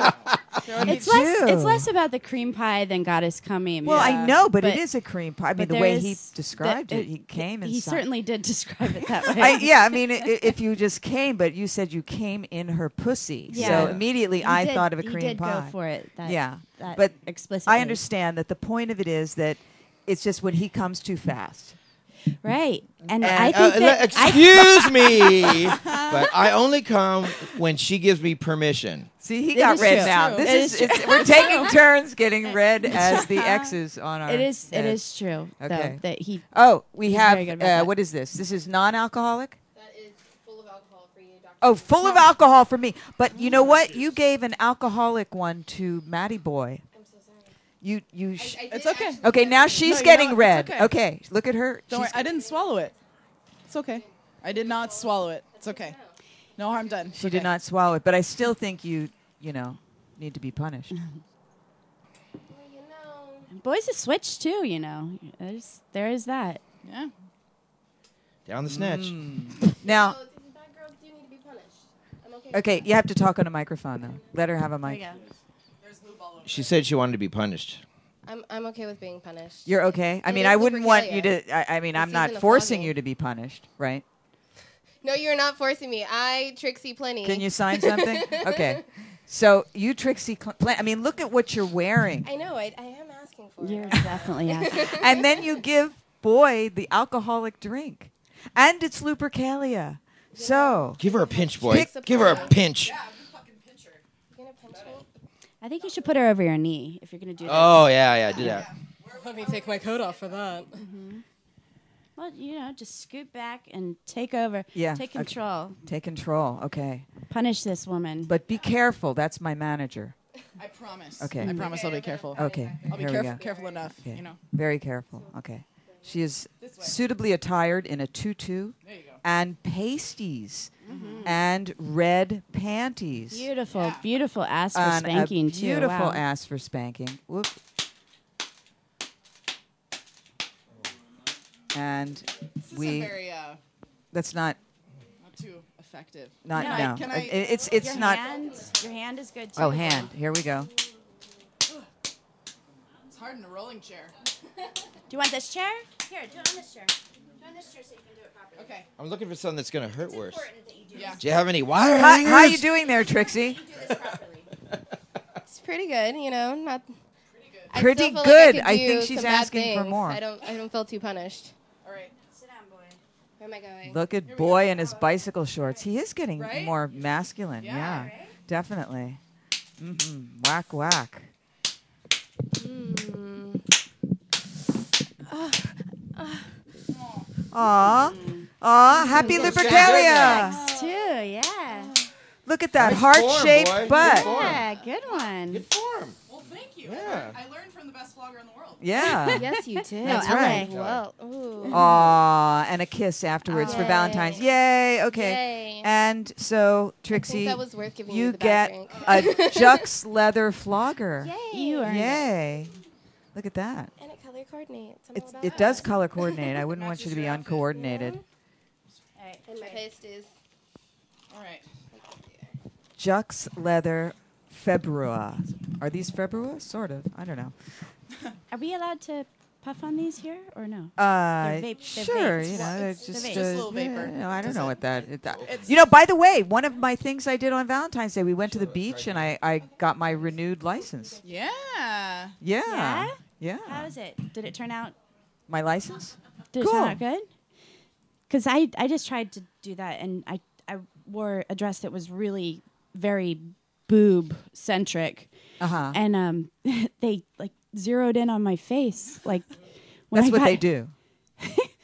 Speaker 6: I do. There would be-
Speaker 5: It's less,
Speaker 3: do.
Speaker 5: it's less about the cream pie than goddess coming.
Speaker 3: well, I
Speaker 5: yeah.
Speaker 3: know, but, it
Speaker 5: But-
Speaker 3: is a cream pie. I mean,
Speaker 5: But
Speaker 3: the
Speaker 5: there
Speaker 3: way
Speaker 5: is
Speaker 3: he
Speaker 5: the-
Speaker 3: described it, he came and
Speaker 5: He
Speaker 3: saw-
Speaker 5: certainly did describe it that way.
Speaker 3: [laughs] I, yeah, I
Speaker 5: [laughs]
Speaker 3: mean, i- i- if you just came, but you said you came in her pussy,
Speaker 5: Yeah.
Speaker 3: so immediately
Speaker 5: He
Speaker 3: I
Speaker 5: did-
Speaker 3: thought of a
Speaker 5: he
Speaker 3: cream
Speaker 5: did
Speaker 3: pie.
Speaker 5: Go for it. That,
Speaker 3: yeah,
Speaker 5: that
Speaker 3: but
Speaker 5: explicitly.
Speaker 3: I understand that the point of it is that it's just when he comes too fast.
Speaker 5: Right, and,
Speaker 3: And,
Speaker 5: I think
Speaker 3: [laughs]
Speaker 4: Uh, le-
Speaker 5: that I,
Speaker 4: excuse me, but I only come when she gives me permission.
Speaker 3: See, he
Speaker 5: It
Speaker 3: got
Speaker 5: is
Speaker 3: red
Speaker 5: true.
Speaker 3: now.
Speaker 6: True.
Speaker 3: This
Speaker 5: It
Speaker 3: is,
Speaker 5: is
Speaker 3: it's, we're taking turns getting red as the X's on our.
Speaker 5: Uh-huh. it is it
Speaker 3: heads.
Speaker 5: is true
Speaker 3: Okay.
Speaker 5: though that he
Speaker 3: Oh, we
Speaker 5: He's
Speaker 3: have
Speaker 5: very good about
Speaker 3: uh,
Speaker 5: that.
Speaker 3: what is this? This is non-alcoholic.
Speaker 7: That is full of alcohol for you, Dr.
Speaker 3: Oh, full of alcohol for me. But you know what? You gave an alcoholic one to Matty Boy.
Speaker 7: I'm so sorry.
Speaker 3: You you. Sh-
Speaker 7: I, I
Speaker 6: It's
Speaker 7: did
Speaker 6: okay.
Speaker 7: actually
Speaker 3: okay,
Speaker 7: get
Speaker 3: now
Speaker 7: it.
Speaker 3: she's
Speaker 6: No, you know
Speaker 3: getting
Speaker 6: what? It's
Speaker 3: red.
Speaker 6: okay.
Speaker 3: look at her.
Speaker 6: Don't worry,
Speaker 3: She's-
Speaker 6: I didn't swallow it. It's okay. I did not swallow it. It's okay. No harm done. It's
Speaker 3: she did
Speaker 6: okay.
Speaker 3: not swallow it, but I still think you you know need to be
Speaker 5: [laughs]
Speaker 3: punished.
Speaker 7: Well, you know,
Speaker 5: boys a switch too. You know, there's there is that.
Speaker 6: Yeah.
Speaker 4: Down the snatch.
Speaker 3: Mm. now,
Speaker 7: well, these bad girls do need to be punished. I'm okay. with
Speaker 3: Oh. okay, you have to talk on a microphone though. Let her have a mic.
Speaker 4: She said she wanted to be punished.
Speaker 7: that. I'm, I'm okay with being punished.
Speaker 3: You're okay. I
Speaker 7: It
Speaker 3: mean,
Speaker 7: is
Speaker 3: I
Speaker 7: the
Speaker 3: wouldn't want you
Speaker 7: regalia.
Speaker 3: to. I, I mean, I'm
Speaker 7: This
Speaker 3: not
Speaker 7: isn't a
Speaker 3: forcing
Speaker 7: flogging.
Speaker 3: you to be punished, right?
Speaker 7: No, you're not forcing me. I, Trixie Plenty.
Speaker 3: Can you sign
Speaker 6: [laughs]
Speaker 7: [laughs]
Speaker 3: something? okay. So you Trixie Cl- Plan- I mean, look at what you're wearing.
Speaker 7: I know. I, I am asking for
Speaker 5: You're
Speaker 3: [laughs]
Speaker 7: it. [laughs]
Speaker 5: definitely asking.
Speaker 3: and then you give boy the alcoholic drink, and it's Lupercalia. So
Speaker 4: Give her a pinch, boy.
Speaker 7: Pick-
Speaker 4: Give her a pinch.
Speaker 7: You gonna punch me?
Speaker 5: I think you should put her over your knee if you're gonna do that.
Speaker 4: Oh yeah, yeah, do that.
Speaker 8: Let me take my coat off for that.
Speaker 5: Well, you know, just scoot back and take over.
Speaker 3: Yeah,
Speaker 5: Take
Speaker 3: okay.
Speaker 5: control.
Speaker 3: take control, okay?
Speaker 5: Punish this woman.
Speaker 3: But be careful. That's my manager.
Speaker 6: I promise.
Speaker 3: Okay.
Speaker 6: I promise I'll be careful.
Speaker 3: Okay,
Speaker 6: I'll be
Speaker 3: here we
Speaker 6: careful,
Speaker 3: go.
Speaker 6: careful enough.
Speaker 3: Okay.
Speaker 6: You know.
Speaker 3: Very careful. Okay. She is
Speaker 6: This way.
Speaker 3: suitably attired in a tutu
Speaker 6: There you go. Mm-hmm.
Speaker 3: and pasties and red panties.
Speaker 5: beautiful,
Speaker 6: Yeah.
Speaker 5: beautiful ass for
Speaker 3: on
Speaker 5: spanking
Speaker 3: a
Speaker 5: too.
Speaker 3: beautiful
Speaker 5: Wow.
Speaker 3: ass for spanking. Whoop. And
Speaker 6: This isn't
Speaker 3: we
Speaker 6: very uh,
Speaker 3: that's not
Speaker 6: not too effective.
Speaker 3: not
Speaker 5: Can I-
Speaker 3: no.
Speaker 6: can
Speaker 3: I-
Speaker 6: I-
Speaker 3: it's it's
Speaker 5: Your
Speaker 3: not.
Speaker 5: hand, your hand is good too.
Speaker 3: Oh, hand. Here we go.
Speaker 6: It's hard in a rolling chair.
Speaker 5: Do you want this chair? Here, do it on this chair.
Speaker 6: Okay.
Speaker 4: I'm looking for something that's gonna hurt worse.
Speaker 6: Yeah.
Speaker 4: Do you have any wire
Speaker 3: Hi-
Speaker 4: hangers?
Speaker 3: how you doing there, Trixie?
Speaker 7: It's pretty good, you know. Not I
Speaker 3: Pretty
Speaker 7: still feel
Speaker 3: good.
Speaker 7: Like I,
Speaker 3: I
Speaker 7: could
Speaker 3: think
Speaker 7: do
Speaker 3: she's
Speaker 7: some bad
Speaker 3: asking for
Speaker 7: things.
Speaker 3: more.
Speaker 7: I don't. I don't feel too punished.
Speaker 6: All right.
Speaker 7: Where am I going?
Speaker 3: Look at boy in his bicycle shorts. He is getting
Speaker 6: Right?
Speaker 3: more masculine. Yeah,
Speaker 6: Yeah,
Speaker 3: definitely. Mm-hmm. Whack whack.
Speaker 7: Hmm.
Speaker 3: Aw, aw, happy Lupercalia!
Speaker 5: Thanks, too, yeah.
Speaker 3: Look at that
Speaker 4: Nice form,
Speaker 3: heart-shaped
Speaker 4: boy. Nice
Speaker 3: butt.
Speaker 4: form.
Speaker 5: Yeah, good one.
Speaker 4: Good form.
Speaker 6: Well, thank you.
Speaker 4: Yeah.
Speaker 6: I learned from the best vlogger in the world.
Speaker 4: [laughs]
Speaker 3: Yeah.
Speaker 7: [laughs] yes, you did.
Speaker 5: That's
Speaker 7: LA.
Speaker 5: right.
Speaker 7: Well, ooh.
Speaker 3: Aw, and a kiss afterwards for
Speaker 7: Yay.
Speaker 3: Valentine's. Yay! Okay.
Speaker 7: Yay.
Speaker 3: And so
Speaker 7: I think
Speaker 3: Trixie,
Speaker 7: that was worth giving you,
Speaker 3: you
Speaker 7: the
Speaker 3: get
Speaker 7: bad [laughs]
Speaker 3: a
Speaker 7: drink.
Speaker 3: Jux leather flogger.
Speaker 5: You are.
Speaker 3: Yay! Look at that.
Speaker 7: And it color coordinates. I'm all
Speaker 3: It's,
Speaker 7: about
Speaker 3: it
Speaker 7: that.
Speaker 5: [laughs]
Speaker 3: does color coordinate. I wouldn't want you to be
Speaker 6: Matches your outfit.
Speaker 3: uncoordinated.
Speaker 7: And my taste is.
Speaker 6: All right.
Speaker 3: Jux leather Februa. Are these Februa? Sort of. I don't know.
Speaker 5: Are we allowed to puff on these here or no?
Speaker 3: Uh,
Speaker 5: vape- they're
Speaker 3: sure,
Speaker 5: vapes.
Speaker 3: you know,
Speaker 5: Well,
Speaker 3: they're
Speaker 5: it's-
Speaker 3: just,
Speaker 5: they're vapes. Just
Speaker 3: uh,
Speaker 6: a little vapor.
Speaker 3: yeah, no, I don't know what that. It, that-
Speaker 6: It's-
Speaker 3: you know, by the way, one of my things I did on Valentine's Day, we went to the beach and I, I got my renewed license.
Speaker 6: Yeah.
Speaker 3: Yeah,
Speaker 5: Yeah?
Speaker 3: yeah.
Speaker 5: How is it? Did it turn out?
Speaker 3: my license?
Speaker 5: Did it
Speaker 3: Cool.
Speaker 5: turn out good? Because I, I just tried to do that and I, I wore a dress that was really very boob centric.
Speaker 3: Uh huh.
Speaker 5: And um, [laughs] they like zeroed in on my face. Like, when I
Speaker 3: That's
Speaker 5: [laughs]
Speaker 3: what
Speaker 5: got-
Speaker 3: they do.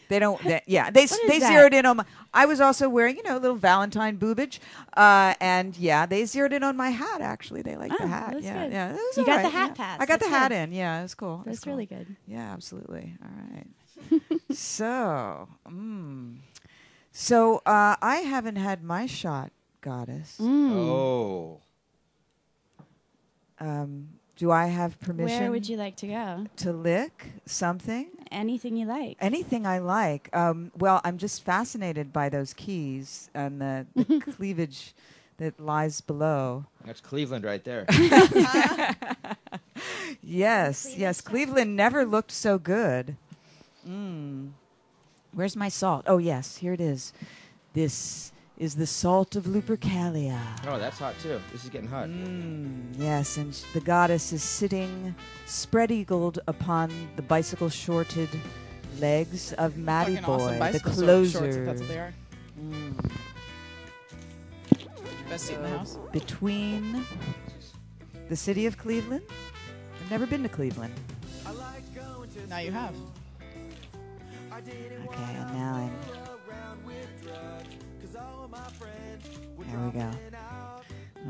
Speaker 3: They don't. They, yeah, they s
Speaker 5: What is
Speaker 3: they
Speaker 5: that?
Speaker 3: zeroed in on. My, I was also wearing, you know, a little Valentine boobage, uh, and yeah, they zeroed in on my hat. Actually, they liked the
Speaker 5: Oh,
Speaker 3: hat.
Speaker 5: that's
Speaker 3: yeah,
Speaker 5: good.
Speaker 3: yeah, it was
Speaker 5: You
Speaker 3: all
Speaker 5: got the
Speaker 3: right,
Speaker 5: hat
Speaker 3: yeah.
Speaker 5: pass.
Speaker 3: I got the
Speaker 5: That's
Speaker 3: hat
Speaker 5: good.
Speaker 3: in. Yeah, it was cool. it was
Speaker 5: That's
Speaker 3: cool.
Speaker 5: really good.
Speaker 3: Yeah, absolutely. All right.
Speaker 5: [laughs]
Speaker 3: so, mm. so uh, I haven't had my shot, goddess.
Speaker 5: Mm.
Speaker 4: Oh.
Speaker 3: Um, do I have permission
Speaker 5: Where would you like to go?
Speaker 3: to lick something?
Speaker 5: Anything you like.
Speaker 3: Anything I like. Um, well, I'm just fascinated by those keys and the, the cleavage that lies below.
Speaker 4: That's Cleveland right
Speaker 3: [laughs]
Speaker 4: there.
Speaker 3: Yes, yes. Cleveland never looked so good. Mm. Where's my salt? Oh, yes, here it is. This is the salt of Lupercalia.
Speaker 4: oh, that's hot too. This is getting hot.
Speaker 3: Mm, yes, and sh- the goddess is sitting spread eagled upon the bicycle shorted legs of Matty
Speaker 6: Fucking
Speaker 3: Boy,
Speaker 6: awesome
Speaker 3: the
Speaker 6: bicycle short-
Speaker 3: closer.
Speaker 6: shorts if that's what they are.
Speaker 3: Mm.
Speaker 6: Best seat in the house.
Speaker 3: between the city of Cleveland. I've never been to Cleveland.
Speaker 6: Now you have.
Speaker 3: Okay, and now I'm. There we go.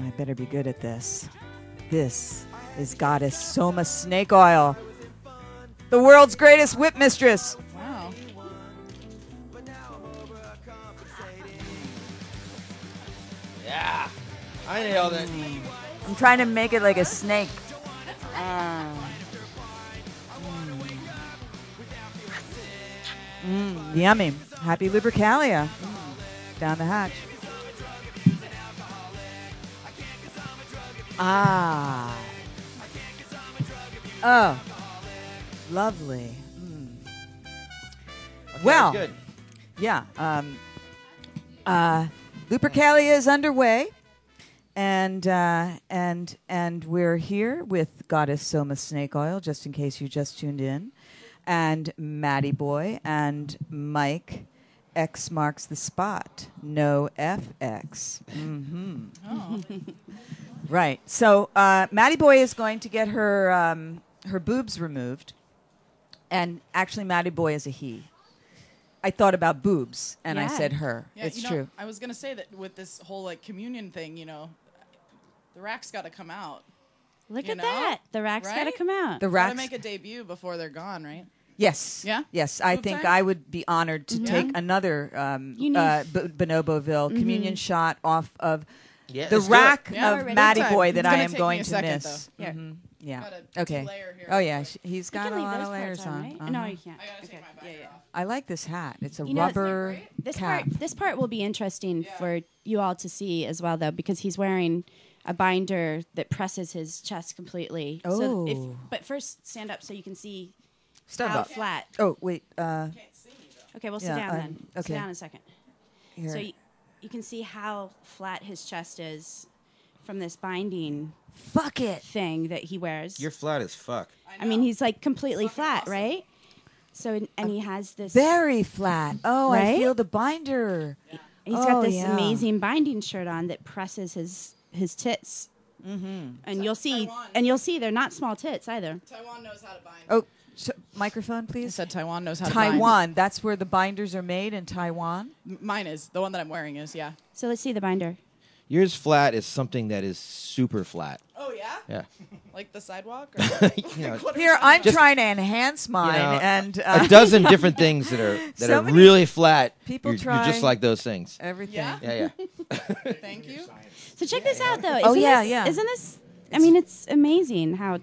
Speaker 3: I better be good at this. This is Goddess Soma Snake Oil, the world's greatest whip mistress.
Speaker 6: Wow.
Speaker 4: Yeah. I nailed it.
Speaker 3: Mm. I'm trying to make it like a snake. Ah. Mm. Mm, yummy. Happy Lupercalia. Mm. Down the hatch. Ah. Oh. Lovely. Mm.
Speaker 4: Okay,
Speaker 3: Well.
Speaker 4: that's good.
Speaker 3: Yeah. Um, uh, Lupercalia is underway, and uh, and and we're here with Goddess Soma Snake Oil, just in case you just tuned in, and Matty Boy and Mike. X marks the spot. No FX. Mm-hmm.
Speaker 6: Oh.
Speaker 3: [laughs] Right. So uh, Maddie Boy is going to get her um, her boobs removed, and actually, Maddie Boy is a he. I thought about boobs, and I
Speaker 5: Yeah.
Speaker 3: said her. it's
Speaker 6: you know,
Speaker 3: true.
Speaker 6: I was gonna say that with this whole like communion thing, you know, the rack's got to come out.
Speaker 5: Look
Speaker 6: You
Speaker 5: at
Speaker 6: know?
Speaker 5: that. The rack's got to
Speaker 6: Right?
Speaker 5: come out.
Speaker 3: The
Speaker 6: Got
Speaker 3: racks.
Speaker 6: to make a debut before they're gone, right?
Speaker 3: yes.
Speaker 6: Yeah?
Speaker 3: Yes. I
Speaker 6: Boob
Speaker 3: think
Speaker 6: time?
Speaker 3: I would be honored to take another um,
Speaker 5: Mm-hmm. You need- Mm-hmm.
Speaker 3: uh, B- Bonoboville communion shot off of
Speaker 4: Yeah,
Speaker 3: the
Speaker 4: let's do it.
Speaker 3: rack
Speaker 6: Yeah,
Speaker 3: of
Speaker 6: we're ready.
Speaker 3: Maddie
Speaker 6: Boob time.
Speaker 3: Boy
Speaker 6: It's
Speaker 3: that
Speaker 6: gonna
Speaker 3: I am
Speaker 6: take me
Speaker 3: going
Speaker 6: a
Speaker 3: to
Speaker 6: second,
Speaker 3: miss.
Speaker 5: though. Here.
Speaker 3: Mhm. Yeah.
Speaker 6: Gotta
Speaker 3: okay.
Speaker 6: layer here
Speaker 3: oh
Speaker 6: real
Speaker 3: yeah,
Speaker 6: quick.
Speaker 3: sh- he's
Speaker 5: You
Speaker 3: got
Speaker 5: can
Speaker 3: a
Speaker 5: leave
Speaker 3: lot
Speaker 5: those
Speaker 3: of layers
Speaker 5: parts on, right?
Speaker 3: on.
Speaker 5: No,
Speaker 3: Uh-huh.
Speaker 5: you can't.
Speaker 6: I gotta take my back
Speaker 5: Yeah, yeah.
Speaker 6: off.
Speaker 3: I like this hat. It's a
Speaker 5: You know, it's like
Speaker 3: rubber
Speaker 5: This
Speaker 3: cap.
Speaker 5: part, this part will be interesting for you all to see as well, though, because he's wearing a binder that presses his chest completely. So if,
Speaker 3: Oh.
Speaker 5: but first, stand up so you can see
Speaker 3: Stand
Speaker 5: how
Speaker 3: up.
Speaker 5: flat.
Speaker 3: Oh wait, uh,
Speaker 5: Okay, we'll sit
Speaker 3: Yeah,
Speaker 5: down
Speaker 3: I-
Speaker 5: then.
Speaker 3: okay.
Speaker 5: Sit down a second.
Speaker 3: here.
Speaker 5: So you, you can see how flat his chest is from this binding
Speaker 3: Fuck it.
Speaker 5: thing that he wears.
Speaker 4: You're flat as fuck.
Speaker 5: I mean, he's like completely flat, right? So and, and he has this.
Speaker 3: Very flat. Oh, I
Speaker 5: Right?
Speaker 3: feel the binder.
Speaker 5: He's
Speaker 3: Oh,
Speaker 5: got this
Speaker 3: yeah.
Speaker 5: amazing binding shirt on that presses his his tits. Mm-hmm. And you'll see,
Speaker 6: Taiwan.
Speaker 5: and you'll see, they're not small tits either.
Speaker 6: Taiwan knows how to bind.
Speaker 3: Oh, sh- microphone,
Speaker 6: I
Speaker 3: please.
Speaker 6: said Taiwan knows how to bind.
Speaker 3: Taiwan. That's where the binders are made in Taiwan.
Speaker 6: M- Mine is the one that I'm wearing is yeah.
Speaker 5: So let's see the binder.
Speaker 4: Yours flat is something that is super flat. [laughs]
Speaker 6: Oh yeah,
Speaker 4: Yeah.
Speaker 6: like the sidewalk. Or
Speaker 4: you know,
Speaker 3: Here, I'm
Speaker 4: Just-
Speaker 3: trying to enhance mine,
Speaker 4: know,
Speaker 3: and
Speaker 4: a
Speaker 3: uh,
Speaker 4: dozen different things that are that
Speaker 3: So
Speaker 4: are
Speaker 3: many
Speaker 4: really flat.
Speaker 3: people Uh,
Speaker 4: you're, you're
Speaker 3: try-
Speaker 4: just like those things.
Speaker 3: [laughs] everything.
Speaker 6: Yeah?
Speaker 4: Yeah, yeah.
Speaker 6: Thank you.
Speaker 5: So check this out, though.
Speaker 3: Oh,
Speaker 5: Isn't
Speaker 3: yeah,
Speaker 5: this,
Speaker 3: yeah.
Speaker 5: Isn't this? I mean, it's amazing how,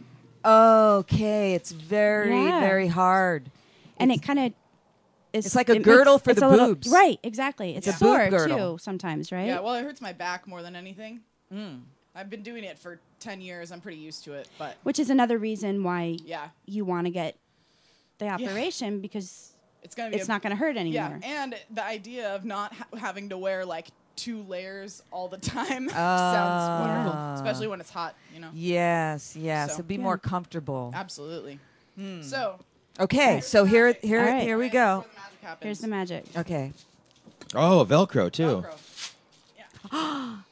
Speaker 3: Okay, it's very,
Speaker 5: Yeah.
Speaker 3: very hard.
Speaker 5: and it kind of. Is,
Speaker 3: It's like a
Speaker 5: it makes-
Speaker 3: girdle for
Speaker 5: it's
Speaker 3: the
Speaker 5: a little-
Speaker 3: boobs.
Speaker 5: right? Exactly. It's
Speaker 3: It's
Speaker 5: a
Speaker 3: a boob
Speaker 5: sore
Speaker 3: girdle.
Speaker 5: too sometimes, right? Hmm.
Speaker 6: Yeah, well, it hurts my back more than anything. I've been doing it for ten years. I'm pretty used to it, but
Speaker 5: Which is another reason why
Speaker 6: yeah,
Speaker 5: you want to get the operation because
Speaker 6: it's gonna be.
Speaker 5: it's
Speaker 6: a-
Speaker 5: not going to hurt
Speaker 6: Yeah,
Speaker 5: anymore.
Speaker 6: and the idea of not ha- having to wear like two layers all the [laughs]
Speaker 5: Oh.
Speaker 6: time
Speaker 3: Ah.
Speaker 6: sounds wonderful,
Speaker 3: Yeah.
Speaker 6: especially when it's hot. You know,
Speaker 3: Yes, yes.
Speaker 6: So-
Speaker 3: It'd be more comfortable.
Speaker 6: absolutely.
Speaker 5: hmm.
Speaker 6: So
Speaker 3: Okay, so here, here,
Speaker 5: All right.
Speaker 3: here we
Speaker 6: right, that's
Speaker 3: go.
Speaker 6: where the magic happens.
Speaker 5: Oh. Here's the magic.
Speaker 3: Okay.
Speaker 4: Oh, Velcro too.
Speaker 6: Velcro.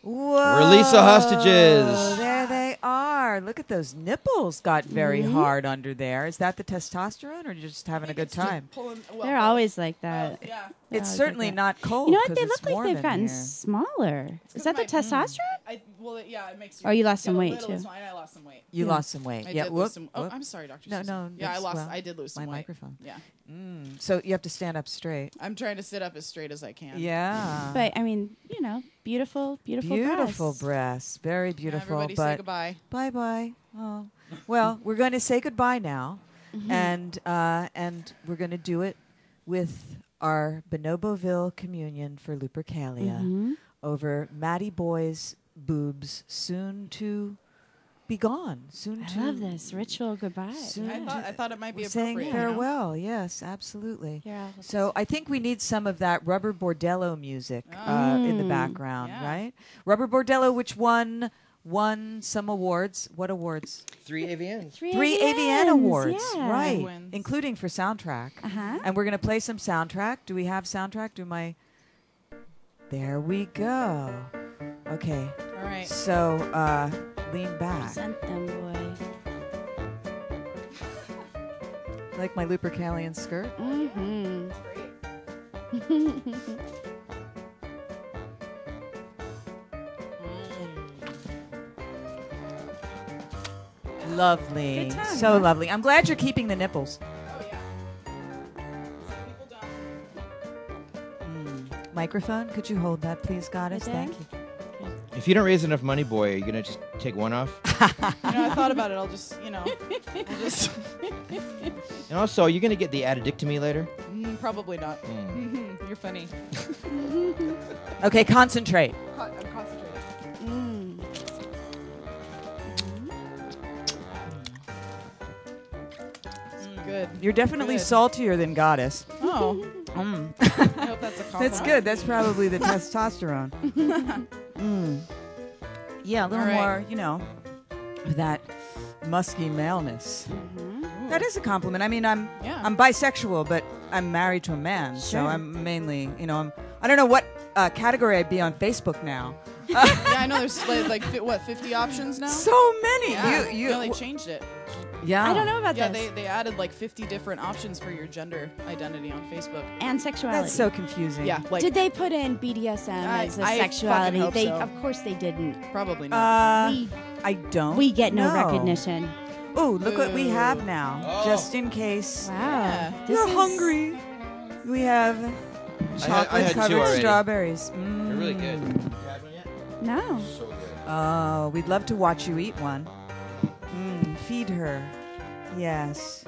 Speaker 3: Whoa.
Speaker 4: Release the hostages.
Speaker 3: There they are. look at those nipples got very
Speaker 5: Mm-hmm.
Speaker 3: hard under there. Is that the testosterone, or you're just having a good time?
Speaker 6: Pulling, well, Oh,
Speaker 5: They're always like that.
Speaker 6: yeah.
Speaker 3: It's
Speaker 5: Yeah,
Speaker 3: certainly
Speaker 5: like that.
Speaker 3: not cold.
Speaker 5: You know what?
Speaker 3: Oh, 'cause
Speaker 5: They
Speaker 3: it's
Speaker 5: look like
Speaker 3: warm
Speaker 5: they've
Speaker 3: in
Speaker 5: gotten
Speaker 3: here.
Speaker 5: smaller. Is
Speaker 6: 'cause
Speaker 5: that the
Speaker 6: my- mm.
Speaker 5: testosterone?
Speaker 6: I, well, it- yeah, it makes you.
Speaker 5: Or Oh, you lost
Speaker 6: get
Speaker 5: some
Speaker 6: a
Speaker 5: weight,
Speaker 6: little-
Speaker 5: too.
Speaker 6: It's fine. I lost some weight.
Speaker 3: You
Speaker 5: Yeah.
Speaker 3: lost some weight.
Speaker 6: I
Speaker 3: yeah.
Speaker 6: did
Speaker 3: whoop,
Speaker 6: lose some. Oh,
Speaker 3: whop.
Speaker 6: I'm sorry, Doctor.
Speaker 3: No, no,
Speaker 6: Yeah, I
Speaker 3: it's-
Speaker 6: lost.
Speaker 3: well,
Speaker 6: I did lose some
Speaker 3: my
Speaker 6: weight.
Speaker 3: microphone.
Speaker 6: Yeah,
Speaker 3: Mm, So you have to stand up straight.
Speaker 6: I'm trying to sit up as straight as I can.
Speaker 3: Yeah.
Speaker 5: But I mean, you know, beautiful, beautiful,
Speaker 3: beautiful
Speaker 5: breasts.
Speaker 3: breasts. Very
Speaker 6: Now
Speaker 3: beautiful.
Speaker 6: everybody
Speaker 3: but
Speaker 6: say goodbye.
Speaker 3: Bye bye. Oh. Well, we're going to say goodbye now,
Speaker 5: Mm-hmm.
Speaker 3: and uh, and we're going to do it with our Bonoboville communion for Lupercalia
Speaker 5: Mm-hmm.
Speaker 3: over Matty Boy's boobs, soon to be gone. Soon
Speaker 5: I
Speaker 3: to
Speaker 5: love this ritual goodbye.
Speaker 3: Soon
Speaker 6: I
Speaker 5: Yeah.
Speaker 6: thought I thought it might be
Speaker 3: We're
Speaker 6: appropriate.
Speaker 3: saying
Speaker 6: you know?
Speaker 3: farewell. Yes, absolutely.
Speaker 5: You're all-
Speaker 3: So I think we need some of that Rubber Bordello music uh, in
Speaker 5: Mm.
Speaker 3: the background,
Speaker 6: yeah.
Speaker 3: right? Rubber Bordello, which won won some awards. What awards?
Speaker 4: Three AVNs.
Speaker 3: Three AVN awards,
Speaker 5: yeah.
Speaker 3: right?
Speaker 6: Wins.
Speaker 3: Including for soundtrack.
Speaker 5: Uh-huh.
Speaker 3: And we're gonna play some soundtrack. Do we have soundtrack? Do my? There we go. Okay,
Speaker 6: All right.
Speaker 3: so uh, lean back.
Speaker 5: Sent them, boy.
Speaker 3: Oh. Like my Lupercalian skirt. Mm.
Speaker 5: Mm-hmm.
Speaker 3: Lovely.
Speaker 5: Good time,
Speaker 3: so
Speaker 5: huh?
Speaker 3: lovely. I'm glad you're keeping the nipples.
Speaker 6: Oh yeah. People don't.
Speaker 3: Mm. Microphone, could you hold that, please, Goddess?
Speaker 5: Okay.
Speaker 3: Thank you.
Speaker 4: If you don't raise enough money, boy, are you gonna just take one off?
Speaker 6: You know, I thought about it. I'll just,
Speaker 3: [laughs]
Speaker 6: you know, I'll just
Speaker 4: and also, are you gonna get the addictomy later?
Speaker 6: Mm, probably not. Mm-hmm. You're funny.
Speaker 3: Okay, concentrate.
Speaker 6: Co- I'm concentrating. Mm, Good.
Speaker 3: You're definitely
Speaker 6: Good.
Speaker 3: saltier than Goddess.
Speaker 6: Oh.
Speaker 3: [laughs]
Speaker 6: I hope that's a compliment.
Speaker 3: Mm. That's good. That's probably the
Speaker 6: [laughs]
Speaker 3: testosterone. mm. Yeah, a little
Speaker 6: All right.
Speaker 3: more, you know, of that musky maleness. That is a compliment. I mean, I'm
Speaker 6: Mm-hmm. Yeah.
Speaker 3: I'm bisexual, but I'm married to a man, so I'm mainly, you know, I'm I don't know what uh, category I'd be on Facebook now.
Speaker 6: Yeah, I know. There's like, like fi- what 50 options now.
Speaker 3: So many.
Speaker 6: yeah.
Speaker 3: You you
Speaker 6: no, they changed it.
Speaker 3: yeah.
Speaker 5: I don't know about
Speaker 6: Yeah,
Speaker 5: this.
Speaker 6: they, they added like 50 different options for your gender identity on Facebook.
Speaker 5: and sexuality.
Speaker 3: That's so confusing.
Speaker 6: Yeah, like
Speaker 5: Did they put in BDSM
Speaker 6: I-
Speaker 5: as a
Speaker 6: I fucking
Speaker 5: sexuality?
Speaker 6: hope
Speaker 5: they,
Speaker 6: so.
Speaker 5: of course, they didn't.
Speaker 6: probably not.
Speaker 3: Uh,
Speaker 5: we,
Speaker 3: I don't.
Speaker 5: we get no,
Speaker 3: know.
Speaker 5: recognition.
Speaker 3: Oh, look what we have
Speaker 6: Boo.
Speaker 3: now,
Speaker 4: Oh.
Speaker 3: just in case.
Speaker 5: Wow,
Speaker 6: Yeah.
Speaker 5: this
Speaker 3: You're
Speaker 5: is-
Speaker 3: hungry. We have
Speaker 4: I had- I
Speaker 3: chocolate
Speaker 4: had two
Speaker 3: covered
Speaker 4: already.
Speaker 3: strawberries.
Speaker 4: They're really
Speaker 3: Mm.
Speaker 4: good. You had one yet?
Speaker 5: No,
Speaker 4: So good.
Speaker 3: Oh, we'd love to watch you eat one. Mm, feed her. Yes.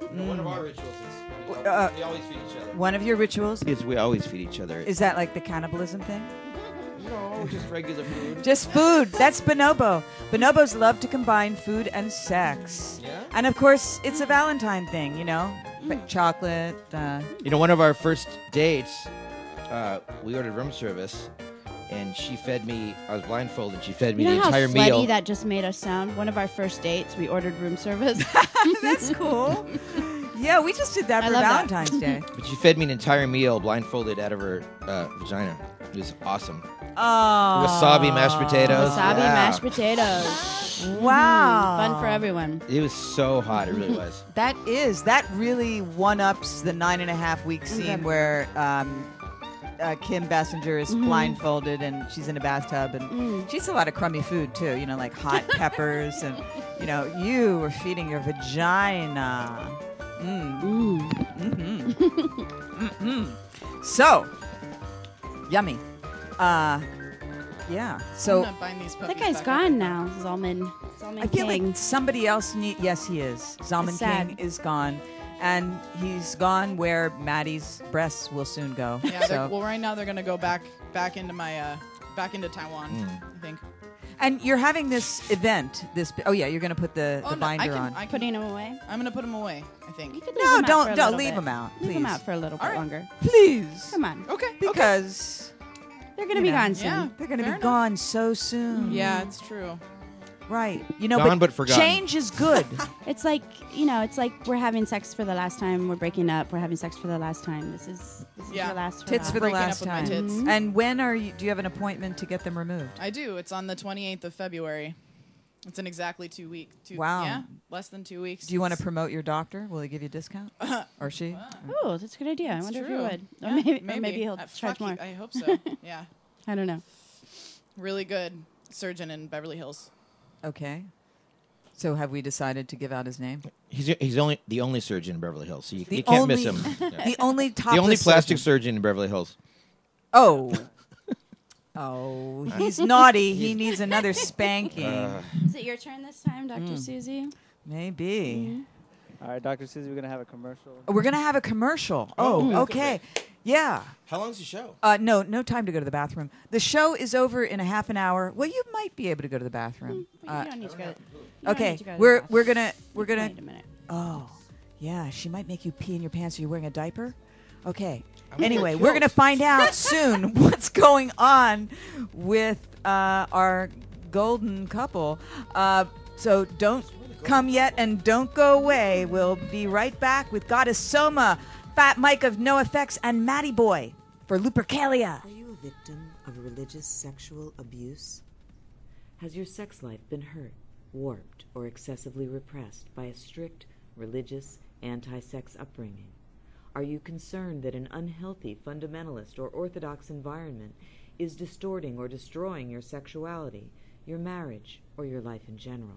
Speaker 4: You know, One of our rituals is we,
Speaker 3: Uh,
Speaker 4: always, we always feed each other.
Speaker 3: One of your rituals
Speaker 4: Is we always feed each other.
Speaker 3: is that like the cannibalism thing?
Speaker 4: no, just regular food.
Speaker 3: Just food. That's bonobo. Bonobos love to combine food and sex.
Speaker 4: Yeah?
Speaker 3: And of course, it's a Valentine thing, you know? But chocolate. Uh,
Speaker 4: You know, one of our first dates, uh, we ordered room service, and she fed me. I was blindfolded, and she fed me
Speaker 5: you know
Speaker 4: the
Speaker 5: how
Speaker 4: entire
Speaker 5: slutty
Speaker 4: meal.
Speaker 5: that just made us sound. One of our first dates, we ordered room [laughs] service.
Speaker 3: that's
Speaker 4: Oh.
Speaker 3: cool. [laughs] yeah, we just did that
Speaker 5: I
Speaker 3: for
Speaker 5: love that.
Speaker 4: [laughs]
Speaker 3: Valentine's Day.
Speaker 4: but she fed me an entire meal blindfolded out of her uh, vagina. It was awesome.
Speaker 3: Oh.
Speaker 4: Wasabi mashed potatoes.
Speaker 5: Wasabi
Speaker 4: Yeah.
Speaker 5: mashed potatoes.
Speaker 3: Wow.
Speaker 5: Fun for everyone.
Speaker 4: It was so hot. It really was.
Speaker 3: That is that really one ups the nine and a half week scene where um, uh, Kim Bassinger is blindfolded and she's in a bathtub and she eats a lot of crummy food too. You know, like hot peppers and you know you were feeding your vagina. Mm. [laughs] hmm So yummy. Uh, yeah. So
Speaker 6: I'm gonna find these
Speaker 5: That
Speaker 6: puppies
Speaker 5: guy's
Speaker 6: back up.
Speaker 5: gone now. Zalman. Zalman
Speaker 3: I feel
Speaker 5: King.
Speaker 3: like somebody else need. Yes, he is. Zalman
Speaker 5: It's sad.
Speaker 3: King is gone, and he's gone where Maddie's breasts will soon go.
Speaker 6: Yeah. they're-
Speaker 3: So-
Speaker 6: Well, right now they're gonna go back back into my uh back into Taiwan. I think.
Speaker 3: and you're having this event. This. Oh yeah, you're gonna put the,
Speaker 6: Oh
Speaker 3: the
Speaker 6: no, I
Speaker 3: binder
Speaker 6: can,
Speaker 3: on.
Speaker 6: I can,
Speaker 5: putting him away.
Speaker 6: I'm gonna put them away. I
Speaker 5: You
Speaker 6: think.
Speaker 5: could
Speaker 3: No,
Speaker 5: leave him
Speaker 3: don't-
Speaker 5: out for a
Speaker 3: don't
Speaker 5: little
Speaker 3: leave
Speaker 5: bit.
Speaker 3: him out,
Speaker 5: Leave him
Speaker 3: please. Oh,
Speaker 5: out for a little bit
Speaker 6: All right.
Speaker 5: longer.
Speaker 3: Please,
Speaker 5: Come on,
Speaker 6: Okay. okay.
Speaker 3: because
Speaker 5: they're gonna be
Speaker 3: know,
Speaker 5: gone soon.
Speaker 6: Yeah.
Speaker 3: they're gonna
Speaker 6: fair
Speaker 3: be
Speaker 6: enough.
Speaker 3: gone so soon.
Speaker 6: Yeah, it's true.
Speaker 3: Right. You know,
Speaker 4: Gone
Speaker 3: but,
Speaker 4: but forgotten.
Speaker 3: change is
Speaker 6: [laughs]
Speaker 3: good.
Speaker 5: It's like you know, it's like we're having sex for the last time. We're breaking up. We're having sex for the last time. This is this
Speaker 6: Yeah.
Speaker 5: is the last.
Speaker 3: tits for the
Speaker 6: Breaking up
Speaker 3: last
Speaker 6: with my
Speaker 3: time. Mm-hmm.
Speaker 6: tits.
Speaker 3: And when are you? Do you have an appointment to get them removed?
Speaker 6: I do. It's on the 28th of February. It's in exactly two weeks. Two,
Speaker 3: Wow.
Speaker 6: Yeah, less than two weeks.
Speaker 3: Do you want to promote your doctor? Will he give you a discount?
Speaker 6: Uh-huh.
Speaker 3: or she?
Speaker 5: Oh, that's a good idea. I
Speaker 6: It's
Speaker 5: wonder if
Speaker 6: true.
Speaker 5: you would.
Speaker 6: Yeah,
Speaker 5: or, maybe, or maybe he'll
Speaker 6: Uh,
Speaker 5: charge
Speaker 6: fuck you-
Speaker 5: more.
Speaker 6: I
Speaker 5: [laughs]
Speaker 6: hope so. yeah,
Speaker 5: I don't know.
Speaker 6: really good surgeon in
Speaker 5: [sighs]
Speaker 6: Beverly Hills.
Speaker 3: Okay. So have we decided to give out his name?
Speaker 4: He's he's only the only surgeon in Beverly Hills, so you,
Speaker 3: The
Speaker 4: you can't miss him.
Speaker 5: [laughs]
Speaker 3: only-
Speaker 4: Yeah.
Speaker 3: The only top.
Speaker 4: The only plastic surgeon in Beverly Hills.
Speaker 3: Oh. [laughs] oh, he's Uh. naughty. He needs [laughs] another spanking.
Speaker 4: Uh,
Speaker 5: Is it your turn this time, Dr.
Speaker 3: Mm.
Speaker 5: Susie?
Speaker 3: Maybe.
Speaker 5: Mm-hmm.
Speaker 9: All right, Dr. Susie, we're going to have a commercial.
Speaker 3: Oh, We're gonna have a commercial. Oh, okay. Yeah.
Speaker 4: How long's the show?
Speaker 3: Uh, no, no time to go to the bathroom. The show is over in a half an hour. Well, you might be able to go to the bathroom.
Speaker 5: Mm, But
Speaker 3: Uh,
Speaker 5: you don't need to go. you don't need
Speaker 3: okay,
Speaker 5: to go to the
Speaker 3: we're
Speaker 5: bathroom.
Speaker 3: we're gonna we're gonna.
Speaker 5: Wait a minute.
Speaker 3: Oh, yeah. She might make you pee in your pants. Are you wearing a diaper? Okay. Anyway, we're gonna find out soon [laughs] what's going on with uh, our golden couple. Uh, so don't come yet and don't go away. We'll be right back with Goddess Soma, Fat Mike of No Effects, and Matty Boy for Lupercalia.
Speaker 1: Are you a victim of religious sexual abuse? Has your sex life been hurt, warped, or excessively repressed by a strict religious anti sex upbringing? Are you concerned that an unhealthy fundamentalist or orthodox environment is distorting or destroying your sexuality, your marriage, or your life in general?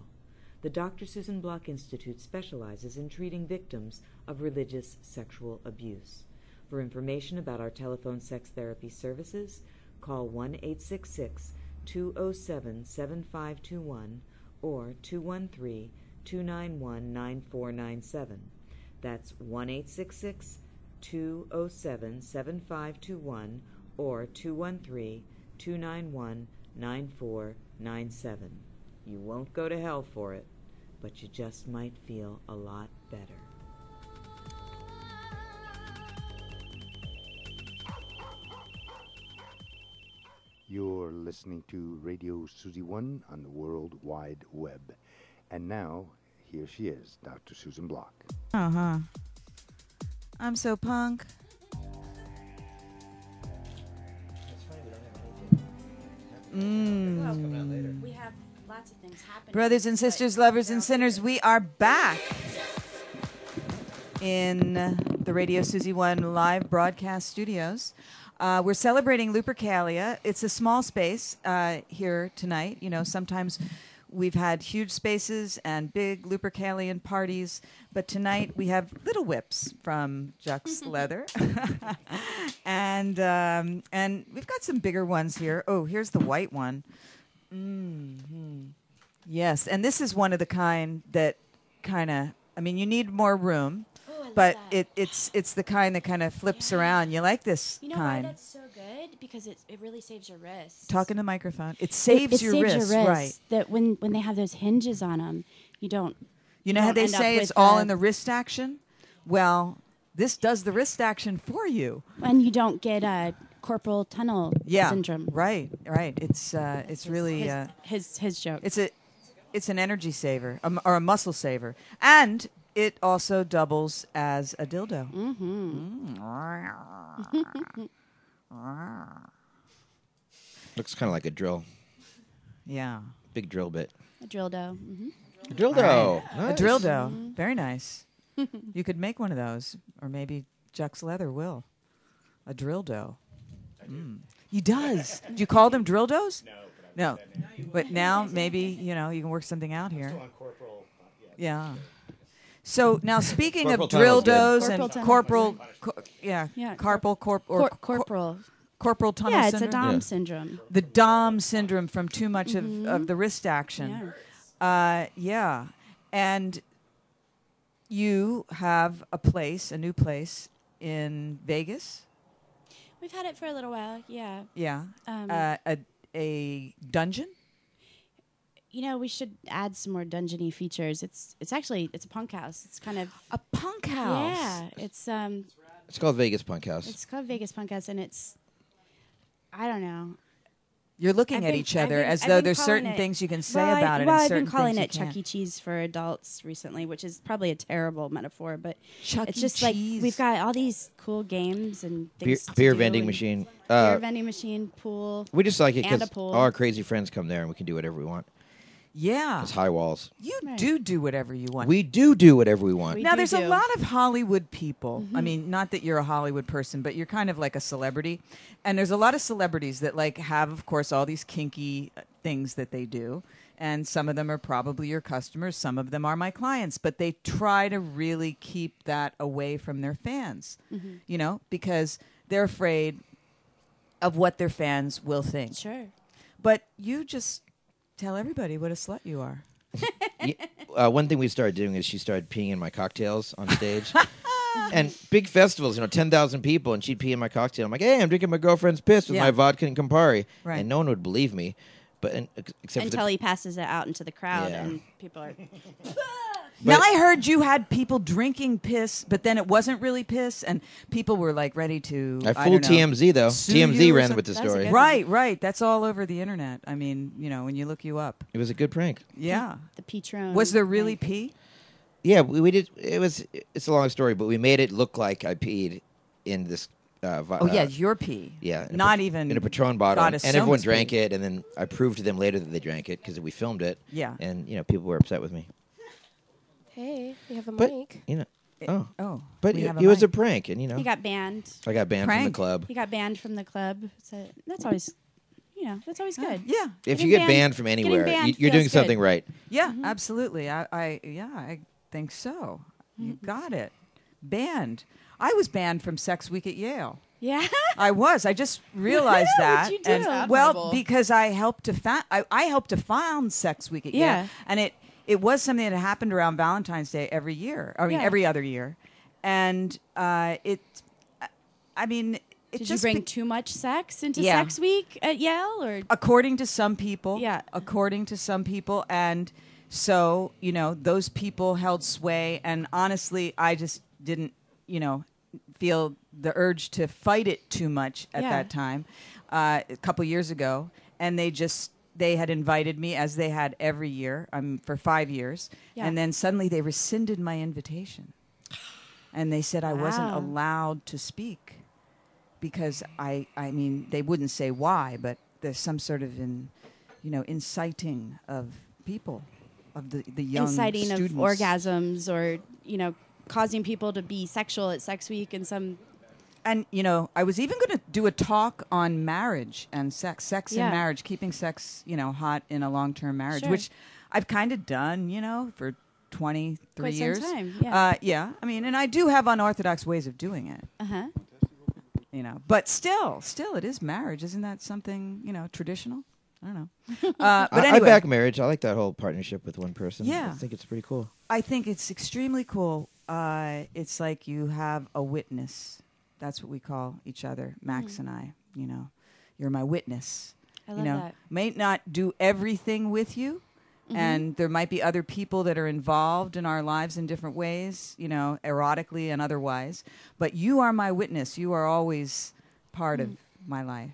Speaker 1: The Dr. Susan Block Institute specializes in treating victims of religious sexual abuse. For information about our telephone sex therapy services, call 1 866 207 7521 or 213 291 9497. That's 1 866 207 7521 or 213 291 9497. You won't go to hell for it, but you just might feel a lot better.
Speaker 10: You're listening to Radio Susie One on the World Wide Web. And now, here she is, Dr. Susan Block.
Speaker 3: Uh huh. I'm so punk.
Speaker 5: We have lots of things happening.
Speaker 3: Brothers and sisters, lovers and sinners, we are back in the Radio Susie One live broadcast studios. Uh, we're celebrating Lupercalia. It's a small space uh, here tonight. You know, sometimes we've had huge spaces and big Lupercalian parties, but tonight we have little whips from Jux Leather, [laughs] and um, and we've got some bigger ones here. Oh, here's the white one. Yes, and this is one of the kind that kind of I mean you need more room,
Speaker 5: Oh,
Speaker 3: but it it's it's the kind that kind of flips around. You like this
Speaker 5: You know
Speaker 3: kind.
Speaker 5: why that's so good? Because it, it really saves your wrist.
Speaker 3: Talk in the microphone. It saves, your, wrist, right?
Speaker 5: That when, when they have those hinges on them, you don't.
Speaker 3: You know how
Speaker 5: don't
Speaker 3: they
Speaker 5: end up
Speaker 3: say it's
Speaker 5: with
Speaker 3: all
Speaker 5: a-
Speaker 3: in the wrist action? Well, this does the wrist action for you.
Speaker 5: And you don't get a corporal tunnel
Speaker 3: Yeah.
Speaker 5: syndrome.
Speaker 3: Right, right. It's uh, it's really
Speaker 5: his,
Speaker 3: uh,
Speaker 5: his his joke.
Speaker 3: It's a it's an energy saver um, or a muscle saver, and it also doubles as a dildo.
Speaker 5: Mm.
Speaker 4: Looks kind of like a drill,
Speaker 3: Yeah,
Speaker 4: big drill bit.
Speaker 5: a dildo. hmm
Speaker 4: A drill though.
Speaker 3: a dildo.
Speaker 5: Mm-hmm. [laughs]
Speaker 3: Very nice. you could make one of those, or maybe Jux Leather will. A drill dough. Mm. He does. Do you call them drill doughs? No. No. But now maybe, you know, you can work something out here. uh, yeah. So now speaking
Speaker 4: Corporal
Speaker 3: of drill
Speaker 4: tunnel's
Speaker 3: doughs and
Speaker 5: Corporal
Speaker 3: corporal, co- yeah,
Speaker 5: Yeah,
Speaker 3: carpal corp or
Speaker 5: Cor-
Speaker 3: cor-
Speaker 5: corporal.
Speaker 3: corporal tunnel
Speaker 5: yeah, it's
Speaker 3: syndrome.
Speaker 5: a Dom
Speaker 4: Yeah.
Speaker 5: syndrome.
Speaker 3: The Dom syndrome from too much
Speaker 5: Mm-hmm.
Speaker 3: of, of the wrist action.
Speaker 5: Yeah.
Speaker 3: Uh, yeah. And you have a place, a new place in Vegas.
Speaker 5: We've had it for a little while. Yeah.
Speaker 3: Yeah.
Speaker 5: Um,
Speaker 3: uh, a, a dungeon.
Speaker 5: You know, we should add some more dungeony features. It's it's actually it's a punk house. It's kind of
Speaker 3: A punk house.
Speaker 5: yeah. It's um
Speaker 4: It's called Vegas Punk House.
Speaker 5: it's called Vegas Punk House, and it's I don't know.
Speaker 3: You're looking
Speaker 5: I've
Speaker 3: at
Speaker 5: been-
Speaker 3: each
Speaker 5: I've
Speaker 3: other
Speaker 5: been-
Speaker 3: as
Speaker 5: I've
Speaker 3: though
Speaker 5: been
Speaker 3: there's
Speaker 5: calling
Speaker 3: certain
Speaker 5: it-
Speaker 3: things you can say
Speaker 5: well, I-
Speaker 3: about it.
Speaker 5: Well,
Speaker 3: and
Speaker 5: I've been
Speaker 3: certain
Speaker 5: calling it
Speaker 3: things you
Speaker 5: Chuck E.
Speaker 3: can't.
Speaker 5: Cheese for adults recently, which is probably a terrible metaphor, but
Speaker 3: Chuck
Speaker 5: it's
Speaker 3: E.
Speaker 5: just
Speaker 3: Cheese.
Speaker 5: like we've got all these cool games and
Speaker 4: beer,
Speaker 5: things to
Speaker 4: beer
Speaker 5: do
Speaker 4: vending
Speaker 5: and
Speaker 4: machine.
Speaker 5: beer
Speaker 4: Uh,
Speaker 5: vending machine, pool.
Speaker 4: we just like it
Speaker 5: and a
Speaker 4: because
Speaker 5: pool.
Speaker 4: all our crazy friends come there and we can do whatever we want.
Speaker 3: Yeah.
Speaker 4: It's high walls.
Speaker 3: You do do whatever you want.
Speaker 4: We do do whatever we want.
Speaker 3: now, there's a
Speaker 6: do.
Speaker 3: lot of Hollywood people. I
Speaker 6: Mhm.
Speaker 3: mean, not that you're a Hollywood person, but you're kind of like a celebrity. And there's a lot of celebrities that, like, have, of course, all these kinky uh, things that they do. And some of them are probably your customers, some of them are my clients, but they try to really keep that away from their fans,
Speaker 5: Mhm.
Speaker 3: you know, because they're afraid of what their fans will think.
Speaker 5: Sure.
Speaker 3: But you just tell everybody what a slut you are.
Speaker 4: Y- uh, one thing we started doing is she started peeing in my cocktails on stage. and big festivals, you know, 10,000 people, and she'd pee in my cocktail. I'm like, hey, I'm drinking my girlfriend's piss with
Speaker 5: Yeah.
Speaker 4: my vodka and Campari.
Speaker 5: Right.
Speaker 4: And no one would believe me. But and, ex- except
Speaker 5: Until
Speaker 4: for the,
Speaker 5: he passes it out into the crowd,
Speaker 4: Yeah.
Speaker 5: and people are.
Speaker 3: now I heard you had people drinking piss, but then it wasn't really piss, and people were like ready to.
Speaker 4: I
Speaker 3: don't
Speaker 4: fooled
Speaker 3: know,
Speaker 4: TMZ, though.
Speaker 3: sue
Speaker 4: TMZ
Speaker 3: you or
Speaker 4: ran
Speaker 3: some-
Speaker 4: with the That's a story. good one.
Speaker 3: Right, right. That's all over the internet. I mean, you know, when you look you up.
Speaker 4: it was a good prank.
Speaker 3: Yeah.
Speaker 5: The Petron.
Speaker 3: Was there really
Speaker 4: Uh,
Speaker 3: pee?
Speaker 4: Yeah, we, we did. It was. It's a long story, but we made it look like I peed in this. Uh, vi-
Speaker 3: Oh, yeah,
Speaker 4: uh,
Speaker 3: your pee.
Speaker 4: Yeah, in a
Speaker 3: Not
Speaker 4: pat-
Speaker 3: even
Speaker 4: in a Patron bottle, and
Speaker 3: Goddess
Speaker 4: everyone
Speaker 3: Soma's
Speaker 4: drank it. And then I proved to them later that they drank it because we filmed it.
Speaker 3: Yeah.
Speaker 4: and you know people were upset with me.
Speaker 7: Hey, we have a
Speaker 4: But
Speaker 7: mic.
Speaker 4: you know, oh,
Speaker 3: oh,
Speaker 4: but
Speaker 5: we
Speaker 4: it,
Speaker 5: have a
Speaker 4: it was a
Speaker 5: mic.
Speaker 4: prank, and you know,
Speaker 5: He got banned.
Speaker 4: I got banned from the club.
Speaker 5: He got banned from the club. So that's always, you know, that's always good.
Speaker 3: Yeah.
Speaker 4: If you get banned, from anywhere, you, you're doing something right.
Speaker 3: Yeah, absolutely. I, I yeah, I think so. You got it. Banned. I was banned from Sex Week at Yale.
Speaker 5: Yeah.
Speaker 3: I was.
Speaker 5: [laughs]
Speaker 3: I just realized
Speaker 5: What'd
Speaker 3: that.
Speaker 5: you do?
Speaker 3: and-
Speaker 5: That's
Speaker 3: well,
Speaker 5: admirable.
Speaker 3: because I helped to fa- I, I helped to found Sex Week at
Speaker 5: Yeah.
Speaker 3: Yale, and it it was something that happened around Valentine's Day every year. I mean,
Speaker 5: Yeah.
Speaker 3: every other year, and uh, it. I- I mean, it
Speaker 5: [laughs] Did you
Speaker 3: just
Speaker 5: bring
Speaker 3: be-
Speaker 5: too much sex into
Speaker 3: Yeah.
Speaker 5: sex week at Yale, or
Speaker 3: according to some people.
Speaker 5: Yeah.
Speaker 3: According to some people. And so, you know, those people held sway. And honestly, I just didn't, you know, feel the urge to fight it too much at
Speaker 5: Yeah.
Speaker 3: that time uh, a couple years ago. And they just, they had invited me as they had every year um, for five years.
Speaker 5: Yeah.
Speaker 3: And then suddenly they rescinded my invitation. And they said I wasn't
Speaker 5: Wow.
Speaker 3: allowed to speak because I, I mean, they wouldn't say why, but there's some sort of in, you know, inciting of people, of the the young
Speaker 5: inciting
Speaker 3: students.
Speaker 5: of orgasms, or you know, causing people to be sexual at sex week in some
Speaker 3: And you know, I was even going to do a talk on marriage and sex, sex
Speaker 5: Yeah.
Speaker 3: and marriage, keeping sex, you know, hot in a long-term marriage,
Speaker 5: Sure.
Speaker 3: which I've kind of done, you know, for. 23
Speaker 5: Quite some
Speaker 3: years.
Speaker 5: time, yeah.
Speaker 3: Uh, yeah. I mean, and I do have unorthodox ways of doing it.
Speaker 5: Uh huh.
Speaker 3: you know but still still it is marriage isn't that something you know traditional i don't know uh, but
Speaker 4: I,
Speaker 3: anyway
Speaker 4: I back marriage. I like that whole partnership with one person.
Speaker 3: Yeah.
Speaker 4: I think it's pretty cool.
Speaker 3: I think it's extremely cool uh, it's like you have a witness that's what we call each other max
Speaker 5: Mm.
Speaker 3: and i you know you're my witness
Speaker 5: I
Speaker 3: you
Speaker 5: love
Speaker 3: know
Speaker 5: that.
Speaker 3: may not do everything with you
Speaker 5: Mhm.
Speaker 3: and there might be other people that are involved in our lives in different ways you know erotically and otherwise but you are my witness you are always part
Speaker 5: Mm.
Speaker 3: of my life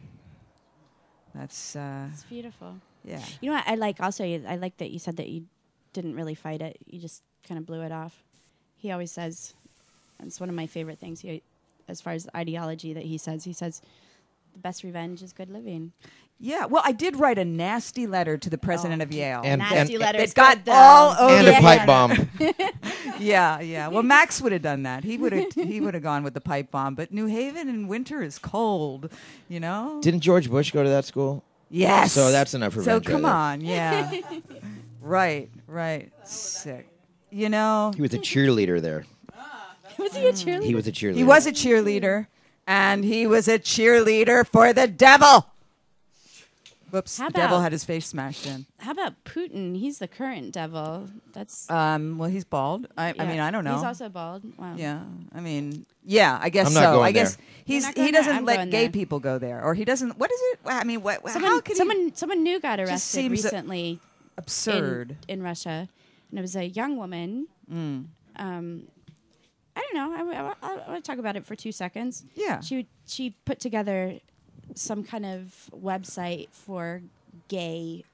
Speaker 3: that's uh
Speaker 5: It's beautiful.
Speaker 3: Yeah.
Speaker 5: You know what I like also I like that you said that you didn't really fight it. You just kind of blew it off. He always says it's one of my favorite things he as far as ideology that he says. He says the best revenge is good living.
Speaker 3: Yeah, well, I did write a nasty letter to the
Speaker 5: Oh.
Speaker 3: president of Yale.
Speaker 5: [laughs]
Speaker 4: And- Nasty and-
Speaker 5: letter is
Speaker 3: It got
Speaker 5: good, though. [laughs]
Speaker 3: all over.
Speaker 4: And a
Speaker 3: the
Speaker 4: pipe
Speaker 3: internet.
Speaker 4: bomb.
Speaker 3: yeah, yeah. Well, Max would have done that. He would have. He would have gone with the pipe bomb. But New Haven in winter is cold. You know.
Speaker 4: Didn't George Bush go to that school?
Speaker 3: Yes.
Speaker 4: So that's enough revenge.
Speaker 3: So
Speaker 4: right
Speaker 3: come
Speaker 4: there.
Speaker 5: [laughs]
Speaker 3: on, yeah. right, right. Sick. You know.
Speaker 4: He was a cheerleader there.
Speaker 5: was he a cheerleader?
Speaker 4: He was a cheerleader.
Speaker 3: He was a cheerleader, and he was a cheerleader for the devil. Whoops!
Speaker 5: How
Speaker 3: the devil
Speaker 5: about-
Speaker 3: had his face smashed in.
Speaker 5: How about Putin? He's the current devil. That's
Speaker 3: Um, well, he's bald. I, I
Speaker 5: yeah.
Speaker 3: mean, I don't know.
Speaker 5: He's also bald. Wow.
Speaker 3: Yeah, I mean, yeah, I guess
Speaker 4: I'm not
Speaker 3: so.
Speaker 4: going
Speaker 3: I guess
Speaker 4: there.
Speaker 5: You're
Speaker 3: he's
Speaker 5: not
Speaker 3: he
Speaker 5: going there?
Speaker 3: doesn't
Speaker 5: I'm
Speaker 3: let
Speaker 5: going
Speaker 3: gay
Speaker 5: there.
Speaker 3: people go there, or he doesn't. What is it? I mean, what? how
Speaker 5: Someone
Speaker 3: could he?
Speaker 5: someone someone new got
Speaker 3: Just
Speaker 5: arrested
Speaker 3: seems a-
Speaker 5: recently
Speaker 3: Absurd.
Speaker 5: in, in Russia, and it was a young woman.
Speaker 3: Mm.
Speaker 5: um, I don't know. I, want to talk about it for two seconds.
Speaker 3: Yeah.
Speaker 5: She would- she put together some kind of website for gay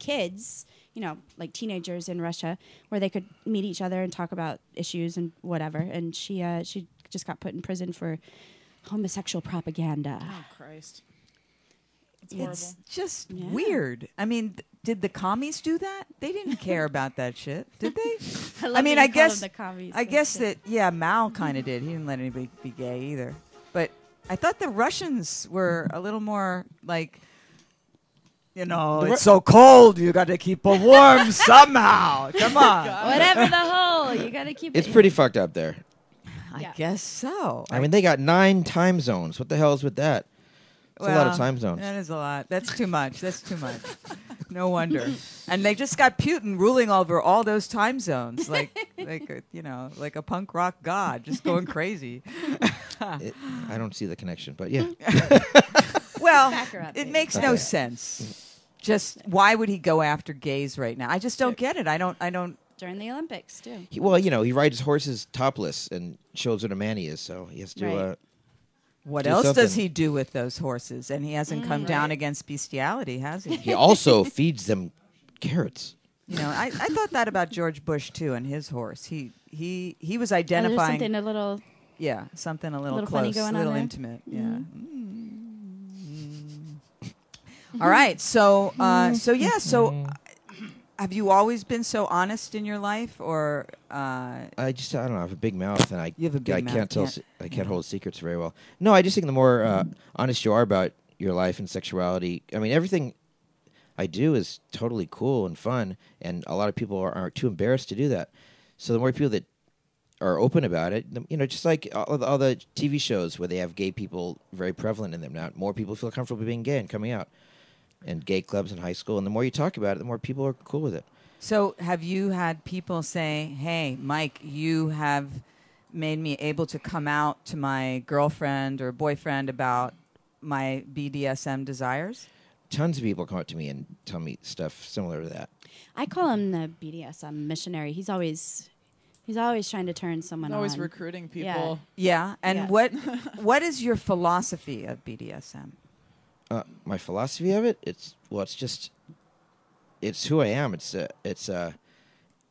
Speaker 5: kids, you know, like teenagers in Russia, where they could meet each other and talk about issues and whatever. And she uh, she just got put in prison for homosexual propaganda.
Speaker 6: Oh Christ. It's
Speaker 3: It's
Speaker 6: horrible.
Speaker 3: just
Speaker 5: Yeah.
Speaker 3: weird. I mean, th- did the commies do that? They didn't care about that shit, did they?
Speaker 5: I love
Speaker 3: I mean,
Speaker 5: that
Speaker 3: I
Speaker 5: you call them
Speaker 3: guess
Speaker 5: the commies,
Speaker 3: I
Speaker 5: that
Speaker 3: guess that
Speaker 5: shit.
Speaker 3: yeah, Mao kind of did. He didn't let anybody be gay either. But I thought the Russians were a little more like you know,
Speaker 9: The Ru-
Speaker 3: it's so cold. You got to keep it warm somehow. Come on.
Speaker 5: Whatever the hole, you gotta keep
Speaker 4: It's
Speaker 5: it.
Speaker 4: pretty fucked up there.
Speaker 3: I guess so.
Speaker 4: I mean, they got nine time zones. What the hell is with that? It's a lot of
Speaker 3: Well,
Speaker 4: time zones.
Speaker 3: That is a lot. That's too much. That's too much. No wonder. And they just got Putin ruling over all those time
Speaker 4: [laughs]
Speaker 3: zones, like like a, you know, like a punk rock god, just going crazy.
Speaker 4: It- I don't see the connection, but yeah.
Speaker 3: [laughs] well,
Speaker 5: Backer up,
Speaker 3: it
Speaker 5: baby.
Speaker 3: makes no
Speaker 4: Okay. Mm.
Speaker 3: sense. Just why would he go after gays right now? I just don't get it. I don't. I don't.
Speaker 5: during the Olympics too.
Speaker 4: He, well, you know, he rides horses topless and shows what a man he is, so he has to.
Speaker 5: Right.
Speaker 4: Uh,
Speaker 3: What
Speaker 4: Do
Speaker 3: else does
Speaker 4: something.
Speaker 3: he do with those horses? And he hasn't
Speaker 5: Mm,
Speaker 3: come down against bestiality, has he?
Speaker 4: he also [laughs] feeds them carrots.
Speaker 3: You know, I, I thought that about George Bush too and his horse. He he he was
Speaker 5: Oh, there's
Speaker 3: identifying
Speaker 5: something a little
Speaker 3: Yeah, something a little,
Speaker 5: Little
Speaker 3: close,
Speaker 5: funny going
Speaker 3: a
Speaker 5: on
Speaker 3: little
Speaker 5: there? Mm-hmm.
Speaker 3: intimate. Yeah. Mm. All right. So, uh,
Speaker 5: Mm.
Speaker 3: so yeah. So, uh, have you always been so honest in your life, or uh,
Speaker 4: I just, I don't know, I have a big mouth, and I,
Speaker 3: You have a big
Speaker 4: I
Speaker 3: mouth,
Speaker 4: can't tell,
Speaker 3: yeah.
Speaker 4: se- I can't hold secrets very well. No, I just think the more uh, honest you are about your life and sexuality, I mean, everything I do is totally cool and fun, and a lot of people are, are too embarrassed to do that. So the more people that are open about it, the, you know, just like all the, all the TV shows where they have gay people very prevalent in them now, more people feel comfortable being gay and coming out, and gay clubs in high school, and the more you talk about it, the more people are cool with it.
Speaker 3: so have you had people say, "Hey, Mike, you have made me able to come out to my girlfriend or boyfriend about my BDSM desires"?
Speaker 4: Tons of people come up to me and tell me stuff similar to that.
Speaker 5: I call him the BDSM missionary. He's always he's always trying to turn someone
Speaker 6: Always
Speaker 5: on.
Speaker 6: recruiting people.
Speaker 5: Yeah.
Speaker 3: Yeah. And
Speaker 5: Yeah.
Speaker 3: what what is your philosophy of BDSM?
Speaker 4: uh, my philosophy of it it's well it's just it's who i am it's uh, it's uh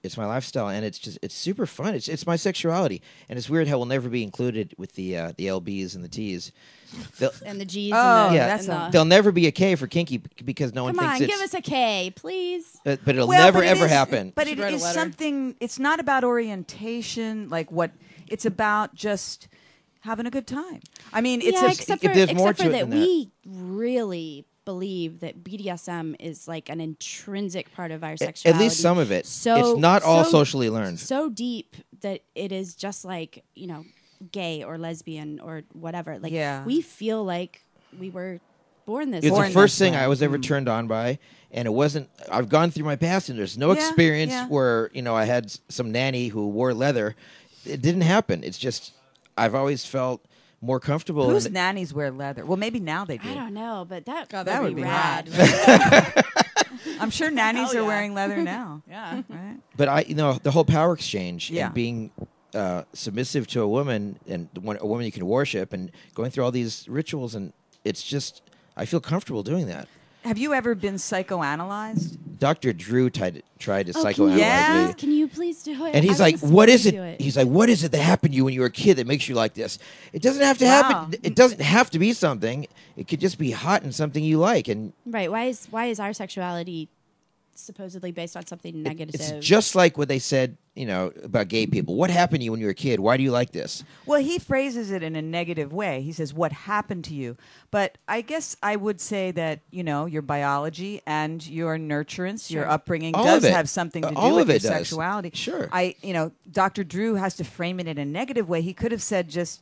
Speaker 4: it's my lifestyle and it's just it's super fun it's it's my sexuality and it's weird how we'll never be included with the uh, the lbs and the t's they'll,
Speaker 5: and the G's
Speaker 3: Oh,
Speaker 5: and the,
Speaker 4: yeah.
Speaker 3: that's
Speaker 5: and the
Speaker 4: they'll never be a k for kinky b- because no
Speaker 5: Come
Speaker 4: one
Speaker 5: on,
Speaker 4: thinks
Speaker 5: give
Speaker 4: it's
Speaker 5: us a K, please.
Speaker 4: uh, but it'll
Speaker 3: Well,
Speaker 4: never
Speaker 3: but it
Speaker 4: ever
Speaker 3: is-
Speaker 4: happen
Speaker 3: But
Speaker 6: Should
Speaker 3: it
Speaker 6: write a
Speaker 3: is
Speaker 6: letter.
Speaker 3: something. It's not about orientation, like what. It's about just having a good time. I mean, it's
Speaker 5: yeah,
Speaker 4: just-
Speaker 5: except
Speaker 4: it-
Speaker 5: for,
Speaker 4: there's
Speaker 5: except
Speaker 4: more
Speaker 5: for
Speaker 4: to it
Speaker 5: that
Speaker 4: than that.
Speaker 5: we really believe that BDSM is like an intrinsic part of our
Speaker 4: A-
Speaker 5: sexuality.
Speaker 4: at least some of it it's not all
Speaker 5: so-
Speaker 4: socially learned
Speaker 5: So deep that it is just like, you know, gay or lesbian or whatever. Like
Speaker 3: Yeah.
Speaker 5: we feel like we were born this
Speaker 4: It's
Speaker 5: way.
Speaker 4: the
Speaker 3: Born
Speaker 4: first
Speaker 3: this
Speaker 4: thing
Speaker 3: way.
Speaker 4: I was ever turned on by, and it wasn't. I've gone through my past, and there's no
Speaker 3: Yeah,
Speaker 4: experience
Speaker 3: yeah.
Speaker 4: where you know I had s- some nanny who wore leather. It didn't happen. It's just I've always felt more comfortable.
Speaker 3: whose
Speaker 4: in the-
Speaker 3: nannies wear leather? Well, maybe now they do.
Speaker 5: I don't know, but that,
Speaker 6: God,
Speaker 3: That
Speaker 6: that'd
Speaker 3: would
Speaker 6: be
Speaker 3: be
Speaker 6: rad.
Speaker 3: I'm [laughs] sure nannies
Speaker 6: Hell
Speaker 3: are
Speaker 6: yeah.
Speaker 3: wearing [laughs] leather now.
Speaker 6: yeah.
Speaker 3: Right?
Speaker 4: but I, you know, the whole power exchange
Speaker 3: Yeah.
Speaker 4: and being uh, submissive to a woman and the one- a woman you can worship, and going through all these rituals, and it's just I feel comfortable doing that.
Speaker 3: Have you ever been psychoanalyzed?
Speaker 4: Dr. Drew tried, tried to
Speaker 5: Oh, can
Speaker 4: psychoanalyze
Speaker 5: you,
Speaker 3: Yeah.
Speaker 4: me.
Speaker 5: please- [laughs] can you please do it?
Speaker 4: And he's
Speaker 5: I
Speaker 4: like,
Speaker 5: just
Speaker 4: "What
Speaker 5: wanna
Speaker 4: is it?
Speaker 5: do it?"
Speaker 4: He's like, "What is it that happened to you when you were a kid that makes you like this? It doesn't have to
Speaker 3: Wow.
Speaker 4: happen. It doesn't have to be something. It could just be hot and something you like, and
Speaker 5: Right. Why is why is our sexuality supposedly based on something
Speaker 4: it-
Speaker 5: negative?
Speaker 4: it's just like what they said, you know, about gay people. What happened to you when you were a kid? Why do you like this?
Speaker 3: Well, he phrases it in a negative way. He says, "What happened to you?" But I guess I would say that you know your biology and your nurturance, your upbringing,
Speaker 4: All
Speaker 3: does
Speaker 4: of it.
Speaker 3: have something to
Speaker 4: Uh,
Speaker 3: do
Speaker 4: all
Speaker 3: with
Speaker 4: of
Speaker 3: your
Speaker 4: it does.
Speaker 3: sexuality.
Speaker 4: Sure.
Speaker 3: I, you know, Dr. Drew has to frame it in a negative way. He could have said just.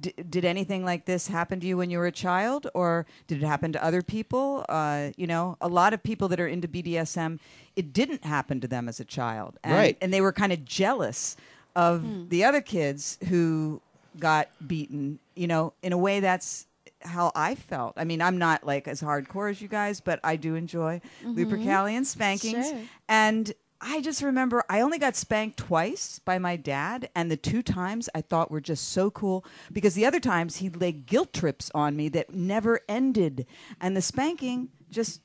Speaker 3: "D- Did anything like this happen to you when you were a child, or did it happen to other people? Uh, you know, a lot of people that are into BDSM, it didn't happen to them as a child, and,
Speaker 4: Right.
Speaker 3: And they were kind of jealous of the other kids who got beaten. You know, in a way, that's how I felt. I mean, I'm not like as hardcore as you guys, but I do enjoy Lupercalian spankings.
Speaker 5: Sure.
Speaker 3: And I just remember I only got spanked twice by my dad, and the two times I thought were just so cool because the other times he laid guilt trips on me that never ended, and the spanking just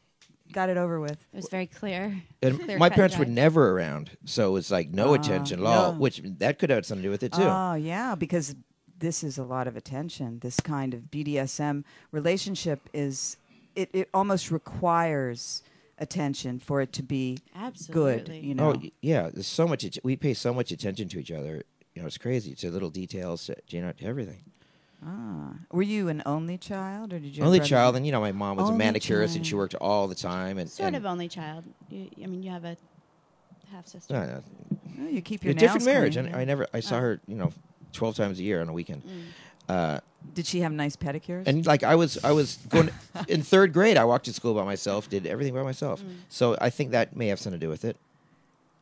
Speaker 3: got it over with.
Speaker 5: It was very clear.
Speaker 4: And
Speaker 5: [laughs] Clear
Speaker 4: my
Speaker 5: cut
Speaker 4: parents
Speaker 5: and
Speaker 4: were
Speaker 5: dry.
Speaker 4: never around, so it's like
Speaker 5: Oh,
Speaker 4: no attention at all, which that could have had something to do with it too.
Speaker 3: Oh yeah, because this is a lot of attention. This kind of BDSM relationship is it, it almost requires attention for it to be good.
Speaker 5: Absolutely.
Speaker 3: You know,
Speaker 4: Oh y- yeah, there's so much. att- We pay so much attention to each other. You know, it's crazy to little details, to, you know, to everything.
Speaker 3: ah. were you an only child, or did you
Speaker 4: only child, and you know, my mom was a
Speaker 3: Only
Speaker 4: manicurist, and she
Speaker 5: child.
Speaker 4: worked all the time. And
Speaker 5: Sort
Speaker 4: and,
Speaker 5: of only child. You, I mean, you have a half sister.
Speaker 4: I don't know,
Speaker 3: Oh, you keep
Speaker 4: a
Speaker 3: your
Speaker 4: different
Speaker 3: nails Oh.
Speaker 4: marriage.
Speaker 3: clean.
Speaker 4: And I never, I saw her, you know, twelve times a year on a weekend.
Speaker 3: Mm.
Speaker 4: Uh,
Speaker 3: Did she have nice pedicures?
Speaker 4: and like I was, I was going [laughs] in third grade. I walked to school by myself, did everything by myself.
Speaker 3: Mm.
Speaker 4: So I think that may have something to do with it.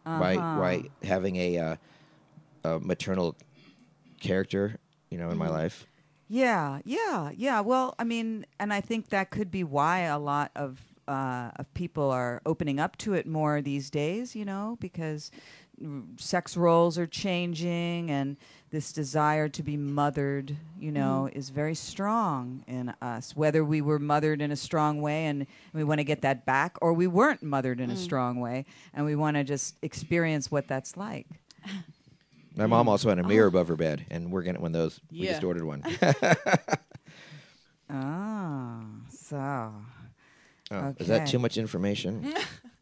Speaker 4: Why,
Speaker 3: Uh-huh.
Speaker 4: why having a, uh, a maternal character, you know, in
Speaker 3: Mm.
Speaker 4: my life.
Speaker 3: Yeah, yeah, yeah. Well, I mean, and I think that could be why a lot of uh, of people are opening up to it more these days. You know, because r- sex roles are changing, and this desire to be mothered, you know,
Speaker 4: Mm-hmm.
Speaker 3: is very strong in us. Whether we were mothered in a strong way and we want to get that back, or we weren't mothered in a
Speaker 4: Mm.
Speaker 3: strong way, and we want to just experience what that's like. Mm.
Speaker 4: My mom also had a
Speaker 3: Oh.
Speaker 4: mirror above her bed, and we're getting one of those. We just
Speaker 6: Yeah.
Speaker 4: ordered
Speaker 3: [laughs]
Speaker 4: one. [laughs] Oh,
Speaker 3: Ah, so
Speaker 4: Oh, Is that
Speaker 3: Okay.
Speaker 4: too much
Speaker 3: [laughs]
Speaker 4: information?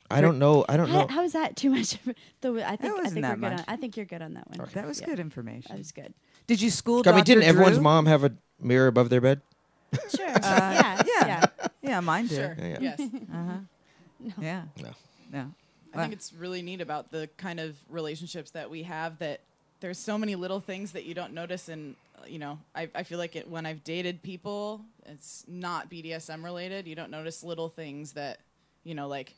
Speaker 4: I don't know. I don't
Speaker 5: How,
Speaker 4: know.
Speaker 5: how is that too much? of a- The, I think, I
Speaker 3: wasn't
Speaker 5: think
Speaker 3: that
Speaker 5: we're good
Speaker 3: much.
Speaker 5: on, I think you're good on that one.
Speaker 3: Oh, that was
Speaker 5: Yeah,
Speaker 3: good information.
Speaker 5: That was good.
Speaker 3: Did you school?
Speaker 4: I mean,
Speaker 3: Dr.
Speaker 4: didn't everyone's
Speaker 3: Drew? Uh,
Speaker 4: mom have a mirror above their bed?
Speaker 5: Sure. yeah.
Speaker 3: yeah.
Speaker 5: Yeah.
Speaker 3: Yeah, mine did.
Speaker 6: Sure.
Speaker 4: Yeah.
Speaker 6: Yes.
Speaker 3: Uh-huh. Yeah.
Speaker 4: No.
Speaker 3: No.
Speaker 6: I think it's really neat about the kind of relationships that we have that there's so many little things that you don't notice and uh, you know I, I feel like it, when I've dated people it's not BDSM related you don't notice little things that you know like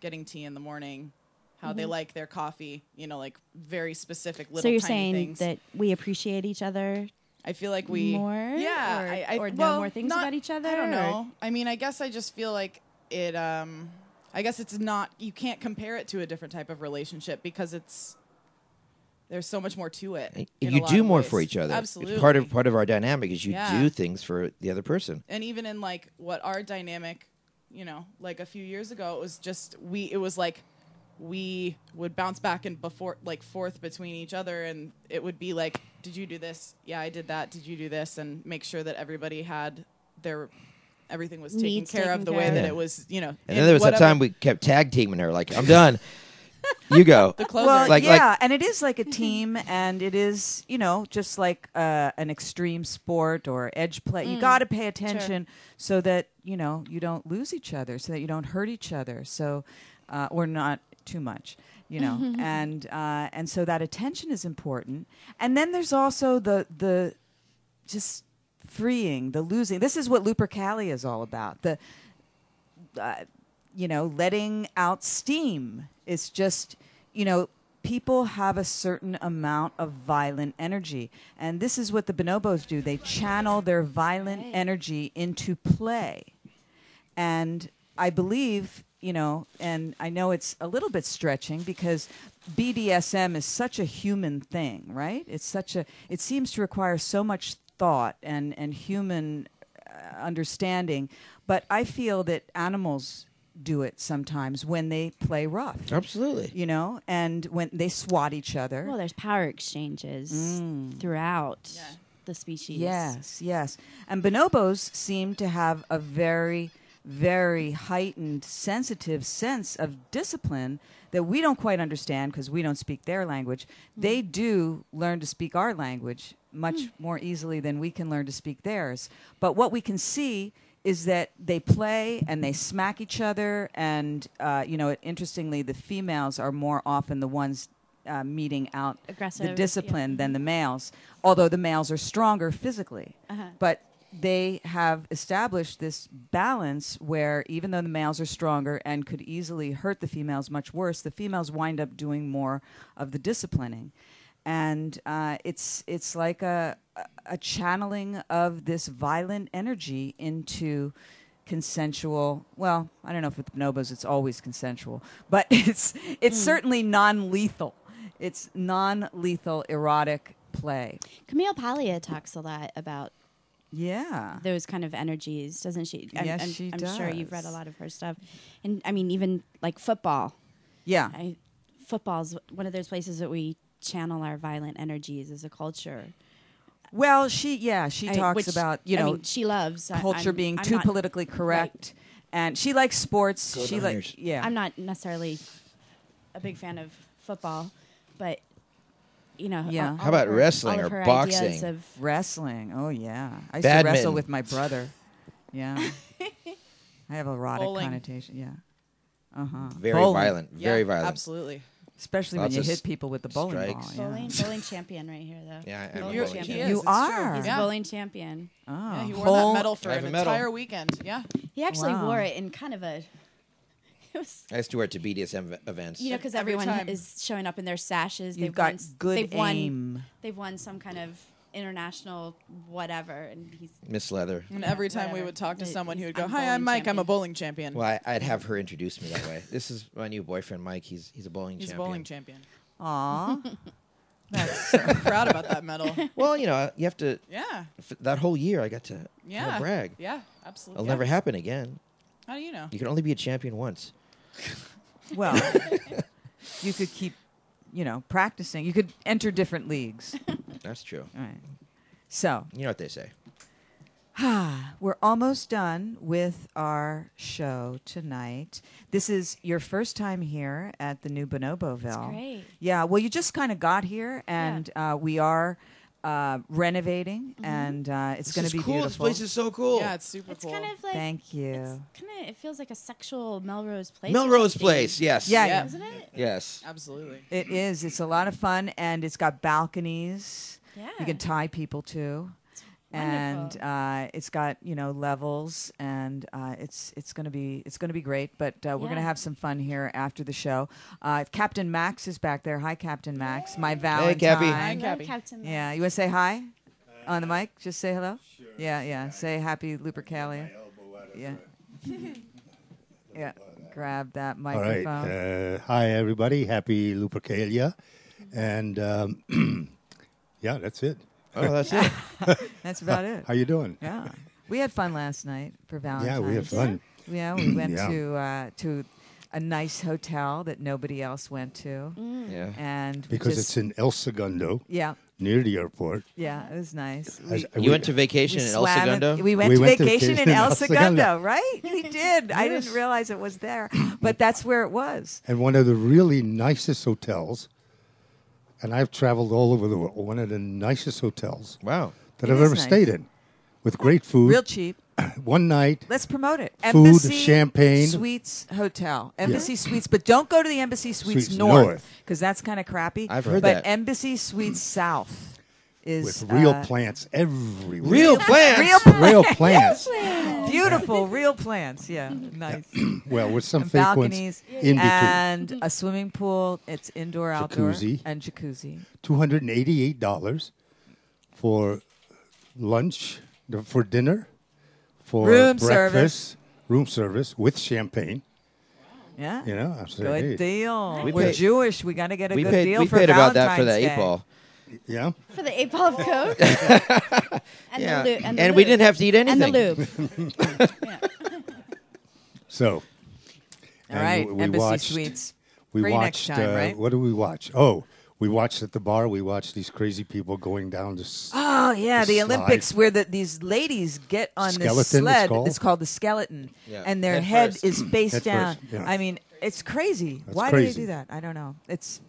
Speaker 6: getting tea in the morning how they like their coffee you know like very specific
Speaker 5: Mm-hmm. So
Speaker 6: little
Speaker 5: you're
Speaker 6: tiny
Speaker 5: saying
Speaker 6: things
Speaker 5: that we appreciate each other
Speaker 6: I feel like we
Speaker 5: more?
Speaker 6: yeah,
Speaker 5: Or-
Speaker 6: I, I,
Speaker 5: or know
Speaker 6: well,
Speaker 5: more things
Speaker 6: not-
Speaker 5: about each other,
Speaker 6: I
Speaker 5: or-
Speaker 6: don't know. I mean, I guess I just feel like it. Um, I guess it's not. You can't compare it to a different type of relationship because it's there's so much more to it.
Speaker 4: Y-
Speaker 6: in a
Speaker 4: You
Speaker 6: lot
Speaker 4: do
Speaker 6: of
Speaker 4: more
Speaker 6: ways.
Speaker 4: for each other. It's
Speaker 6: Absolutely.
Speaker 4: Part of part of our dynamic is you
Speaker 6: Yeah.
Speaker 4: do things for the other person.
Speaker 6: and even in like what our dynamic, you know, like a few years ago, it was just we. It was like we would bounce back and before like forth between each other and it would be like did you do this yeah i did that did you do this and make sure that everybody had their everything was taken
Speaker 5: Needs
Speaker 6: care
Speaker 5: taken
Speaker 6: of the
Speaker 5: care
Speaker 6: way
Speaker 5: of.
Speaker 6: that
Speaker 4: Yeah.
Speaker 6: it was you know
Speaker 4: And
Speaker 6: in
Speaker 4: then there was that
Speaker 6: whatever-
Speaker 4: time we kept tag teaming her. Like I'm
Speaker 6: [laughs]
Speaker 4: done. you go.
Speaker 6: the closer
Speaker 3: Well,
Speaker 4: Like- like-
Speaker 3: yeah, and it is like a team, and it is you know just like uh, an extreme sport or edge play. You got to pay attention so that you know you don't lose each other, so that you don't hurt each other, so uh, or not too much, you know. and uh, and so that attention is important. And then there's also the the just freeing, the losing. This is what Lupercalia is all about. The uh, you know, letting out steam. It's just, you know, people have a certain amount of violent energy. And this is what the bonobos do they channel their violent energy into play. And I believe, you know, and I know it's a little bit stretching because BDSM is such a human thing, right? It's such a, it seems to require so much thought and, and human uh, understanding. But I feel that animals do it sometimes when they play rough,
Speaker 4: Absolutely.
Speaker 3: you know, and when they swat each other.
Speaker 5: Well, there's power exchanges throughout the species.
Speaker 3: Yes, yes. And bonobos seem to have a very, very heightened, sensitive sense of discipline that we don't quite understand because we don't speak their language. They do learn to speak our language much more easily than we can learn to speak theirs. But what we can see is that they play and they smack each other and uh, you know interestingly the females are more often the ones uh, meeting out
Speaker 5: Aggressive,
Speaker 3: the
Speaker 5: yeah.
Speaker 3: discipline than the males, although the males are stronger physically.
Speaker 5: Uh-huh.
Speaker 3: But they have established this balance where even though the males are stronger and could easily hurt the females much worse, the females wind up doing more of the disciplining. And uh, it's it's like a a channeling of this violent energy into consensual. Well, I don't know if with bonobos it's always consensual, but [laughs] it's it's
Speaker 5: Hmm.
Speaker 3: certainly non-lethal. It's non-lethal erotic play.
Speaker 5: Camille Paglia talks a lot about
Speaker 3: Yeah.
Speaker 5: those kind of energies, doesn't she? I'm,
Speaker 3: Yes,
Speaker 5: I'm,
Speaker 3: she
Speaker 5: I'm sure you've read a
Speaker 3: does.
Speaker 5: lot of her stuff, and I mean, even like football.
Speaker 3: Yeah.
Speaker 5: I, football's one of those places that we channel our violent energies as a culture.
Speaker 3: Well, she yeah, she
Speaker 5: I-
Speaker 3: talks
Speaker 5: which,
Speaker 3: about, you
Speaker 5: I
Speaker 3: know,
Speaker 5: mean, she loves I-
Speaker 3: culture
Speaker 5: I'm-
Speaker 3: being
Speaker 5: I'm
Speaker 3: too
Speaker 5: not-
Speaker 3: politically correct and she likes sports. she like yeah.
Speaker 5: I'm not necessarily a big fan of football, but you know,
Speaker 3: Yeah.
Speaker 5: all-
Speaker 3: How
Speaker 5: all
Speaker 4: about
Speaker 5: of her-
Speaker 4: wrestling
Speaker 5: all of
Speaker 4: or
Speaker 5: her ideas
Speaker 4: boxing?
Speaker 5: Of,
Speaker 3: Wrestling. Oh yeah, I used to
Speaker 4: Badminton.
Speaker 3: wrestle with my brother.
Speaker 5: [laughs]
Speaker 3: Yeah, I have erotic
Speaker 6: Bowling.
Speaker 3: connotation. Yeah, uh huh.
Speaker 4: Very violent.
Speaker 6: Yeah,
Speaker 4: Very violent.
Speaker 6: Absolutely.
Speaker 3: Especially
Speaker 4: Lots
Speaker 3: when
Speaker 4: of
Speaker 3: you
Speaker 4: s-
Speaker 3: hit people with the bowling
Speaker 4: strikes.
Speaker 3: ball. [laughs]
Speaker 5: bowling, bowling champion right here though.
Speaker 4: Yeah, I- I'm a
Speaker 5: bowling
Speaker 4: bowling champion.
Speaker 5: champion.
Speaker 3: You
Speaker 6: He is, it's true.
Speaker 3: are.
Speaker 5: He's
Speaker 6: Yeah.
Speaker 5: a bowling champion.
Speaker 3: Oh.
Speaker 6: Yeah, he wore
Speaker 3: Whole-
Speaker 6: that medal for
Speaker 4: I have
Speaker 6: an
Speaker 4: a medal.
Speaker 6: entire weekend. Yeah.
Speaker 5: He actually
Speaker 3: Wow.
Speaker 5: wore it in kind of a. [laughs] It was,
Speaker 4: I used to wear it to BDSM ev- events.
Speaker 5: you know, because
Speaker 6: Every
Speaker 5: everyone
Speaker 6: time.
Speaker 5: is showing up in their sashes.
Speaker 3: You've
Speaker 5: they've
Speaker 3: got
Speaker 5: won, s-
Speaker 3: good
Speaker 5: they've
Speaker 3: aim.
Speaker 5: Won, they've won some kind of international whatever, and he's
Speaker 4: Miss Leather.
Speaker 6: And every time we
Speaker 5: whatever.
Speaker 6: would talk to
Speaker 5: He-
Speaker 6: someone, he would
Speaker 5: he's-
Speaker 6: go,
Speaker 5: I'm
Speaker 6: "Hi,
Speaker 5: bowling
Speaker 6: I'm Mike. I'm a
Speaker 5: champion."
Speaker 6: bowling champion.
Speaker 4: Well, I, I'd have her introduce me that way. This is my new boyfriend, Mike. He's he's a bowling
Speaker 6: He's a
Speaker 4: champion.
Speaker 6: bowling champion.
Speaker 5: [laughs]
Speaker 3: Aw.
Speaker 6: I'm [laughs] proud about that medal.
Speaker 4: Well, you know, you have to.
Speaker 6: Yeah.
Speaker 4: f- That whole year, I got to kinda
Speaker 6: Yeah.
Speaker 4: brag.
Speaker 6: Yeah. Absolutely.
Speaker 4: It'll
Speaker 6: Yeah.
Speaker 4: never happen again.
Speaker 6: How do you know?
Speaker 4: You can only be a champion once.
Speaker 3: well, you could keep, you know, practicing. You could enter different leagues.
Speaker 4: That's true.
Speaker 3: All right. So [sighs]
Speaker 4: You know what they say.
Speaker 3: we're almost done with our show tonight. This is your first time here at the new Bonoboville.
Speaker 5: great.
Speaker 3: Yeah, well, you just kind of got here, and uh, we are uh, renovating, and uh, it's going to be beautiful.
Speaker 4: so cool.
Speaker 6: Yeah, it's super
Speaker 5: It's
Speaker 6: cool.
Speaker 5: kind of like
Speaker 3: Thank you.
Speaker 5: kind of it feels like a sexual Melrose Place. or
Speaker 4: Melrose
Speaker 5: something,
Speaker 4: Place. Yes.
Speaker 3: Yeah,
Speaker 6: Yeah.
Speaker 5: isn't it?
Speaker 4: Yes.
Speaker 6: Absolutely.
Speaker 3: It is. It's a lot of fun, and it's got balconies. You
Speaker 5: Yeah.
Speaker 3: can tie people to, and
Speaker 5: wonderful.
Speaker 3: uh, it's got you know levels, and uh, it's it's gonna be it's gonna be great. But uh, we're gonna
Speaker 5: Yeah.
Speaker 3: have some fun here after the show. Uh, Captain Max is back there. Hi, Captain Max. My Valentine.
Speaker 4: Cappy.
Speaker 5: I
Speaker 6: Hi,
Speaker 5: love
Speaker 6: Cappy.
Speaker 5: Captain Mel-
Speaker 3: Yeah, you want to say hi on the mic? Just say hello. Sure. Yeah, yeah. Say happy Lupercalia. Yeah. yeah. Grab that
Speaker 10: All right.
Speaker 3: microphone.
Speaker 10: Uh, hi, everybody. Happy Lupercalia. And um, [clears throat] yeah, that's it.
Speaker 4: [laughs] Oh, that's
Speaker 3: [laughs]
Speaker 4: it.
Speaker 3: That's about it.
Speaker 10: How you doing?
Speaker 3: Yeah. We had fun last night for Valentine's.
Speaker 10: Yeah, we had fun. [clears throat]
Speaker 3: Yeah, we went
Speaker 10: Yeah.
Speaker 3: to uh, to a nice hotel that nobody else went to,
Speaker 4: yeah.
Speaker 3: and
Speaker 10: Because
Speaker 3: just-
Speaker 10: it's in El Segundo
Speaker 3: yeah,
Speaker 10: near the airport.
Speaker 3: yeah, it was nice.
Speaker 10: I- I-
Speaker 4: You went to vacation in El
Speaker 3: swam in-
Speaker 4: Segundo.
Speaker 3: we went
Speaker 10: We
Speaker 3: to
Speaker 10: went to
Speaker 3: vacation in El Segundo,
Speaker 10: Segundo.
Speaker 3: right? We did. I didn't realize it was
Speaker 10: [clears throat]
Speaker 3: there, but that's where it was.
Speaker 10: and one of the really nicest hotels. And I've traveled all over the world. One of the nicest hotels
Speaker 4: wow.
Speaker 10: that
Speaker 3: It
Speaker 10: I've
Speaker 3: is
Speaker 10: ever
Speaker 3: nice.
Speaker 10: stayed in, with great food.
Speaker 3: Real cheap.
Speaker 10: One night,
Speaker 3: Let's promote it.
Speaker 10: Food,
Speaker 3: Embassy
Speaker 10: champagne.
Speaker 3: Suites Hotel. Embassy Suites, but don't go to the Embassy Suites,
Speaker 10: Suites
Speaker 3: North
Speaker 10: North.
Speaker 3: because that's kind of crappy.
Speaker 4: I've heard
Speaker 3: but
Speaker 4: that.
Speaker 3: Embassy Suites South is
Speaker 10: with real
Speaker 3: uh,
Speaker 10: plants everywhere.
Speaker 4: Real plants.
Speaker 3: Real
Speaker 10: real [laughs] plants.
Speaker 3: [laughs] beautiful real plants. Yeah, nice.
Speaker 10: [clears throat] well, with some
Speaker 3: And
Speaker 10: fake
Speaker 3: balconies
Speaker 10: ones in between.
Speaker 3: and a swimming pool. It's indoor, outdoor,
Speaker 10: Jacuzzi.
Speaker 3: and jacuzzi.
Speaker 10: two hundred and eighty-eight dollars for lunch, th- for dinner, for
Speaker 3: Room
Speaker 10: breakfast, room service with champaign.
Speaker 3: Yeah,
Speaker 10: You know, I'm saying,
Speaker 3: good
Speaker 10: hey,
Speaker 3: deal.
Speaker 4: We
Speaker 3: We are
Speaker 4: paid-
Speaker 3: Jewish. We got to get a
Speaker 4: We
Speaker 3: good
Speaker 4: paid.
Speaker 3: deal
Speaker 4: We
Speaker 3: for
Speaker 4: paid about that for
Speaker 3: Valentine's
Speaker 4: that eight
Speaker 3: Day.
Speaker 4: ball.
Speaker 10: yeah,
Speaker 5: for the
Speaker 4: [laughs]
Speaker 5: eight ball of coke. and
Speaker 4: yeah.
Speaker 5: the lube, and, the
Speaker 4: we
Speaker 5: lube.
Speaker 4: didn't have to eat anything.
Speaker 5: and the lube.
Speaker 4: [laughs]
Speaker 10: so.
Speaker 3: All
Speaker 10: and
Speaker 3: right,
Speaker 10: w- we
Speaker 3: Embassy
Speaker 10: watched-
Speaker 3: Suites.
Speaker 10: We
Speaker 3: Free
Speaker 10: watched.
Speaker 3: next time,
Speaker 10: uh,
Speaker 3: right?
Speaker 10: What did we watch? Oh, we watched at the bar. We watched these crazy people going down this.
Speaker 3: Oh yeah, the,
Speaker 10: The
Speaker 3: Olympics
Speaker 10: slide.
Speaker 3: where the, these ladies get on
Speaker 10: Skeleton,
Speaker 3: this
Speaker 10: it's
Speaker 3: sled.
Speaker 10: called.
Speaker 3: the skeleton,
Speaker 4: Yeah.
Speaker 3: and their head,
Speaker 4: Head first. [clears throat]
Speaker 3: is face
Speaker 10: Head
Speaker 3: down.
Speaker 10: first, yeah.
Speaker 3: I mean, it's crazy.
Speaker 10: That's
Speaker 3: Why do
Speaker 10: crazy.
Speaker 3: they do that? I don't know. It's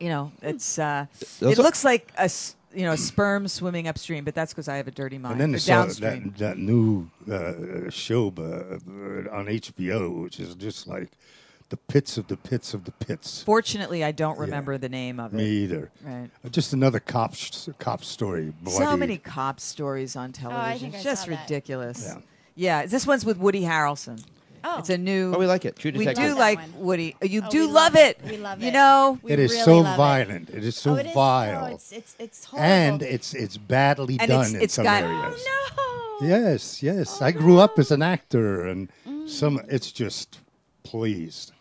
Speaker 3: you know, it's uh,
Speaker 4: Those
Speaker 3: it
Speaker 4: are-
Speaker 3: looks like a s- you know a sperm swimming upstream, but that's because I have a dirty mind.
Speaker 10: and then
Speaker 3: or
Speaker 10: they saw
Speaker 3: downstream.
Speaker 10: that, that new uh, show uh, on HBO, which is just like the pits of the pits of the pits.
Speaker 3: Fortunately, I don't remember the name of
Speaker 10: Me
Speaker 3: it.
Speaker 10: either.
Speaker 3: Right.
Speaker 10: Uh, Just another cop sh- cop story.
Speaker 3: So
Speaker 10: bloody.
Speaker 3: many cop stories on television.
Speaker 5: think Oh, I
Speaker 3: Just
Speaker 5: saw that.
Speaker 3: ridiculous.
Speaker 10: Yeah.
Speaker 3: Yeah, this one's with Woody Harrelson.
Speaker 5: Oh.
Speaker 3: It's a new.
Speaker 4: Oh, we like it. True
Speaker 3: We
Speaker 4: Detective.
Speaker 3: do
Speaker 5: Love that
Speaker 3: like
Speaker 5: one.
Speaker 3: Woody. uh, You
Speaker 5: Oh,
Speaker 3: do
Speaker 5: we love
Speaker 3: love it.
Speaker 5: it. We love
Speaker 3: You
Speaker 5: it.
Speaker 3: know,
Speaker 5: We
Speaker 10: It is
Speaker 5: really
Speaker 10: so
Speaker 5: love it.
Speaker 10: violent. it is so
Speaker 5: oh, it is-
Speaker 10: vile.
Speaker 5: oh, it's, it's, it's horrible.
Speaker 10: and
Speaker 5: [laughs]
Speaker 10: it's it's badly
Speaker 3: And
Speaker 10: done
Speaker 3: it's-
Speaker 10: in
Speaker 3: it's
Speaker 10: some
Speaker 3: got-
Speaker 10: areas.
Speaker 5: Oh, no.
Speaker 10: Yes, yes. I grew up as an actor, and some it's just please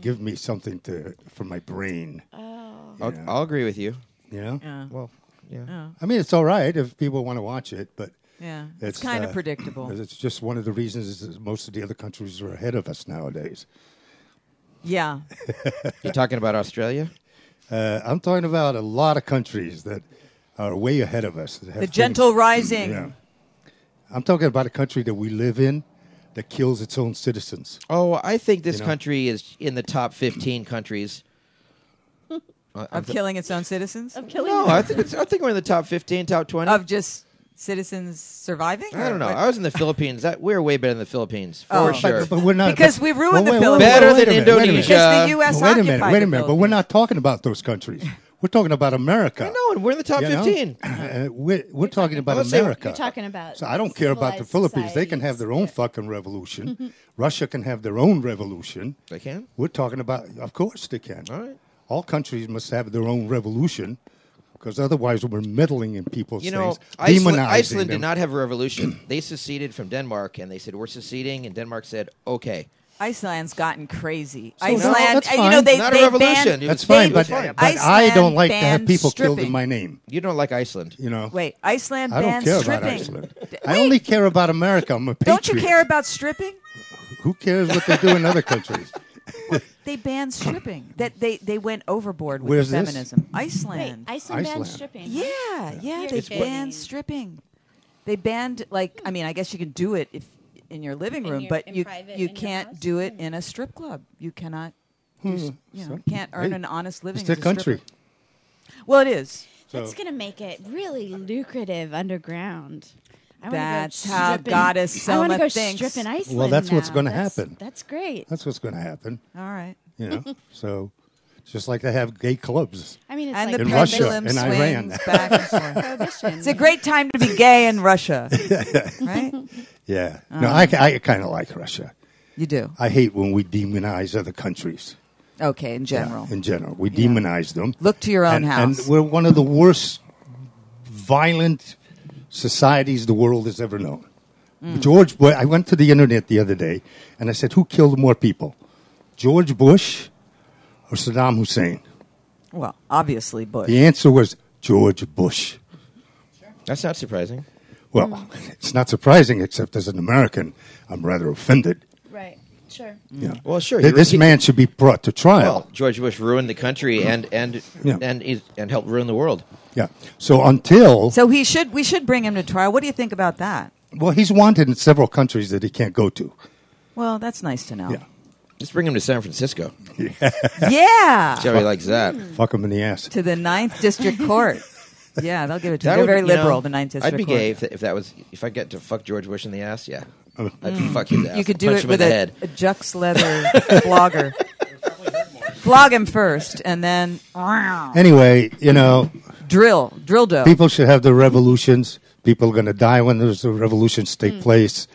Speaker 10: give me something to for my brain.
Speaker 4: I'll, I'll agree with you.
Speaker 10: You know,
Speaker 4: Well, yeah.
Speaker 3: Oh.
Speaker 10: I mean, it's all right if people want to watch it, but
Speaker 3: yeah, it's,
Speaker 10: it's,
Speaker 3: kind of
Speaker 10: uh,
Speaker 3: predictable.
Speaker 10: It's just one of the reasons is that most of the other countries are ahead of us nowadays.
Speaker 3: yeah,
Speaker 4: You're talking about Australia.
Speaker 10: Uh, I'm talking about a lot of countries that are way ahead of us. that have
Speaker 3: the
Speaker 10: things-
Speaker 3: gentle rising.
Speaker 10: Yeah. I'm talking about a country that we live in that kills its own citizens.
Speaker 4: Oh, I think this
Speaker 10: You know?
Speaker 4: country is in the top 15 countries. Uh, I'm
Speaker 3: of
Speaker 4: th-
Speaker 3: killing its own citizens? Of
Speaker 7: killing
Speaker 4: No, I think it's, I think we're in the top 15, top 20.
Speaker 3: Of just citizens surviving?
Speaker 4: I don't know.
Speaker 3: Or-
Speaker 4: I was in the Philippines. That we're way better than the Philippines for
Speaker 3: Oh. But-
Speaker 4: sure.
Speaker 10: But we're not
Speaker 3: Because
Speaker 10: but-
Speaker 3: we
Speaker 10: but
Speaker 3: ruined the
Speaker 10: wait, wait,
Speaker 3: Philippines.
Speaker 10: wait,
Speaker 4: Better
Speaker 10: wait a
Speaker 4: than
Speaker 10: minute, wait a minute.
Speaker 4: Indonesia. Because the
Speaker 10: Wait
Speaker 3: US
Speaker 10: a minute,
Speaker 3: occupied
Speaker 10: wait
Speaker 3: the
Speaker 10: a minute. But we're not talking about those countries. We're talking about America.
Speaker 4: No, and we're in the top
Speaker 10: you know?
Speaker 4: 15.
Speaker 10: Uh, we're we're talking about
Speaker 4: Let's say-
Speaker 10: America.
Speaker 7: You're talking about.
Speaker 10: So I don't care about the
Speaker 7: civilized
Speaker 10: Philippines. They can
Speaker 7: societies.
Speaker 10: have their own fucking
Speaker 7: [laughs]
Speaker 10: revolution. Russia can have their own revolution.
Speaker 4: They can.
Speaker 10: We're talking about, of course they can.
Speaker 4: All right.
Speaker 10: All countries must have their own revolution because otherwise we're meddling in people's
Speaker 4: You know,
Speaker 10: things.
Speaker 4: Iceland,
Speaker 10: demonizing
Speaker 4: Iceland
Speaker 10: them.
Speaker 4: did not have a revolution. [clears throat] they seceded from Denmark, and they said we're seceding, and Denmark said okay.
Speaker 3: Iceland's gotten crazy.
Speaker 10: So no,
Speaker 3: Iceland,
Speaker 10: that's
Speaker 3: uh, you know,
Speaker 10: fine.
Speaker 3: they,
Speaker 4: Not a
Speaker 3: they
Speaker 4: revolution.
Speaker 3: banned.
Speaker 4: It
Speaker 10: That's
Speaker 4: They-
Speaker 10: fine, but,
Speaker 4: It was fine.
Speaker 10: but I don't
Speaker 3: Iceland
Speaker 10: like to have
Speaker 3: banned
Speaker 10: people killed
Speaker 3: stripping.
Speaker 10: in my name.
Speaker 4: You don't like Iceland.
Speaker 10: You know,
Speaker 3: Wait, Iceland
Speaker 10: I don't
Speaker 3: banned
Speaker 10: care
Speaker 3: stripping.
Speaker 10: about Iceland. I only care about America. I'm a patriot.
Speaker 3: Don't you care about stripping?
Speaker 10: Who cares what they do in other
Speaker 3: [laughs]
Speaker 10: countries? [clears throat]
Speaker 3: They banned stripping. That they, they went overboard with
Speaker 10: Where's this?
Speaker 3: feminism.
Speaker 5: Wait,
Speaker 3: Iceland.
Speaker 5: Iceland banned
Speaker 10: Iceland.
Speaker 5: stripping. huh?
Speaker 3: Yeah, yeah,
Speaker 5: You're
Speaker 3: they
Speaker 5: kidding.
Speaker 3: banned stripping. They banned like I mean, I guess you can do it if in your living
Speaker 5: In
Speaker 3: room,
Speaker 5: your-
Speaker 3: but
Speaker 5: in
Speaker 3: you
Speaker 5: private,
Speaker 3: you
Speaker 5: in your
Speaker 3: can't
Speaker 5: house? Hmm.
Speaker 3: do it in a strip club. You cannot. do s- you know,
Speaker 10: So,
Speaker 3: you can't earn
Speaker 10: Hmm. hey,
Speaker 3: an honest living.
Speaker 10: It's their
Speaker 3: as a stripper.
Speaker 10: country.
Speaker 3: Well, it is.
Speaker 10: So
Speaker 5: That's gonna make it really lucrative underground. I wanna go
Speaker 3: That's how
Speaker 5: stripping-
Speaker 3: Goddess
Speaker 5: I
Speaker 3: Selma
Speaker 5: wanna go
Speaker 3: thinks.
Speaker 5: strip in Iceland.
Speaker 10: that's what's
Speaker 5: now.
Speaker 10: gonna
Speaker 5: That's-
Speaker 10: happen.
Speaker 5: That's great.
Speaker 10: that's what's going to happen.
Speaker 3: All right.
Speaker 10: You
Speaker 3: [laughs]
Speaker 10: know, so it's just like they have gay clubs.
Speaker 5: I mean, it's
Speaker 3: and
Speaker 5: like
Speaker 3: the
Speaker 10: In Russia
Speaker 3: pendulum
Speaker 10: and Iran. [laughs]
Speaker 3: swings back and forth.
Speaker 5: prohibition.
Speaker 3: It's a great time to be gay
Speaker 10: [laughs]
Speaker 3: in Russia, right?
Speaker 10: Yeah. no, I, I kind of like Russia.
Speaker 3: You do.
Speaker 10: I hate when we demonize other countries.
Speaker 3: Okay, in
Speaker 10: Yeah,
Speaker 3: general.
Speaker 10: in general, we demonize them.
Speaker 3: Look to your own
Speaker 10: and,
Speaker 3: house.
Speaker 10: And we're one of the worst violent societies the world has ever known.
Speaker 3: Mm.
Speaker 10: George Bush, I went to the internet the other day and I said, Who killed more people? George Bush or Saddam Hussein?
Speaker 3: Well, obviously, Bush.
Speaker 10: The answer was George Bush.
Speaker 4: That's not surprising.
Speaker 10: Well,
Speaker 3: Mm.
Speaker 10: it's not surprising, except as an American, I'm rather offended.
Speaker 5: Right. Sure.
Speaker 3: Mm.
Speaker 10: Yeah.
Speaker 4: Well, sure.
Speaker 10: Th-
Speaker 4: he-
Speaker 10: this
Speaker 4: he-
Speaker 10: man should be brought to trial.
Speaker 4: Well, George Bush ruined the country and and
Speaker 10: Yeah.
Speaker 4: and is- and helped ruin the world.
Speaker 10: yeah. So until.
Speaker 3: So he should. We should bring him to trial. What do you think about that?
Speaker 10: well, he's wanted in several countries that he can't go to.
Speaker 3: Well, that's nice to know.
Speaker 10: Yeah.
Speaker 4: Let's bring him to San
Speaker 3: [laughs]
Speaker 4: Francisco.
Speaker 3: Yeah.
Speaker 4: Jerry likes that.
Speaker 10: Fuck him in the ass.
Speaker 3: to the Ninth District Court. yeah, they'll give it to
Speaker 4: That
Speaker 3: them. They're
Speaker 4: would-
Speaker 3: very
Speaker 4: you
Speaker 3: liberal.
Speaker 4: know,
Speaker 3: the Ninth District
Speaker 4: I'd be
Speaker 3: Court. Mm.
Speaker 4: gay if, if that was if I get to fuck George Bush in the ass.
Speaker 3: [laughs]
Speaker 4: Yeah, I'd fuck his ass.
Speaker 3: You could do
Speaker 4: punch
Speaker 3: it
Speaker 4: him
Speaker 3: with
Speaker 4: in the
Speaker 3: a,
Speaker 4: head.
Speaker 3: a
Speaker 4: [laughs]
Speaker 3: Jux leather flogger. Flog him first, and then
Speaker 10: Anyway, you know,
Speaker 3: drill, drill dough.
Speaker 10: people should have their revolutions. People are going to die when those revolutions take
Speaker 3: Mm.
Speaker 10: place.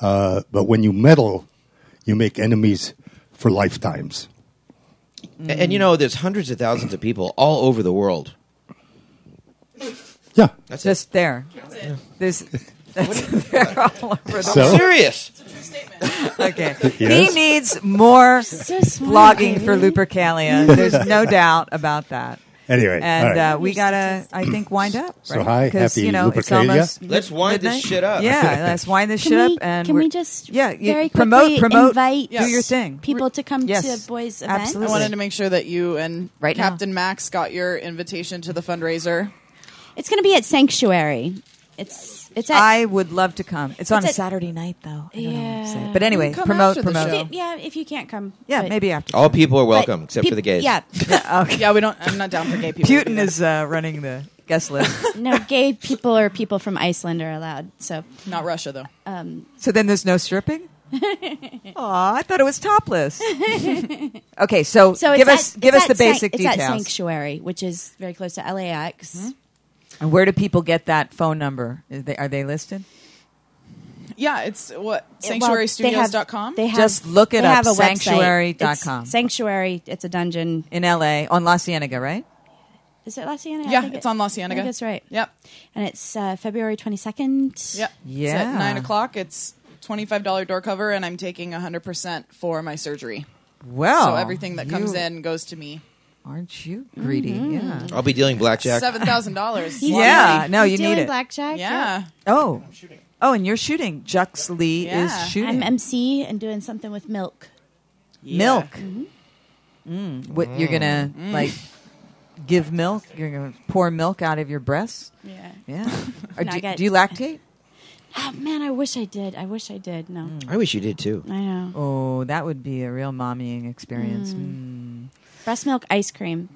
Speaker 10: Uh, but when you meddle, you make enemies for lifetimes.
Speaker 3: Mm.
Speaker 4: A- And, you know, there's hundreds of thousands of people all over the world.
Speaker 10: Yeah.
Speaker 4: That's
Speaker 3: Just there.
Speaker 4: [laughs]
Speaker 3: There's. [laughs] That's, they're all over the
Speaker 4: it.
Speaker 10: So
Speaker 4: Serious.
Speaker 3: [laughs] Okay.
Speaker 10: Yes.
Speaker 3: He needs more
Speaker 5: So smart,
Speaker 3: flogging for
Speaker 5: Amy.
Speaker 10: [laughs]
Speaker 3: Lupercalia. There's no doubt about that.
Speaker 10: anyway, all
Speaker 3: And
Speaker 10: right.
Speaker 3: uh, we gotta, I think, wind up.
Speaker 10: So
Speaker 3: right?
Speaker 10: hi,
Speaker 3: 'Cause,
Speaker 10: happy
Speaker 3: you know, it's
Speaker 10: Lupercalia.
Speaker 3: almost
Speaker 4: Let's wind this
Speaker 3: midnight.
Speaker 4: shit up.
Speaker 3: Yeah, let's wind this
Speaker 5: Can
Speaker 3: shit
Speaker 5: we-
Speaker 3: up. And
Speaker 5: can
Speaker 3: we're-
Speaker 5: we just
Speaker 3: yeah, you
Speaker 5: very
Speaker 3: promote,
Speaker 5: quickly
Speaker 3: promote,
Speaker 5: invite
Speaker 3: do your thing.
Speaker 5: people to come
Speaker 3: Yes,
Speaker 5: to boys' events?
Speaker 3: absolutely.
Speaker 6: I wanted to make sure that you and
Speaker 3: Right now.
Speaker 6: Captain Max got your invitation to the fundraiser.
Speaker 5: It's going to be at Sanctuary. It's it's at
Speaker 3: I would love to come. It's on a
Speaker 5: at-
Speaker 3: Saturday night, though. I don't know what to say.
Speaker 5: Yeah.
Speaker 3: But anyway,
Speaker 6: come
Speaker 3: promote,
Speaker 6: after the
Speaker 3: promote.
Speaker 6: show.
Speaker 5: If you- yeah. If you can't come,
Speaker 3: Yeah,
Speaker 5: but- [laughs]
Speaker 3: maybe after.
Speaker 4: All people are
Speaker 5: but
Speaker 4: welcome except
Speaker 5: peop-
Speaker 4: for the gays.
Speaker 5: Yeah,
Speaker 3: [laughs]
Speaker 6: Yeah, we don't. I'm not down for gay people.
Speaker 3: Putin is uh, running the
Speaker 5: [laughs]
Speaker 3: guest list. [laughs]
Speaker 5: no, gay people or people from Iceland are allowed. So
Speaker 6: not Russia though.
Speaker 3: so then there's no
Speaker 5: [laughs]
Speaker 3: stripping. Aw, I thought it was topless. okay, so,
Speaker 5: so it's
Speaker 3: give
Speaker 5: at-
Speaker 3: us give
Speaker 5: it's
Speaker 3: us the
Speaker 5: at San-
Speaker 3: basic
Speaker 5: it's at
Speaker 3: details. Mm-hmm.
Speaker 5: Sanctuary, which is very close to LAX.
Speaker 3: and where do people get that phone number? Is they, are they listed?
Speaker 6: Yeah, it's what
Speaker 5: It- well, they have-
Speaker 6: sanctuarystudios.com.
Speaker 5: They have,
Speaker 3: Just look it
Speaker 5: they
Speaker 3: up,
Speaker 5: Have a website.
Speaker 3: sanctuary.com.
Speaker 5: It's sanctuary. It's a dungeon.
Speaker 3: in L.A. on La Cienega, right?
Speaker 5: Is it La Cienega? I
Speaker 6: yeah,
Speaker 5: think
Speaker 6: it's
Speaker 5: it-
Speaker 6: on La
Speaker 5: I
Speaker 6: Cienega.
Speaker 5: think that's right.
Speaker 6: Yep.
Speaker 5: And it's uh, February twenty second.
Speaker 6: Yep. It's
Speaker 3: Yeah.
Speaker 6: at nine o'clock. It's twenty-five dollar door cover, and I'm taking hundred percent for my surgery.
Speaker 3: Well,
Speaker 6: so everything that comes
Speaker 3: Oh, you-
Speaker 6: in goes to me.
Speaker 3: aren't you greedy?
Speaker 5: Mm-hmm.
Speaker 3: Yeah.
Speaker 4: I'll be dealing blackjack.
Speaker 6: Seven thousand dollars.
Speaker 3: Yeah,
Speaker 5: [laughs]
Speaker 3: no,
Speaker 5: He's
Speaker 3: you need
Speaker 5: dealing
Speaker 3: it.
Speaker 5: blackjack.
Speaker 6: Yeah.
Speaker 3: Oh. Oh, and you're shooting. Jux Lee
Speaker 6: Yeah.
Speaker 3: is
Speaker 5: I'm
Speaker 3: shooting.
Speaker 5: MC and doing something with milk.
Speaker 3: milk.
Speaker 5: Mm-hmm.
Speaker 3: Mm. What you're gonna like? Give milk. You're gonna pour milk out of your breasts. [laughs]
Speaker 5: Yeah.
Speaker 3: Yeah. Or
Speaker 5: No, I
Speaker 3: do,
Speaker 5: got-
Speaker 3: do you lactate?
Speaker 5: oh man, I wish I did. I wish I did. No.
Speaker 3: Mm.
Speaker 4: I wish you did too.
Speaker 5: I know.
Speaker 3: Oh, that would be a real mommying experience. Mm.
Speaker 5: Breast milk ice cream.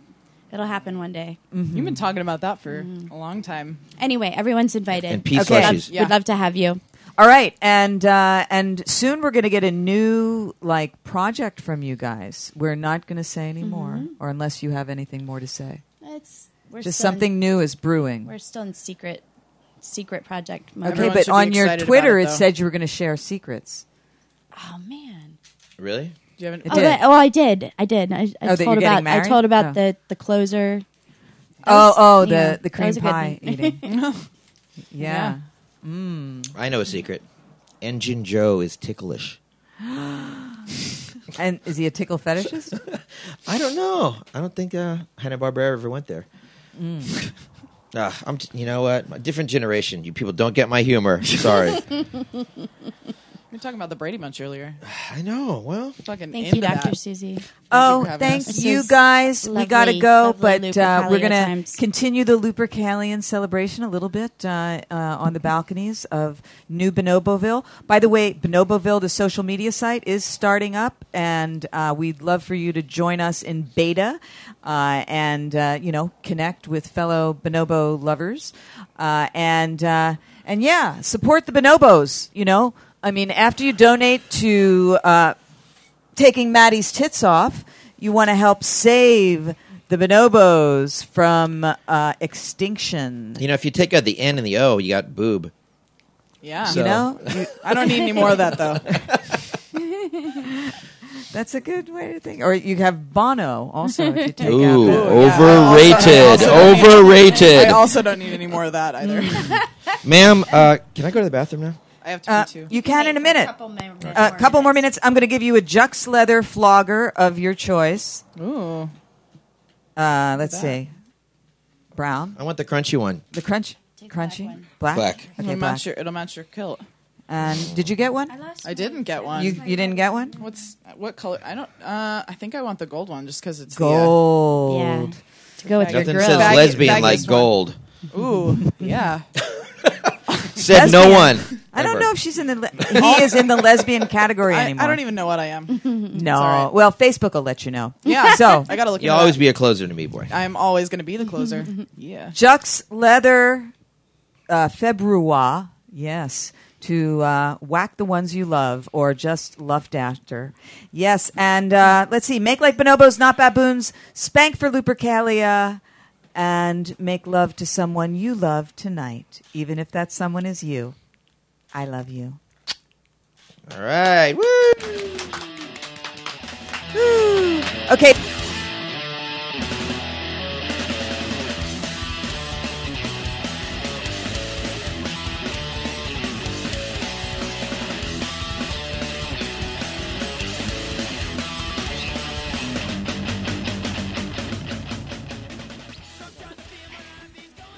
Speaker 5: It'll happen one day.
Speaker 6: You've
Speaker 5: Mm-hmm.
Speaker 6: been talking about that for a long time.
Speaker 5: Anyway, everyone's invited.
Speaker 4: And pea Okay. slushies.
Speaker 5: Would love to have you.
Speaker 3: All right, and uh, and soon we're going to get a new like project from you guys. We're not going to say any more, or unless you have anything more to say.
Speaker 5: It's Mm-hmm. we're
Speaker 3: Just
Speaker 5: still in-
Speaker 3: something new is brewing.
Speaker 5: We're still in secret, secret project. Mode.
Speaker 3: Okay, but on your Twitter it, said you were going to share secrets.
Speaker 5: Oh man.
Speaker 4: Really?
Speaker 6: Do you have
Speaker 5: Oh, that, oh, I did. I did. I, I
Speaker 3: Oh, that you're
Speaker 5: told
Speaker 3: getting
Speaker 5: about. I
Speaker 3: married?
Speaker 5: told about
Speaker 3: Oh.
Speaker 5: the the closer. That
Speaker 3: Oh,
Speaker 5: was-
Speaker 3: oh, the-
Speaker 5: yeah,
Speaker 3: the
Speaker 5: that was
Speaker 3: cream
Speaker 5: a good
Speaker 3: pie
Speaker 5: thing.
Speaker 6: Oh,
Speaker 3: eating.
Speaker 5: Yeah.
Speaker 3: Yeah. Mm.
Speaker 4: I know a secret. Engine Joe is ticklish.
Speaker 3: and is he a tickle fetishist?
Speaker 4: I don't know. I don't think uh, Hanna Barbera ever went there. [laughs] Ah, I'm. T- you know what? A different generation. You people don't get my humor. Sorry.
Speaker 6: [laughs] We were talking about the Brady Bunch earlier.
Speaker 4: I know. Well,
Speaker 5: [laughs]
Speaker 6: fucking.
Speaker 5: Thank
Speaker 6: into
Speaker 5: you, Dr.
Speaker 6: that.
Speaker 5: Susie.
Speaker 3: Oh,
Speaker 6: for having
Speaker 3: thank
Speaker 6: us.
Speaker 5: This
Speaker 3: you
Speaker 5: is
Speaker 3: guys. we got to
Speaker 5: lovely,
Speaker 3: go,
Speaker 5: lovely
Speaker 3: but uh, we're
Speaker 5: Lupercalia
Speaker 3: going to
Speaker 5: times.
Speaker 3: continue the Lupercalian celebration a little bit uh, uh, on the balconies of New Bonoboville. By the way, Bonoboville, the social media site, is starting up, and uh, we'd love for you to join us in beta uh, and uh, you know connect with fellow bonobo lovers, uh, and uh, and yeah, support the bonobos. You know, I mean, after you donate to. Uh, taking Maddie's tits off. You want to help save the bonobos from uh, extinction.
Speaker 4: you know, if you take out the N and the O, you got boob.
Speaker 6: Yeah.
Speaker 4: So-
Speaker 3: You know,
Speaker 6: I don't need any more of that
Speaker 3: [laughs]
Speaker 6: though.
Speaker 3: that's a good way to think. Or you have Bono also. If you take
Speaker 4: [laughs]
Speaker 3: out
Speaker 4: Ooh, oh.
Speaker 3: the-
Speaker 4: overrated.
Speaker 6: I
Speaker 4: overrated.
Speaker 6: also don't need any more of that either.
Speaker 5: Mm.
Speaker 4: Ma'am, uh, can I go to the bathroom now?
Speaker 6: [laughs] I have to
Speaker 3: Uh,
Speaker 6: pee too.
Speaker 3: you can in a minute.
Speaker 5: couple more
Speaker 3: A couple more minutes. I'm going to give you a Jux leather flogger of your choice.
Speaker 6: Ooh.
Speaker 3: Uh, let's
Speaker 6: that?
Speaker 3: see, brown,
Speaker 4: I want the crunchy one.
Speaker 3: the crunch,
Speaker 5: Take the black
Speaker 3: crunchy,
Speaker 5: one.
Speaker 3: black.
Speaker 4: Black.
Speaker 3: Okay,
Speaker 6: it'll
Speaker 3: black.
Speaker 6: match your it'll match your kilt.
Speaker 3: And did you get one?
Speaker 5: lost
Speaker 6: I didn't get one.
Speaker 3: You you didn't get one?
Speaker 6: What's what color? I don't. Uh, I think I want the uh, gold one just because it's
Speaker 3: Gold.
Speaker 5: Yeah. To go with your
Speaker 4: Nothing
Speaker 5: grill.
Speaker 4: says
Speaker 6: Baggy-
Speaker 4: lesbian
Speaker 6: baggy
Speaker 4: like
Speaker 6: swan.
Speaker 4: gold.
Speaker 6: The, ooh,
Speaker 3: [laughs]
Speaker 6: yeah.
Speaker 4: Said no one.
Speaker 3: I don't
Speaker 4: ever.
Speaker 3: know if she's in the
Speaker 6: [laughs]
Speaker 3: le- he is in the lesbian category
Speaker 6: I,
Speaker 3: anymore.
Speaker 6: I don't even know what I am.
Speaker 5: [laughs]
Speaker 3: No.
Speaker 6: all right.
Speaker 3: Well, Facebook will let you know.
Speaker 6: [laughs] Yeah.
Speaker 3: So,
Speaker 6: I gotta look.
Speaker 4: You'll
Speaker 6: into
Speaker 4: always
Speaker 6: that.
Speaker 4: be a closer to me, boy.
Speaker 6: I'm always gonna be
Speaker 5: [laughs]
Speaker 6: the closer. yeah.
Speaker 3: Jux Leather uh, Februar, yes, to uh, whack the ones you love or just luffed after. Yes, and uh, let's see, make like bonobos, not baboons, spank for Lupercalia, and make love to someone you love tonight, even if that someone is you. I love you.
Speaker 4: All right. Woo!
Speaker 3: Okay.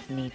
Speaker 1: Need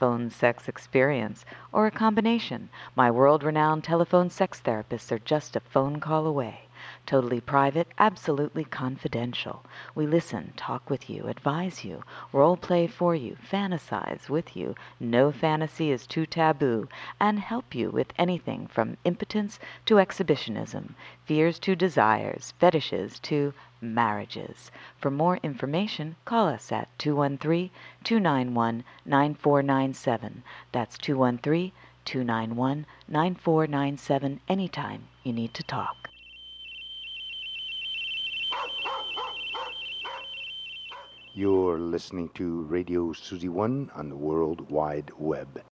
Speaker 1: phone sex experience or a combination, my world renowned telephone sex therapists are just a phone call away. Totally private, absolutely confidential. We listen, talk with you, advise you, role play for you, fantasize with you. No fantasy is too taboo, and help you with anything from impotence to exhibitionism, fears to desires, fetishes to marriages. For more information, call us at 213 291 9497. That's 213 291 9497 anytime you need to talk.
Speaker 2: You're listening to Radio Suzy One on the World Wide Web.